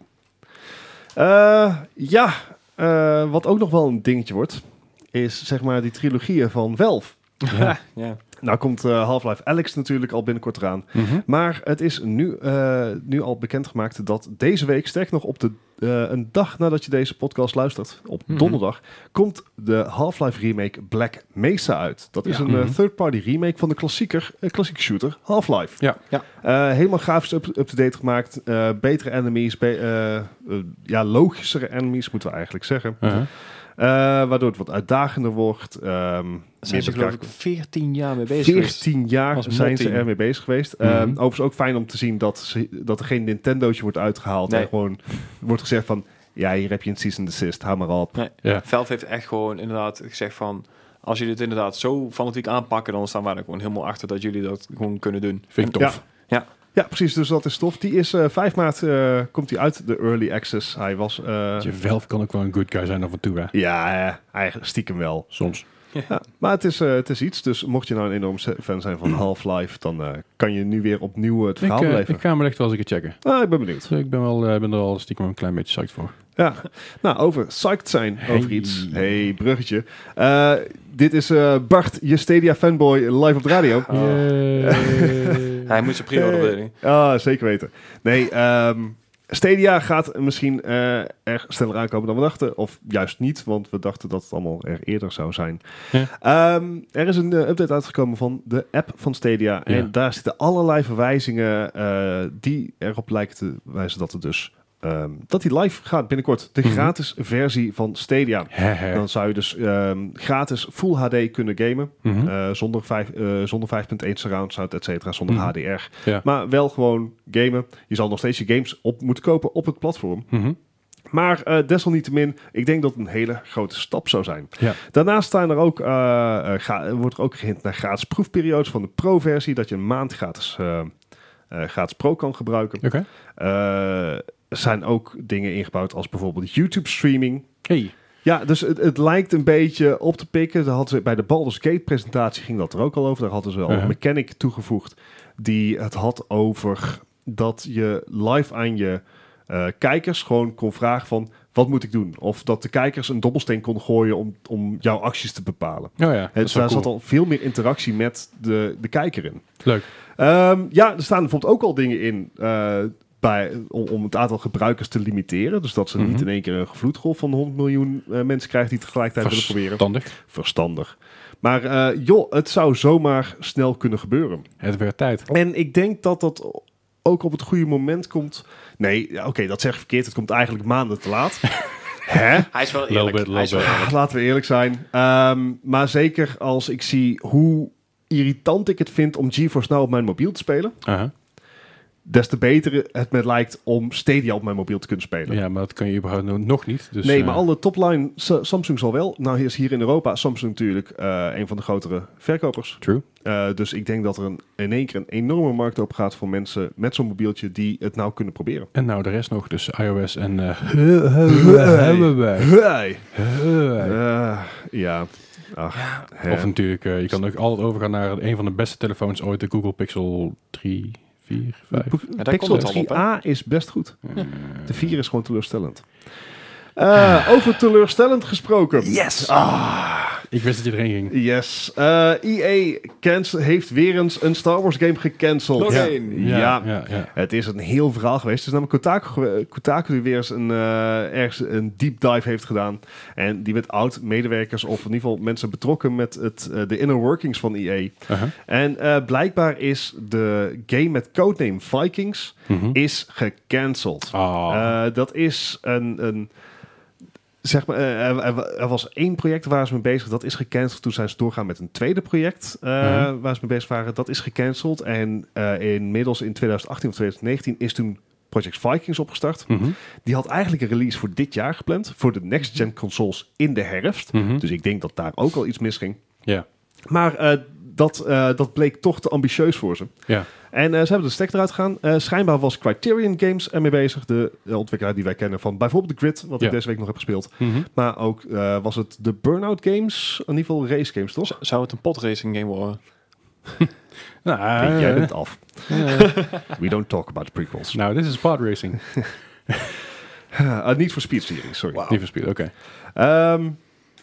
Eh, ja, eh, wat ook nog wel een dingetje wordt, is zeg maar die trilogieën van Valve. Ja. Ja. Nou komt eh, Half-Life Alex natuurlijk al binnenkort eraan. Mhm. Maar het is nu, eh, nu al bekendgemaakt dat deze week, sterk nog op de, eh, een dag nadat je deze podcast luistert, op Mhm. donderdag, komt de Half-Life remake Black Mesa uit. Dat is Ja. een eh, Mhm. third-party remake van de klassieker, eh, klassieke shooter Half-Life. Ja. Ja. Eh, helemaal grafisch up- up-to-date gemaakt, eh, betere enemies, be- eh, eh, ja, logischere enemies moeten we eigenlijk zeggen. Uh-huh. Eh, waardoor het wat uitdagender wordt. ehm, Daar meer zijn ze elkaar geloof ik 14 jaar mee bezig geweest. 14 jaar Als zijn ze motteam. ermee bezig geweest. Mhm. Ehm, overigens ook fijn om te zien dat, ze, dat er geen Nintendootje wordt uitgehaald. Nee. En gewoon wordt gezegd van, ja, hier heb je een cease and desist, hou maar op. Ja. Valve heeft echt gewoon inderdaad gezegd van... Als jullie dit inderdaad zo fanatiek aanpakken, dan staan wij er gewoon helemaal achter dat jullie dat gewoon kunnen doen. Vind ik Ja. tof. Ja, precies, dus dat is tof. Die is eh 5 maart, eh, komt hij uit de early access. Hij was, eh, Je Valve kan ook wel een good guy zijn af en toe, hè? ja, eh, eigenlijk stiekem wel. Soms. Ja, maar het is, eh, het is iets, dus mocht je nou een enorm se- fan zijn *clears throat* van Half-Life, dan eh, kan je nu weer opnieuw eh, Ik, het verhaal eh, beleven. ik ga hem echt wel eens een keer checken. Ah, ik ben benieuwd. Dus ik ben, wel, eh, ben er al stiekem een klein beetje psyched voor. Ja, nou, over psyched zijn Hey. over iets. hey, bruggetje. Eh, dit is eh, Bart, je Stadia fanboy, live op de radio. *laughs* Oh. Hij moet zijn pre-order Hey. willen. Ah, zeker weten. Nee, ehm, Stadia gaat misschien eh er sneller aankomen dan we dachten. Of juist niet, want we dachten dat het allemaal er eerder zou zijn. Ja. Ehm, er is een eh, update uitgekomen van de app van Stadia. En daar zitten allerlei verwijzingen eh, die erop lijken te wijzen dat, het dus, ehm, dat die live gaat binnenkort. De Mhm. gratis versie van Stadia. Hehe. Dan zou je dus ehm, gratis Full HD kunnen gamen. Mhm. Eh, zonder, vijf- eh, zonder 5.1 surround sound, et cetera, zonder Mhm. HDR. Ja. Maar wel gewoon gamen. Je zal nog steeds je games op moeten kopen op het platform. Mhm. Maar eh, desalniettemin, ik denk dat het een hele grote stap zou zijn. Ja. Daarnaast staan er ook, eh, eh, ga- wordt er ook gehint naar gratis proefperiodes van de pro-versie. Dat je een maand gratis, eh, eh, gratis pro kan gebruiken. Oké. Eh, er zijn ook dingen ingebouwd als bijvoorbeeld YouTube streaming. Hey. Ja, dus het, het lijkt een beetje op te pikken. Daar hadden ze, bij de Baldur's Gate presentatie ging dat er ook al over. Daar hadden ze al Ja. een mechanic toegevoegd die het had over dat je live aan je eh, kijkers gewoon kon vragen van wat moet ik doen? Of dat de kijkers een dobbelsteen kon gooien om, om jouw acties te bepalen. Oh ja, En dat dus is wel daar cool. zat al veel meer interactie met de, de kijker in. Leuk. Ehm, ja, er staan bijvoorbeeld ook al dingen in eh, bij, om, om het aantal gebruikers te limiteren. Dus dat ze niet Mhm. in één keer een gevloedgolf van 100 miljoen eh, mensen krijgen die tegelijkertijd willen proberen. Verstandig. Verstandig. Maar eh, joh, het zou zomaar snel kunnen gebeuren. Het werd tijd. En ik denk dat dat ook op het goede moment komt. Nee, ja, oké, dat zeg ik verkeerd. Het komt eigenlijk maanden *laughs* te laat. Hè? Hij is wel Little eerlijk. bit, Hij is little wel- Ah, Laten we eerlijk zijn. Ehm, maar zeker als ik zie hoe irritant ik het vind om GeForce nou op mijn mobiel te spelen. Aha. des te beter het me lijkt om Stadia op mijn mobiel te kunnen spelen. Ja, maar dat kan je überhaupt no- nog niet. Dus, nee, eh, maar alle topline Sa- Samsung zal wel. Nou is hier in Europa Samsung natuurlijk eh, een van de grotere verkopers. True. Eh, dus ik denk dat er een, in één keer een enorme markt op gaat voor mensen met zo'n mobieltje die het nou kunnen proberen. En nou, de rest nog. Dus iOS en... eh, Huawei. Hey. Eh, Eh, ja. Ach, hè. Of natuurlijk, eh, je kan ook altijd overgaan naar een van de beste telefoons ooit. De Google Pixel 3, 4, 5. De Ja, daar Pixel komt het al op, hè? 3a is best goed. De 4 is gewoon teleurstellend. Eh, over teleurstellend gesproken. Yes! Ah, Ik wist dat je erheen ging. Yes. Eh EA cancel- heeft weer eens een Star Wars game gecanceld. Nog Ja. één. Ja. ja, ja. Het is een heel verhaal geweest. Het is namelijk Kotaku, gewe- Kotaku die weer eens een, eh, ergens een deep dive heeft gedaan. En die met oud-medewerkers of in ieder geval mensen betrokken met het, eh, de inner workings van EA. Aha. En eh, blijkbaar is de game met codename Vikings Mhm. is gecanceld. Ah. Eh, dat is een... een Zeg maar, eh, er, er- er was één project waar ze mee bezig Dat is gecanceld. Toen zijn ze doorgaan met een tweede project eh, Mhm. waar ze mee bezig waren. Dat is gecanceld. En eh, inmiddels in 2018 of 2019 is toen Project Vikings opgestart. Mhm. Die had eigenlijk een release voor dit jaar gepland. Voor de next-gen consoles in de herfst. Mhm. Dus ik denk dat daar ook al iets misging. Ja. Maar eh, dat, eh, dat bleek toch te ambitieus voor ze. Ja. En eh, ze hebben de stek eruit gegaan. Eh, schijnbaar was Criterion Games ermee bezig. De eh, ontwikkelaar die wij kennen van bijvoorbeeld The Grid. Wat Ja. ik deze week nog heb gespeeld. Mhm. Maar ook eh, was het de Burnout Games. In ieder geval race games toch? Z- Zou het een potracing game worden? Nou, Nee, eh, jij bent af. eh, We don't talk about prequels. nou, dit is pod racing. *laughs* Oh. Eh, niet voor speed series, sorry. Die verspied, oké. Ehm,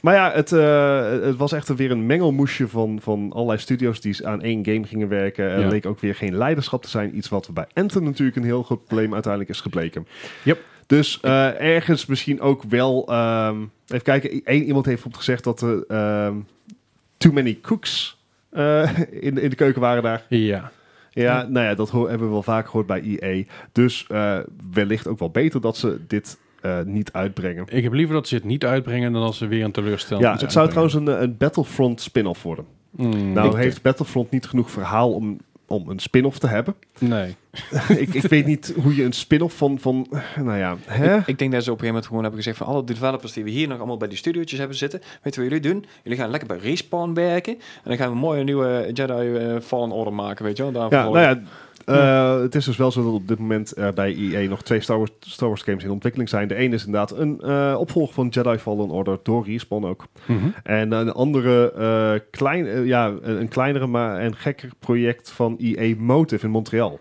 maar ja, het, eh, het was echt weer een mengelmoesje van, van allerlei studio's die aan één game gingen werken. Er Ja. leek ook weer geen leiderschap te zijn. Iets wat bij Anthem natuurlijk een heel groot probleem uiteindelijk is gebleken. Yep. Dus eh, ergens misschien ook wel... ehm, even kijken, één iemand heeft op gezegd dat er ehm, too many cooks eh, *laughs* in, de- in de keuken waren daar. Ja. Ja, nou ja, dat ho- hebben we wel vaak gehoord bij EA. Dus eh, wellicht ook wel beter dat ze dit eh, niet uitbrengen. Ik heb liever dat ze het niet uitbrengen dan als ze weer een teleurstelling Ja, het zou trouwens een, eh, een Battlefront spin-off worden. Mm. nou heeft Battlefront niet genoeg verhaal om, om een spin-off te hebben. Nee. ik, ik weet niet hoe je een spin-off van, van eh, nou ja, hè? Ik denk dat ze op een gegeven moment gewoon hebben gezegd van alle developers die we hier nog allemaal bij die studiootjes hebben zitten, weten we wat jullie doen? Jullie gaan lekker bij Respawn werken en dan gaan we een mooie nieuwe Jedi eh, Fallen Order maken, weet je wel? Daarvoor Ja, nou ja, eh, het is dus wel zo dat op dit moment eh, bij EA nog twee Star Wars, Star Wars games in ontwikkeling zijn. De ene is inderdaad een eh opvolger van Jedi Fallen Order door Respawn ook. Mhm. En een andere, eh, klein, eh, ja, een een kleinere maar en gekker project van EA Motive in Montreal.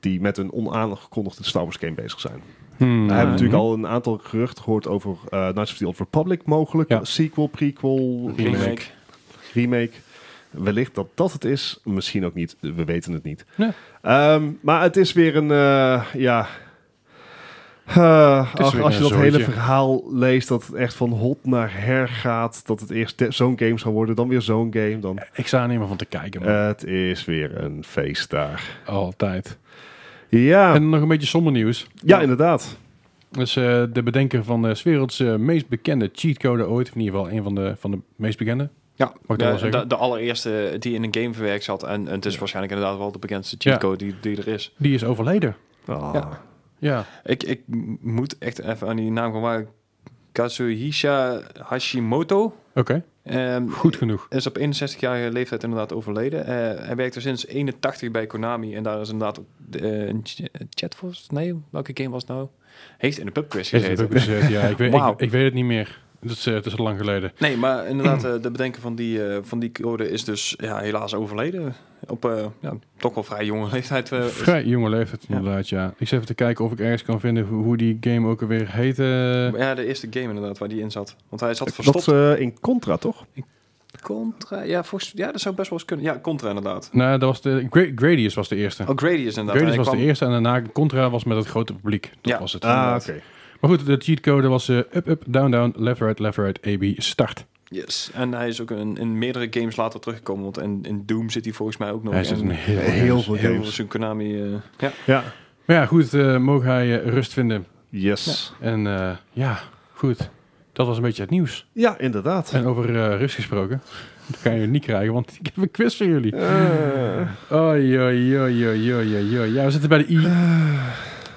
Die met een onaangekondigde Star Wars game bezig zijn. Hmm. We hebben natuurlijk al een aantal geruchten gehoord over eh Knights of the Old Republic mogelijk. Ja. Sequel, prequel, remake. remake. Wellicht dat dat het is. Misschien ook niet. We weten het niet. Nee. Ehm, maar het is weer een... eh, ja... Eh, is ach, weer als je een dat hele zooitje. verhaal leest, dat het echt van hot naar her gaat. Dat het eerst de- zo'n game zou worden, dan weer zo'n game. Dan, Ik sta er niet meer van te kijken. man. Eh, het is weer een feest daar. Eh. Altijd. Ja, En nog een beetje somber nieuws. ja inderdaad. Dus eh, de bedenker van de 's werelds eh, meest bekende cheatcode ooit. Of in ieder geval een van de, van de meest bekende. Ja, dat wel de, zeggen? de, de allereerste die in een game verwerkt zat. En, en het is waarschijnlijk inderdaad wel de bekendste Ja. cheatcode die, die er is. Die is overleden. Ah. Ja. Ja. Ik, ik m- moet echt even aan die naam gaan waar Kazuhisha Hashimoto. Oké. ehm, Goed genoeg. Is op 61-jarige leeftijd inderdaad overleden. Eh, hij werkte sinds 81 bij Konami. En daar is inderdaad ook de, eh, een ch- eh, chatforce? Nee, welke game was het nou? Heeft in de pubquiz Heeft het gezeten. ook weer gezegd. Ja, ik, weet, Wauw. ik, ik weet het niet meer. Dat is, eh, het is al lang geleden. Nee, maar inderdaad, eh, de bedenker van die, eh, van die code is dus ja, helaas overleden. Op eh, ja, toch wel vrij jonge leeftijd. eh, is- Vrij jonge leeftijd Ja. inderdaad, ja. Ik zit even te kijken of ik ergens kan vinden hoe, hoe die game ook alweer heette. Ja, de eerste game inderdaad, waar die in zat. Want hij zat Dat verstopt. is eh, in Contra, Ah, toch? eh, Contra? Ja, volgens, ja, dat zou best wel eens kunnen. Ja, Contra inderdaad. Nou, dat was de... Gra- Gradius was de eerste. Oh, Gradius inderdaad. Gradius Hij was kwam- de eerste en daarna Contra was met het grote publiek. Dat Ja. was het. Ah, inderdaad. oké. Maar goed, de cheatcode was eh, up, up, down, down, left, right, left, right, AB, start. Yes. En hij is ook in, in meerdere games later teruggekomen. Want in, in Doom zit hij volgens mij ook nog. Hij dus zit En in heel, Heel veel heel veel games. zijn Konami. eh, ja. Ja. Maar ja, goed, eh, mogen hij eh, rust vinden. Yes. En eh, ja, goed. Dat was een beetje het nieuws. Ja, inderdaad. En over eh, rust gesproken. Dat kan je niet krijgen, want ik heb een quiz voor jullie. Eh, Oei, oei, oei, oei, oei, oei, oei. Ja, we zitten bij de I. Ah.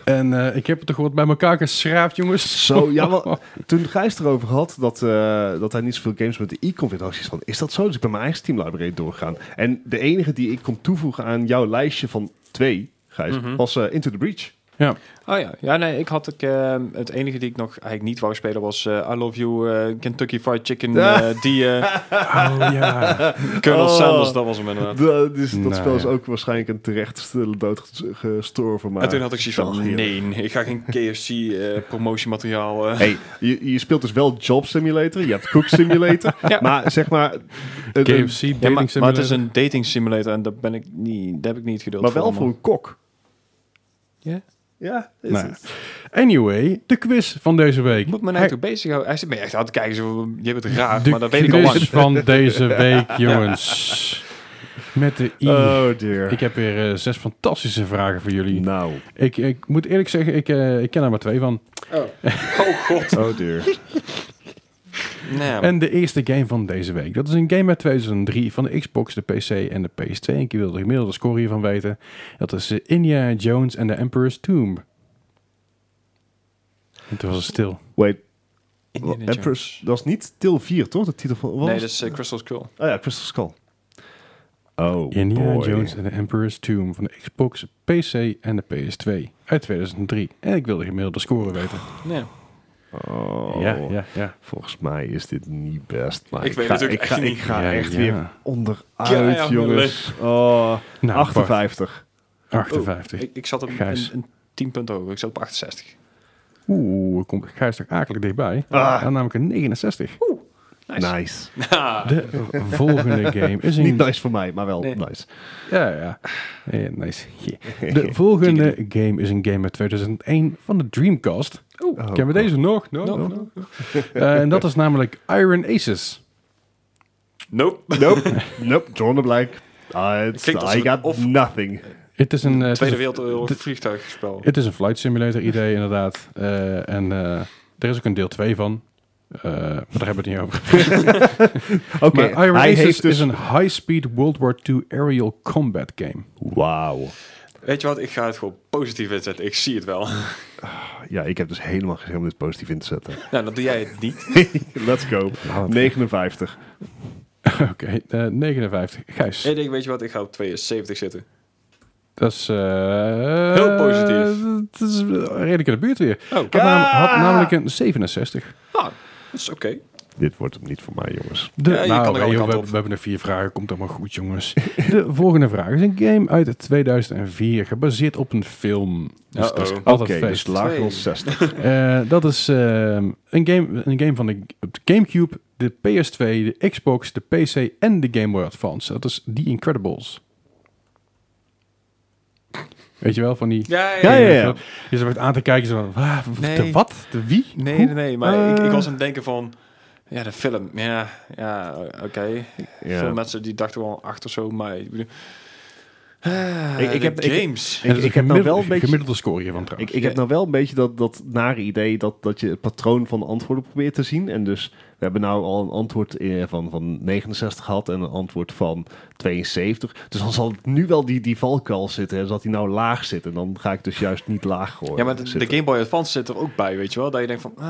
En eh, ik heb het toch wat bij elkaar geschraapt, jongens. Zo, ja, wel, toen Gijs erover had dat, eh, dat hij niet zoveel games met de i kon vinden, had ik zoiets van, is dat zo? Dus ik ben mijn eigen Steam library doorgegaan. En de enige die ik kon toevoegen aan jouw lijstje van twee, Gijs, was eh, Into the Breach. *laughs* Ja. Oh ja, ja nee, ik had ik, ehm, het enige die ik nog eigenlijk niet wou spelen was eh, I Love You eh, Kentucky Fried Chicken. Ja. eh, die eh, Oh *laughs* ja. Colonel Oh. Sanders, dat was hem inderdaad. Dat, is, dus dat Nou, spel is ja. ook waarschijnlijk een terecht stille dood ges- gestorven. Maar En toen had ik zoiets Oh, van, nee, heerlijk. nee, ik ga geen KFC eh promotiemateriaal... eh. Hey, je, je speelt dus wel Job Simulator, je hebt Cook Simulator, Ja. maar zeg maar... eh, een- een- KFC dating Ja, maar, maar het simulator. is een dating simulator en daar ben ik niet, daar heb ik niet geduld maar wel man. voor een kok. Ja? Ja, is Nou, het. Anyway, de quiz van deze week. Moet me nou Hey, toch bezighouden? Hij zit me echt aan te kijken, zo, je bent raar, de maar *laughs* dat weet ik al quiz lang. van deze *laughs* week, jongens. Met de i. Oh dear. ik heb weer eh, zes fantastische vragen voor jullie. Nou, Ik, ik moet eerlijk zeggen, ik, eh, ik ken er maar twee van. Oh god. oh dear. Nee, En de eerste game van deze week. Dat is een game uit 2003 van de Xbox, de PC en de PS2. En ik wil de gemiddelde score hiervan weten. Dat is eh, Indiana Jones and the Emperor's Tomb. En toen was het stil. Wait, Indiana Jones. Empress, dat is niet Til 4, toch? De titel van... wat Nee, was- dat is eh, Crystal Skull. Oh ja, Crystal Skull. Oh Indiana boy. Jones and the Emperor's Tomb van de Xbox, PC en de PS2 uit 2003. En ik wil de gemiddelde score weten. Nee. Oh. Ja, ja, ja. Volgens mij is dit niet best. Maar Ik ik, weet ga, het ook ik echt ga, niet. Ik ga Ja, echt ja. weer onderuit, Ja, ja, jongens. Oh, Nou, 58. Bart, 58. Ik, ik zat op een, Gijs. een, 10 punten hoger, ik zat op 68. Oeh, komt Gijs er akelig dichtbij. Ah. Dan namelijk een 69. Nice. Nice. De volgende game is een... Niet nice voor mij, maar wel Nee. nice. Ja, ja. Eh, nice. Yeah. *laughs* De volgende game is een game uit 2001 van de Dreamcast. Oh, Kennen we deze nog? No, No, no. Eh, en dat is namelijk Iron Aces. Nope. *laughs* Nope. nope. John de Blank. Ah, it's- Klinkt als I een got of- nothing. Het is een... eh, het is Tweede een- Wereldoorlog dit- vliegtuigspel. Het is een flight simulator idee, inderdaad. Eh, en eh, er is ook een deel 2 van. Eh, maar daar hebben we het niet over. Oké, Maar Iron hij Aces heeft dus... is een high-speed World War II aerial combat game. *laughs* Wauw. Weet je wat, ik ga het gewoon positief inzetten. Ik zie het wel. *laughs* Ja, ik heb dus helemaal geen zin om dit positief in te zetten. *laughs* nou, dan doe jij het niet. Let's go. 59. Oké, eh, 59. Gijs. Ik denk, weet je wat, ik ga op 72 zitten. Dat is... eh, Heel positief. Dat is redelijk in de buurt weer. Oh, Had, nam- had namelijk een 67. ah, dat is oké. Dit wordt hem niet voor mij, jongens. De, Ja, je nou, kan er alle joh, we, kanten op. we hebben er vier vragen. Komt allemaal goed, jongens. *laughs* De volgende vraag is een game uit 2004, gebaseerd op een film. Dus dat is Uh-oh. Oké, altijd dus feest. lager dan Twee. 60. *laughs* Eh, dat is ehm, een, game, een game van de, op de Gamecube, de PS2, de Xbox, de PC en de Game Boy Advance. Dat is The Incredibles. Weet je wel, van die... Ja, Ja, ja, ja. Je zit aan te kijken, zo van, "Ah, w- de Nee. wat? De wie? Nee, Hoe?" nee, nee, maar ik, ik Eh. was aan het denken van... Ja, de film. Ja, ja oké. Veel Ja. mensen die dachten wel acht of zo, maar... Ik, bedoel- eh, Ik- ik de heb- ik- games. En dat is Ik heb nou gemiddel- wel een beetje- Gemiddelde score hiervan Ik, trouwens. ik heb nou wel een beetje dat, dat nare idee dat, dat je het patroon van de antwoorden probeert te zien. En dus we hebben nou al een antwoord eh, van, van 69 gehad en een antwoord van 72. Dus dan zal het nu wel die, die valkuil zitten, hè, dat die nou laag zit. En dan ga ik dus juist niet laag gooien. Ja, maar de, de zitten. Game Boy Advance zit er ook bij, weet je wel? Dat je denkt van... ah,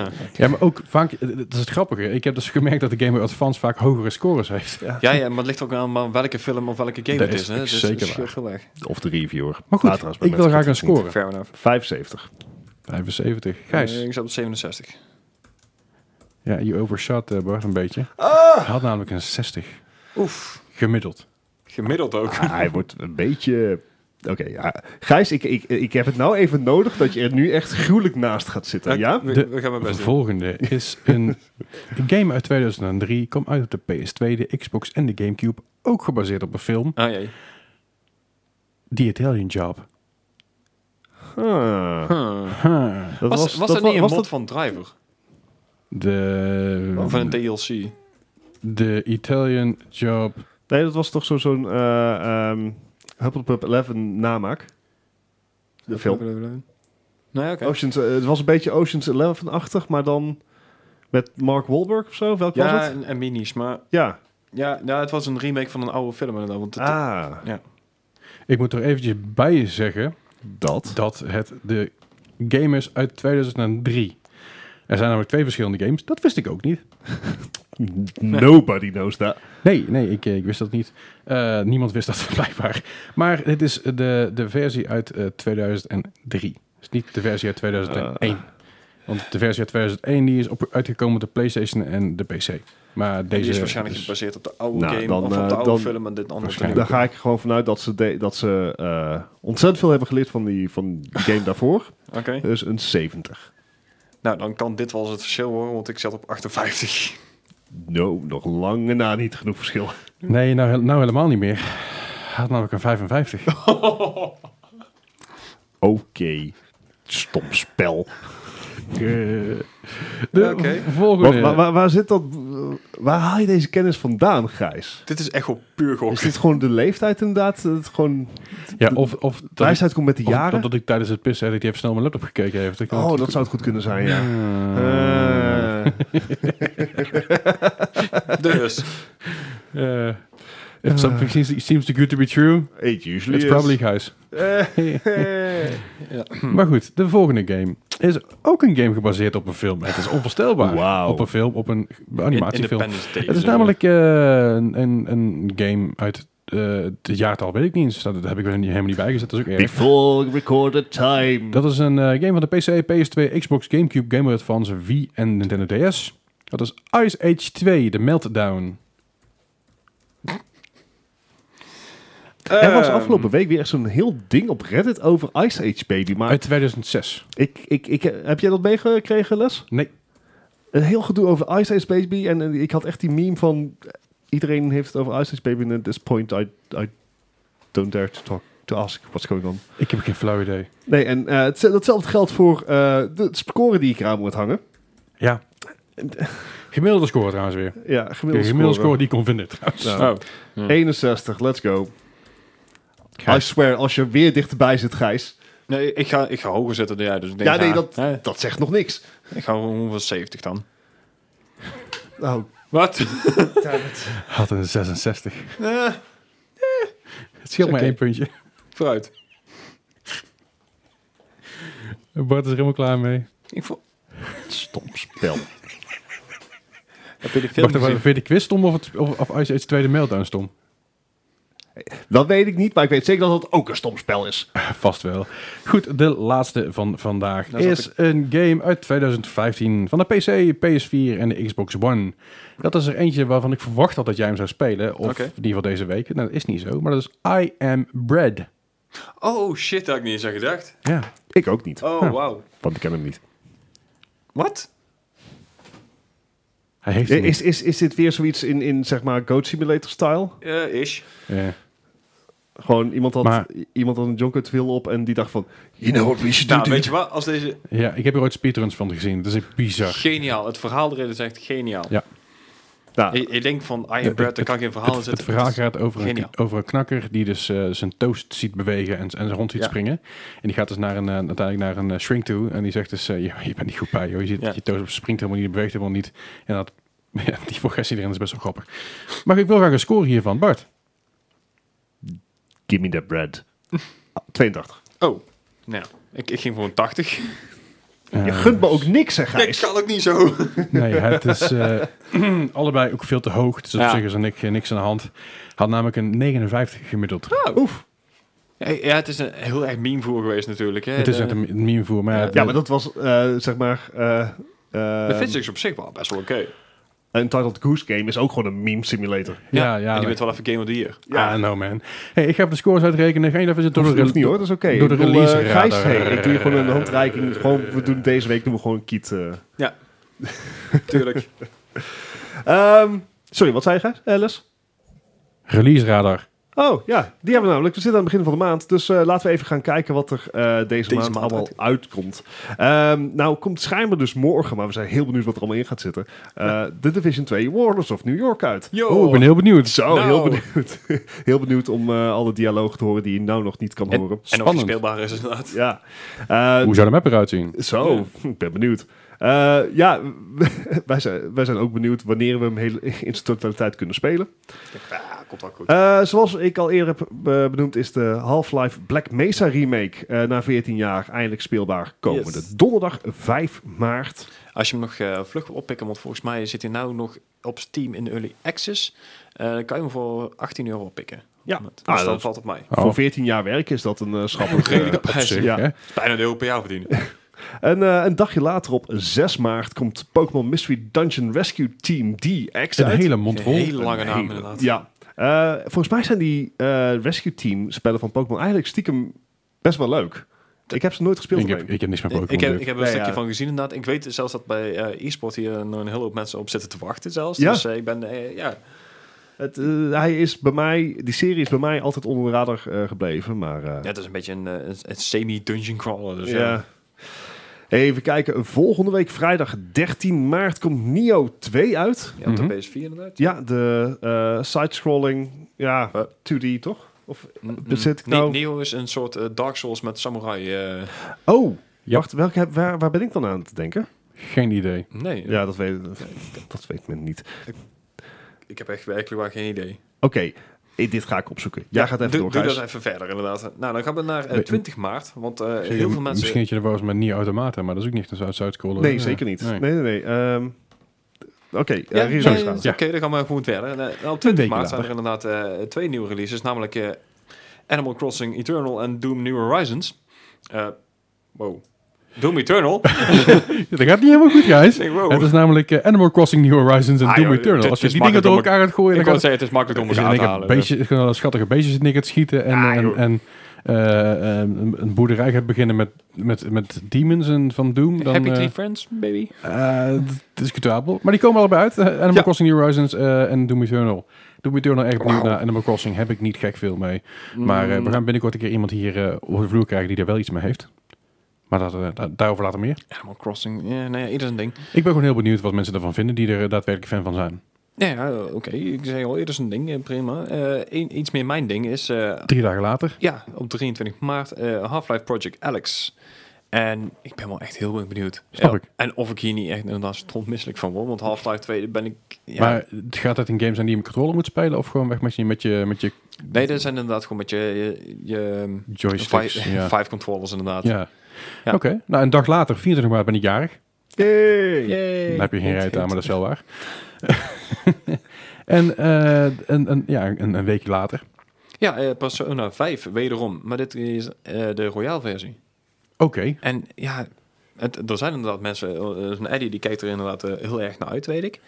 ah. Ja, maar ook vaak, eh, dat is het grappige. Ik heb dus gemerkt dat de Game Boy Advance vaak hogere scores heeft. Ja, ja, maar het ligt ook aan maar welke film of welke game Dat het is is. Hè? ik Dus zeker het waar. scheelt heel erg. Of de reviewer. Maar goed, Ah, trouwens, bij ik wil mensen graag een gaat het score. niet. Fair enough. 75. 75. Gijs, Eh, ik zat op 67. ja, je overshot eh, Bart een beetje. Hij had namelijk een 60. Oef. Gemiddeld. Gemiddeld ook. Ah, hij wordt een beetje... Oké, ja. Gijs, ik, ik, ik heb het nou even nodig dat je er nu echt gruwelijk naast gaat zitten, ja? Eh, We, De we gaan mijn best doen. volgende is een game uit 2003. Komt uit op de PS2, de Xbox en de Gamecube. Ook gebaseerd op een film. Ah, jee. The Italian Job. Huh. Huh. Ah. Dat Was, was, dat wa- niet een was mod dat- Oh. van Driver? Of De, een DLC? de Italian Job. Nee, dat was toch zo- zo'n eh ehm Huppelpup 11 namaak. De film. Nee, oh, oké. Oceans, eh, het was een beetje Oceans 11-achtig, maar dan met Mark Wahlberg of zo. Welk was Ja, het? en, en minis, maar... Ja. Ja, ja, het was een remake van een oude film inderdaad. Want het, Ah, Ik moet er eventjes bij zeggen dat. dat het de game is uit 2003. Er zijn namelijk twee verschillende games. Dat wist ik ook niet. Nobody knows that. Nee, nee, ik, ik wist dat niet. Eh, niemand wist dat *laughs* blijkbaar. Maar dit is de, de versie uit eh, 2003. Dus niet de versie uit 2001. Ah. Want de versie uit 2001 die is op, uitgekomen op de PlayStation en de PC. Maar deze Deze is waarschijnlijk dus- gebaseerd op de oude Nou, game dan, of op eh, de oude dan- film en dit andere. Waarschijnlijk. terug. Daar ga ik gewoon vanuit dat ze, de- dat ze eh, ontzettend veel hebben geleerd van die, van die game daarvoor. *laughs* Oké. Dus een 70. Nou, dan kan dit wel eens het verschil worden, want ik zat op 58. No, nog lange na niet genoeg verschil. Nee, nou, he- nou helemaal niet meer. Hij had namelijk een 55. Oh. Oké. Stom spel. Eh, de Oké. volgende. Wat, waar, waar, waar zit dat? Waar haal je deze kennis vandaan, Gijs? Dit is echt op puur gok. Is dit gewoon de leeftijd inderdaad? Dat Het gewoon ja, of, of de dat, ik, leeftijd komt met de of jaren? dat ik tijdens het pissen dat hij even snel mijn laptop gekeken heeft. Ik oh, had- dat zou het goed kunnen zijn, ja. Eh, Dus, *laughs* Eh, if something Eh. seems, seems too good to be true, it usually it's is. probably *laughs* Gijs. Eh, Hm. Maar goed, de volgende game is ook een game gebaseerd op een film. Het is onvoorstelbaar. Wauw. Op een film, op een animatiefilm. Independence Day. Het is namelijk eh, een, een, een game uit eh, het jaartal, weet ik niet. eens. Dat heb ik er niet- helemaal niet bij gezet, dat is ook erg. Before recorded time. Dat is een eh, game van de PC, PS2, Xbox, Gamecube, Game Boy Advance, Wii en Nintendo DS. Dat is Ice Age 2, The Meltdown. er Ehm. Ehm. was afgelopen week weer echt zo'n heel ding op Reddit over Ice Age Baby. Maar Uit 2006. ik, ik, ik, heb jij dat meegekregen, Les? Nee. Een heel gedoe over Ice Age Baby. En eh, ik had echt die meme van... eh, Iedereen heeft het over Ice Age Baby. En at this point, I, I don't dare to talk to ask what's going on. Ik heb geen flauw idee. Nee, en eh, het- datzelfde geldt voor eh, de score die ik eraan moet hangen. Ja. Gemiddelde score trouwens weer. Ja, De gemiddelde, gemiddelde score. Hm. score die ik kon vinden trouwens. Ja. Oh. 61, let's go. I Gijs. swear, als je weer dichterbij zit, Gijs. Nee, ik ga, ik ga hoger zetten dan jij. Dus ik denk, Ja, nee, ah, dat, hè, dat zegt nog niks. ik ga ongeveer 70 dan. Nou, Wat? *laughs* Had een 66. Het scheelt maar Oké. één puntje. Vooruit. Bart is er helemaal klaar mee. Ik voel... stom spel. Heb je de film Wacht even, gezien? vind je de quiz stom of, het, of, of Ice Age 2 de meltdown stom? Dat weet ik niet, maar ik weet zeker dat dat ook een stom spel is. Vast wel. Nou, Goed, de laatste van vandaag Daar zat is een game uit 2015 van de PC, PS4 en de Xbox One. Dat is er eentje waarvan ik verwacht had dat jij hem zou spelen, of Oké. in ieder geval deze week. Nou, dat is niet zo, maar dat is I Am Bread. Oh shit, daar had ik niet eens aan gedacht. Ja, Ik ook niet, Oh, Ja. wauw. want ik ken hem niet. Wat? hij heeft het Is, is, is dit weer zoiets in, in zeg maar, Goat Simulator-style? Eh, ish. niet. Ja. Gewoon iemand had, Maar- iemand had een jonket wil op en die dacht van... You know what we should Nou, do, weet dude? je wat? Als deze... Ja, ik heb er ooit speedruns van gezien. Dat is echt bizar. Geniaal. Het verhaal erin is echt geniaal. Ja. Nou, Ik, ik denk van I am Brad, daar kan ik geen verhaal in Het, het zetten. verhaal gaat over een, geniaal. over een knakker die dus eh, zijn toast ziet bewegen en, en rond ziet Ja. springen. En die gaat dus naar een, eh, uiteindelijk naar een eh, shrink toe en die zegt dus, eh, je, je bent niet goed bij joh. Je ziet Ja. dat je toast springt helemaal niet, beweegt helemaal niet. En dat, *laughs* ja, die progressie erin is best wel grappig. Maar ik wil graag een score hiervan. Bart, give me that *laughs* bread. Ah, 82. Oh, nou, ik, ik ging voor een *laughs* 80. Je gunt me dus- ook niks, hè, Ik Gijs? kan ook niet zo. Eh, nee, het is eh, *clears throat* allebei ook veel te hoog. Dus op Ja. zich is er niks, niks aan de hand. Had namelijk een 59 gemiddeld. Oef. Ja, het is een heel erg meme voor geweest natuurlijk. Hè? het is de, echt een meme voor, maar, eh, Ja, maar dat was, eh, zeg maar... eh, eh, de physics op zich wel best wel oké. Untitled Goose Game is ook gewoon een meme simulator. ja, ja, en dat- je bent wel even Game of the Year. Ja, no man. Hey, ik ga even de scores uitrekenen. Geen even door Door de hoeft niet hoor, dat is oké. Door de Ik bedoel, release eh, Gijs, radar. hey, ik doe je gewoon een handreiking. Gewoon, we doen deze week doen we gewoon een kiet. eh. Ja, *laughs* tuurlijk. Ehm, sorry, wat zei je Gijs? Eh, Les? Release radar. Oh ja, die hebben we namelijk. We zitten aan het begin van de maand. Dus eh, laten we even gaan kijken wat er eh, deze, maand, maand allemaal uitkomt. Ehm, nou, komt schijnbaar dus morgen, maar we zijn heel benieuwd wat er allemaal in gaat zitten. Eh, De Division 2 Warlords of New York uit. Yo. Oh, ik ben heel benieuwd. Zo, Nou. heel benieuwd. *laughs* heel benieuwd om eh, alle dialoog te horen die je nou nog niet kan En, horen. en of die Spannend. speelbaar is inderdaad. Ja. Eh, Hoe zou de map eruit zien? Zo, *laughs* ik ben benieuwd. Eh, ja, *laughs* wij zijn, wij zijn ook benieuwd wanneer we hem heel, in zijn totaliteit kunnen spelen. Ja, komt wel goed. Eh, zoals ik al eerder heb eh, benoemd, is de Half-Life Black Mesa remake eh, na 14 jaar eindelijk speelbaar komende Yes. donderdag 5 maart. Als je hem nog eh, vlug wil oppikken, want volgens mij zit hij nou nog op Steam in Early Access. eh, dan kan je hem voor 18 euro oppikken. Ja. Dus Ah, dan dat- valt op mij. Oh. Voor 14 jaar werk is dat een *laughs* eh, schappelijk. eh, Op zich, *laughs* ja. hè? *laughs* Bijna E een euro per jaar verdienen. En eh, een dagje later op 6 maart komt Pokémon Mystery Dungeon Rescue Team DX Een uit. hele mond vol. hele lange naam Hele- inderdaad. Ja. Eh, volgens mij zijn die eh, Rescue Team spellen van Pokémon eigenlijk stiekem best wel leuk. Ik heb ze nooit gespeeld. Ik heb, alleen. ik heb niks met Ik- Pokémon. dus Ik heb, dit. ik heb er een Nee, stukje ja. van gezien inderdaad. Ik weet zelfs dat bij eh, e-sport hier nog een hele hoop mensen op zitten te wachten zelfs. Ja. Dus eh, ik ben, eh, ja, Het, eh, hij is bij mij, die serie is bij mij altijd onder de radar eh, gebleven, maar... eh, ja, het is een beetje een, eh, een- een semi-dungeon crawler. Dus, ja. ja. Even kijken, volgende week vrijdag 13 maart komt Nio 2 uit. Ja, op de Mhm. PS4 inderdaad. Ja, de eh side-scrolling, ja, Eh. 2D toch? Of, Mm, Bezit ik mm. Ne- nou- Neo is een soort eh, Dark Souls met samurai. eh, oh, Ja. wacht, welke, heb- waar, waar ben ik dan aan te denken? Geen idee. nee, Ja, dat weet, dat weet men niet. ik heb echt werkelijk waar geen idee. Oké, eh, dit ga ik opzoeken. Jij gaat even doe, door, doe Gijs. dat even verder, inderdaad. Nou, dan gaan we naar eh, Nee. 20 maart. Want eh, Misschien- heel veel mensen. Misschien dat je er wel eens met Nier Automata, maar dat is ook niet een Zuid-Scroller. Nee, zeker niet. Nee, Nee. nee, nee. ehm, Oké, eh, Ja, release ja, ja, staat. Oké, dan gaan we goed verder. Nou, op Een 20 week maart zijn er inderdaad eh, twee nieuwe releases. Namelijk eh, Animal Crossing Eternal en Doom New Horizons. Eh, wow. *laughs* Doom Eternal? Ja, Dat gaat niet helemaal goed, guys. Ik denk, wow. Het is namelijk eh, Animal Crossing New Horizons en Oh. Ah, Doom joh, Eternal. dit Als je is die dingen door makkelijk elkaar gaat gooien, dan ik wou gaat zeggen, het is makkelijk om is in elkaar één te keer halen. beestjes- gewoon als schattige beestjes in het schieten en, Ah, en, joh. en eh, eh, een boerderij gaat beginnen met, met, met demons en van Doom. Dan, Happy eh, Tree Friends, baby? eh, d- discutabel. Maar die komen allebei uit. eh, Animal Ja. Crossing New Horizons eh, en Doom Eternal. Doom Eternal echt benieuwd Wauw. Mm. naar Animal Crossing. Heb ik niet gek veel mee. Maar eh, we gaan binnenkort een keer iemand hier eh, over de vloer krijgen die er wel iets mee heeft. Maar dat, eh, da- daarover later meer. Animal Crossing, ja, nee, ieder zijn ding. Ik ben gewoon heel benieuwd wat mensen ervan vinden die er eh, daadwerkelijk fan van zijn. Ja, ja, oké. Ik zei al, ieder zijn ding, eh, prima. Eh, een- iets meer mijn ding is eh, Drie dagen later. Ja, op 23 maart eh, Half-Life Project Alex. En ik ben wel echt heel erg benieuwd. Snap Ja, ik. En of ik hier niet echt inderdaad strontmisselijk van word. Want Half-Life 2 ben ik... Ja, Maar het- gaat dat een game zijn die je met controller moet spelen? Of gewoon weg met je, met je, met je nee, dat zijn inderdaad gewoon met je... je, je ehm, joysticks? vijf, ja. *laughs* vijf controllers inderdaad. ja. Ja. Oké. Nou, een dag later, 24 maart, ben ik jarig. Yay. Yay. Dan heb je geen Hint, rijt aan, maar hint. dat is wel waar. *laughs* en eh, een, een, ja, een, een weekje later. Ja, eh, Persona 5 wederom. Maar dit is eh, de Royale versie. Oké. En ja, het, er zijn inderdaad mensen, eh, zo'n Eddie die kijkt er inderdaad eh, heel erg naar uit, weet ik.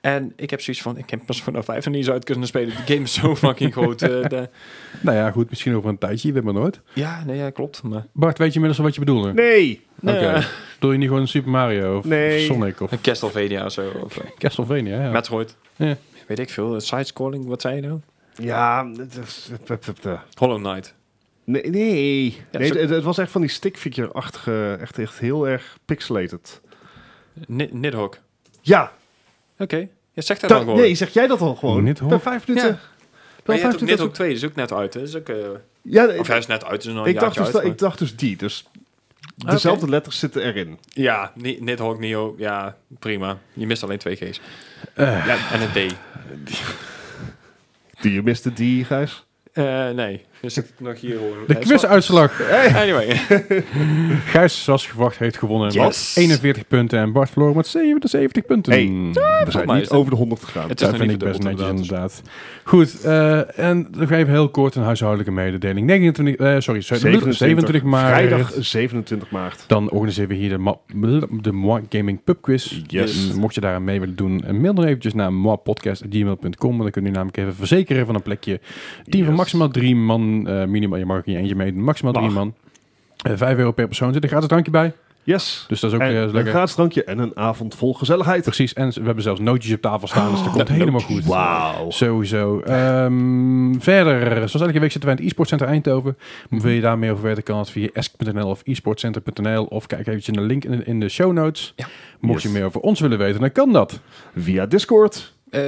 En ik heb zoiets van, ik heb Persona 5 nog niet eens uit kunnen spelen. De game is *laughs* zo fucking groot. eh, de- Nou ja, goed, misschien over een tijdje, je weet maar nooit. ja, nee, ja, klopt. Maar Bart, weet je inmiddels al wat je bedoelde? Nee, Oké. Nee. Bedoel je niet gewoon Super Mario of Nee. Sonic of een Castlevania of zo. Of, eh, *laughs* Castlevania? Ja. Metroid. Ja. Weet ik veel. eh, Sidescrolling, wat zei je nou? ja, het is- het- het- het- eh. Hollow Knight. nee, nee. Ja, Nee, zo- het, het was echt van die stickfigure-achtige, echt, echt heel erg pixelated. Ni- Nidhogg. Oké. Ja, Ja, zeg dat da- dan gewoon. nee, zeg jij dat al gewoon? Niet, hoor. Per vijf minuten. Ja. Per Maar je vijf hebt ook minuten. Nidhogg 2, dus ook net uit. Hè? Is ook, eh, Ja, of hij is net uit, dus nog een ik, dacht jaartje uit. dus dat, maar- Ah, ik dacht dus die, dus Oké. dezelfde letters zitten erin. Ja, Ni- Nidhogg, Neo, ja, prima. Je mist alleen twee G's. Eh. Ja, en een D. Do you miss the D, Gijs? Eh, nee, dus ik nog hier hoor. De quizuitslag. Anyway. Gijs, zoals verwacht, heeft gewonnen Yes. met 41 punten en Bart verloor met 77 punten. Hmm. Hey. We volgens zijn mij niet is het- over de 100 gegaan. Het is Dat nog vind niet ik best verdubbeld, netjes inderdaad. Goed, eh, en nog even heel kort een huishoudelijke mededeling. 29, eh, sorry, 27, maart. Vrijdag 27 maart. Dan organiseren we hier de, Ma- de Moi Gaming Pub Quiz. Yes. Dus mocht je daar aan mee willen doen, eh, mail dan eventjes naar moipodcast.gmail.com. Dan kun je namelijk even verzekeren van een plekje. Team van Yes. maximaal drie man. eh, minimaal, je mag er niet eentje meedoen. Maximaal drie Mag. man. Eh, Vijf euro per persoon zit er gratis drankje bij. Yes. Dus dat is ook En eh, een lekker. gratis drankje en een avond vol gezelligheid. Precies. En we hebben zelfs nootjes op tafel staan. Dus dat *laughs* komt helemaal goed. Wauw. Sowieso. Ehm, verder, zoals elke week zitten wij in het e-sportcenter Eindhoven. Mhm. Wil je daar meer over weten, kan dat via esk.nl of e-sportcenter.nl of kijk eventjes in de link in de, in de show notes. Ja. Mocht Yes. je meer over ons willen weten, dan kan dat. Via Discord, *laughs* Eh,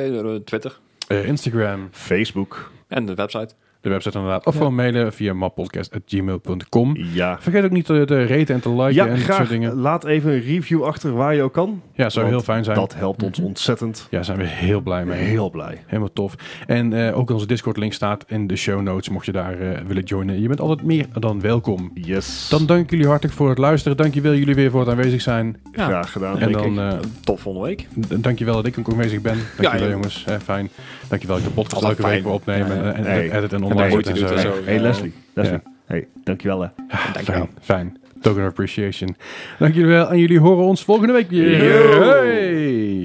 Twitter Eh, Instagram, Facebook en de website. de website inderdaad. Of gewoon mailen via mappodcast.gmail.com. Ja. Vergeet ook niet te, te raten en te liken Ja, en dat soort graag. dingen. Laat even een review achter waar je ook kan. Ja, zou Want heel fijn zijn. Dat helpt Mhm. ons ontzettend. Ja, zijn we heel blij mee. Heel blij. Helemaal tof. En eh, ook onze Discord-link staat in de show notes, mocht je daar eh, willen joinen. Je bent altijd meer dan welkom. Yes. Dan dank ik jullie hartelijk voor het luisteren. Dankjewel jullie weer voor het aanwezig zijn. Ja. Graag gedaan. En denk dan ik. eh Tot volgende week. d- dankjewel dat ik ook aanwezig ben. Dankjewel ja. jongens, Eh, fijn. Dankjewel dat ik de podcast Altijd elke week fijn. weer opneem en, en, Hey. en edit en de online zet moeite en doet zo. en zo. hey, hey, Leslie. Leslie. Hey, dankjewel hè. Fijn, fijn. Token of appreciation. Dank jullie wel en jullie horen ons volgende week weer. Hey.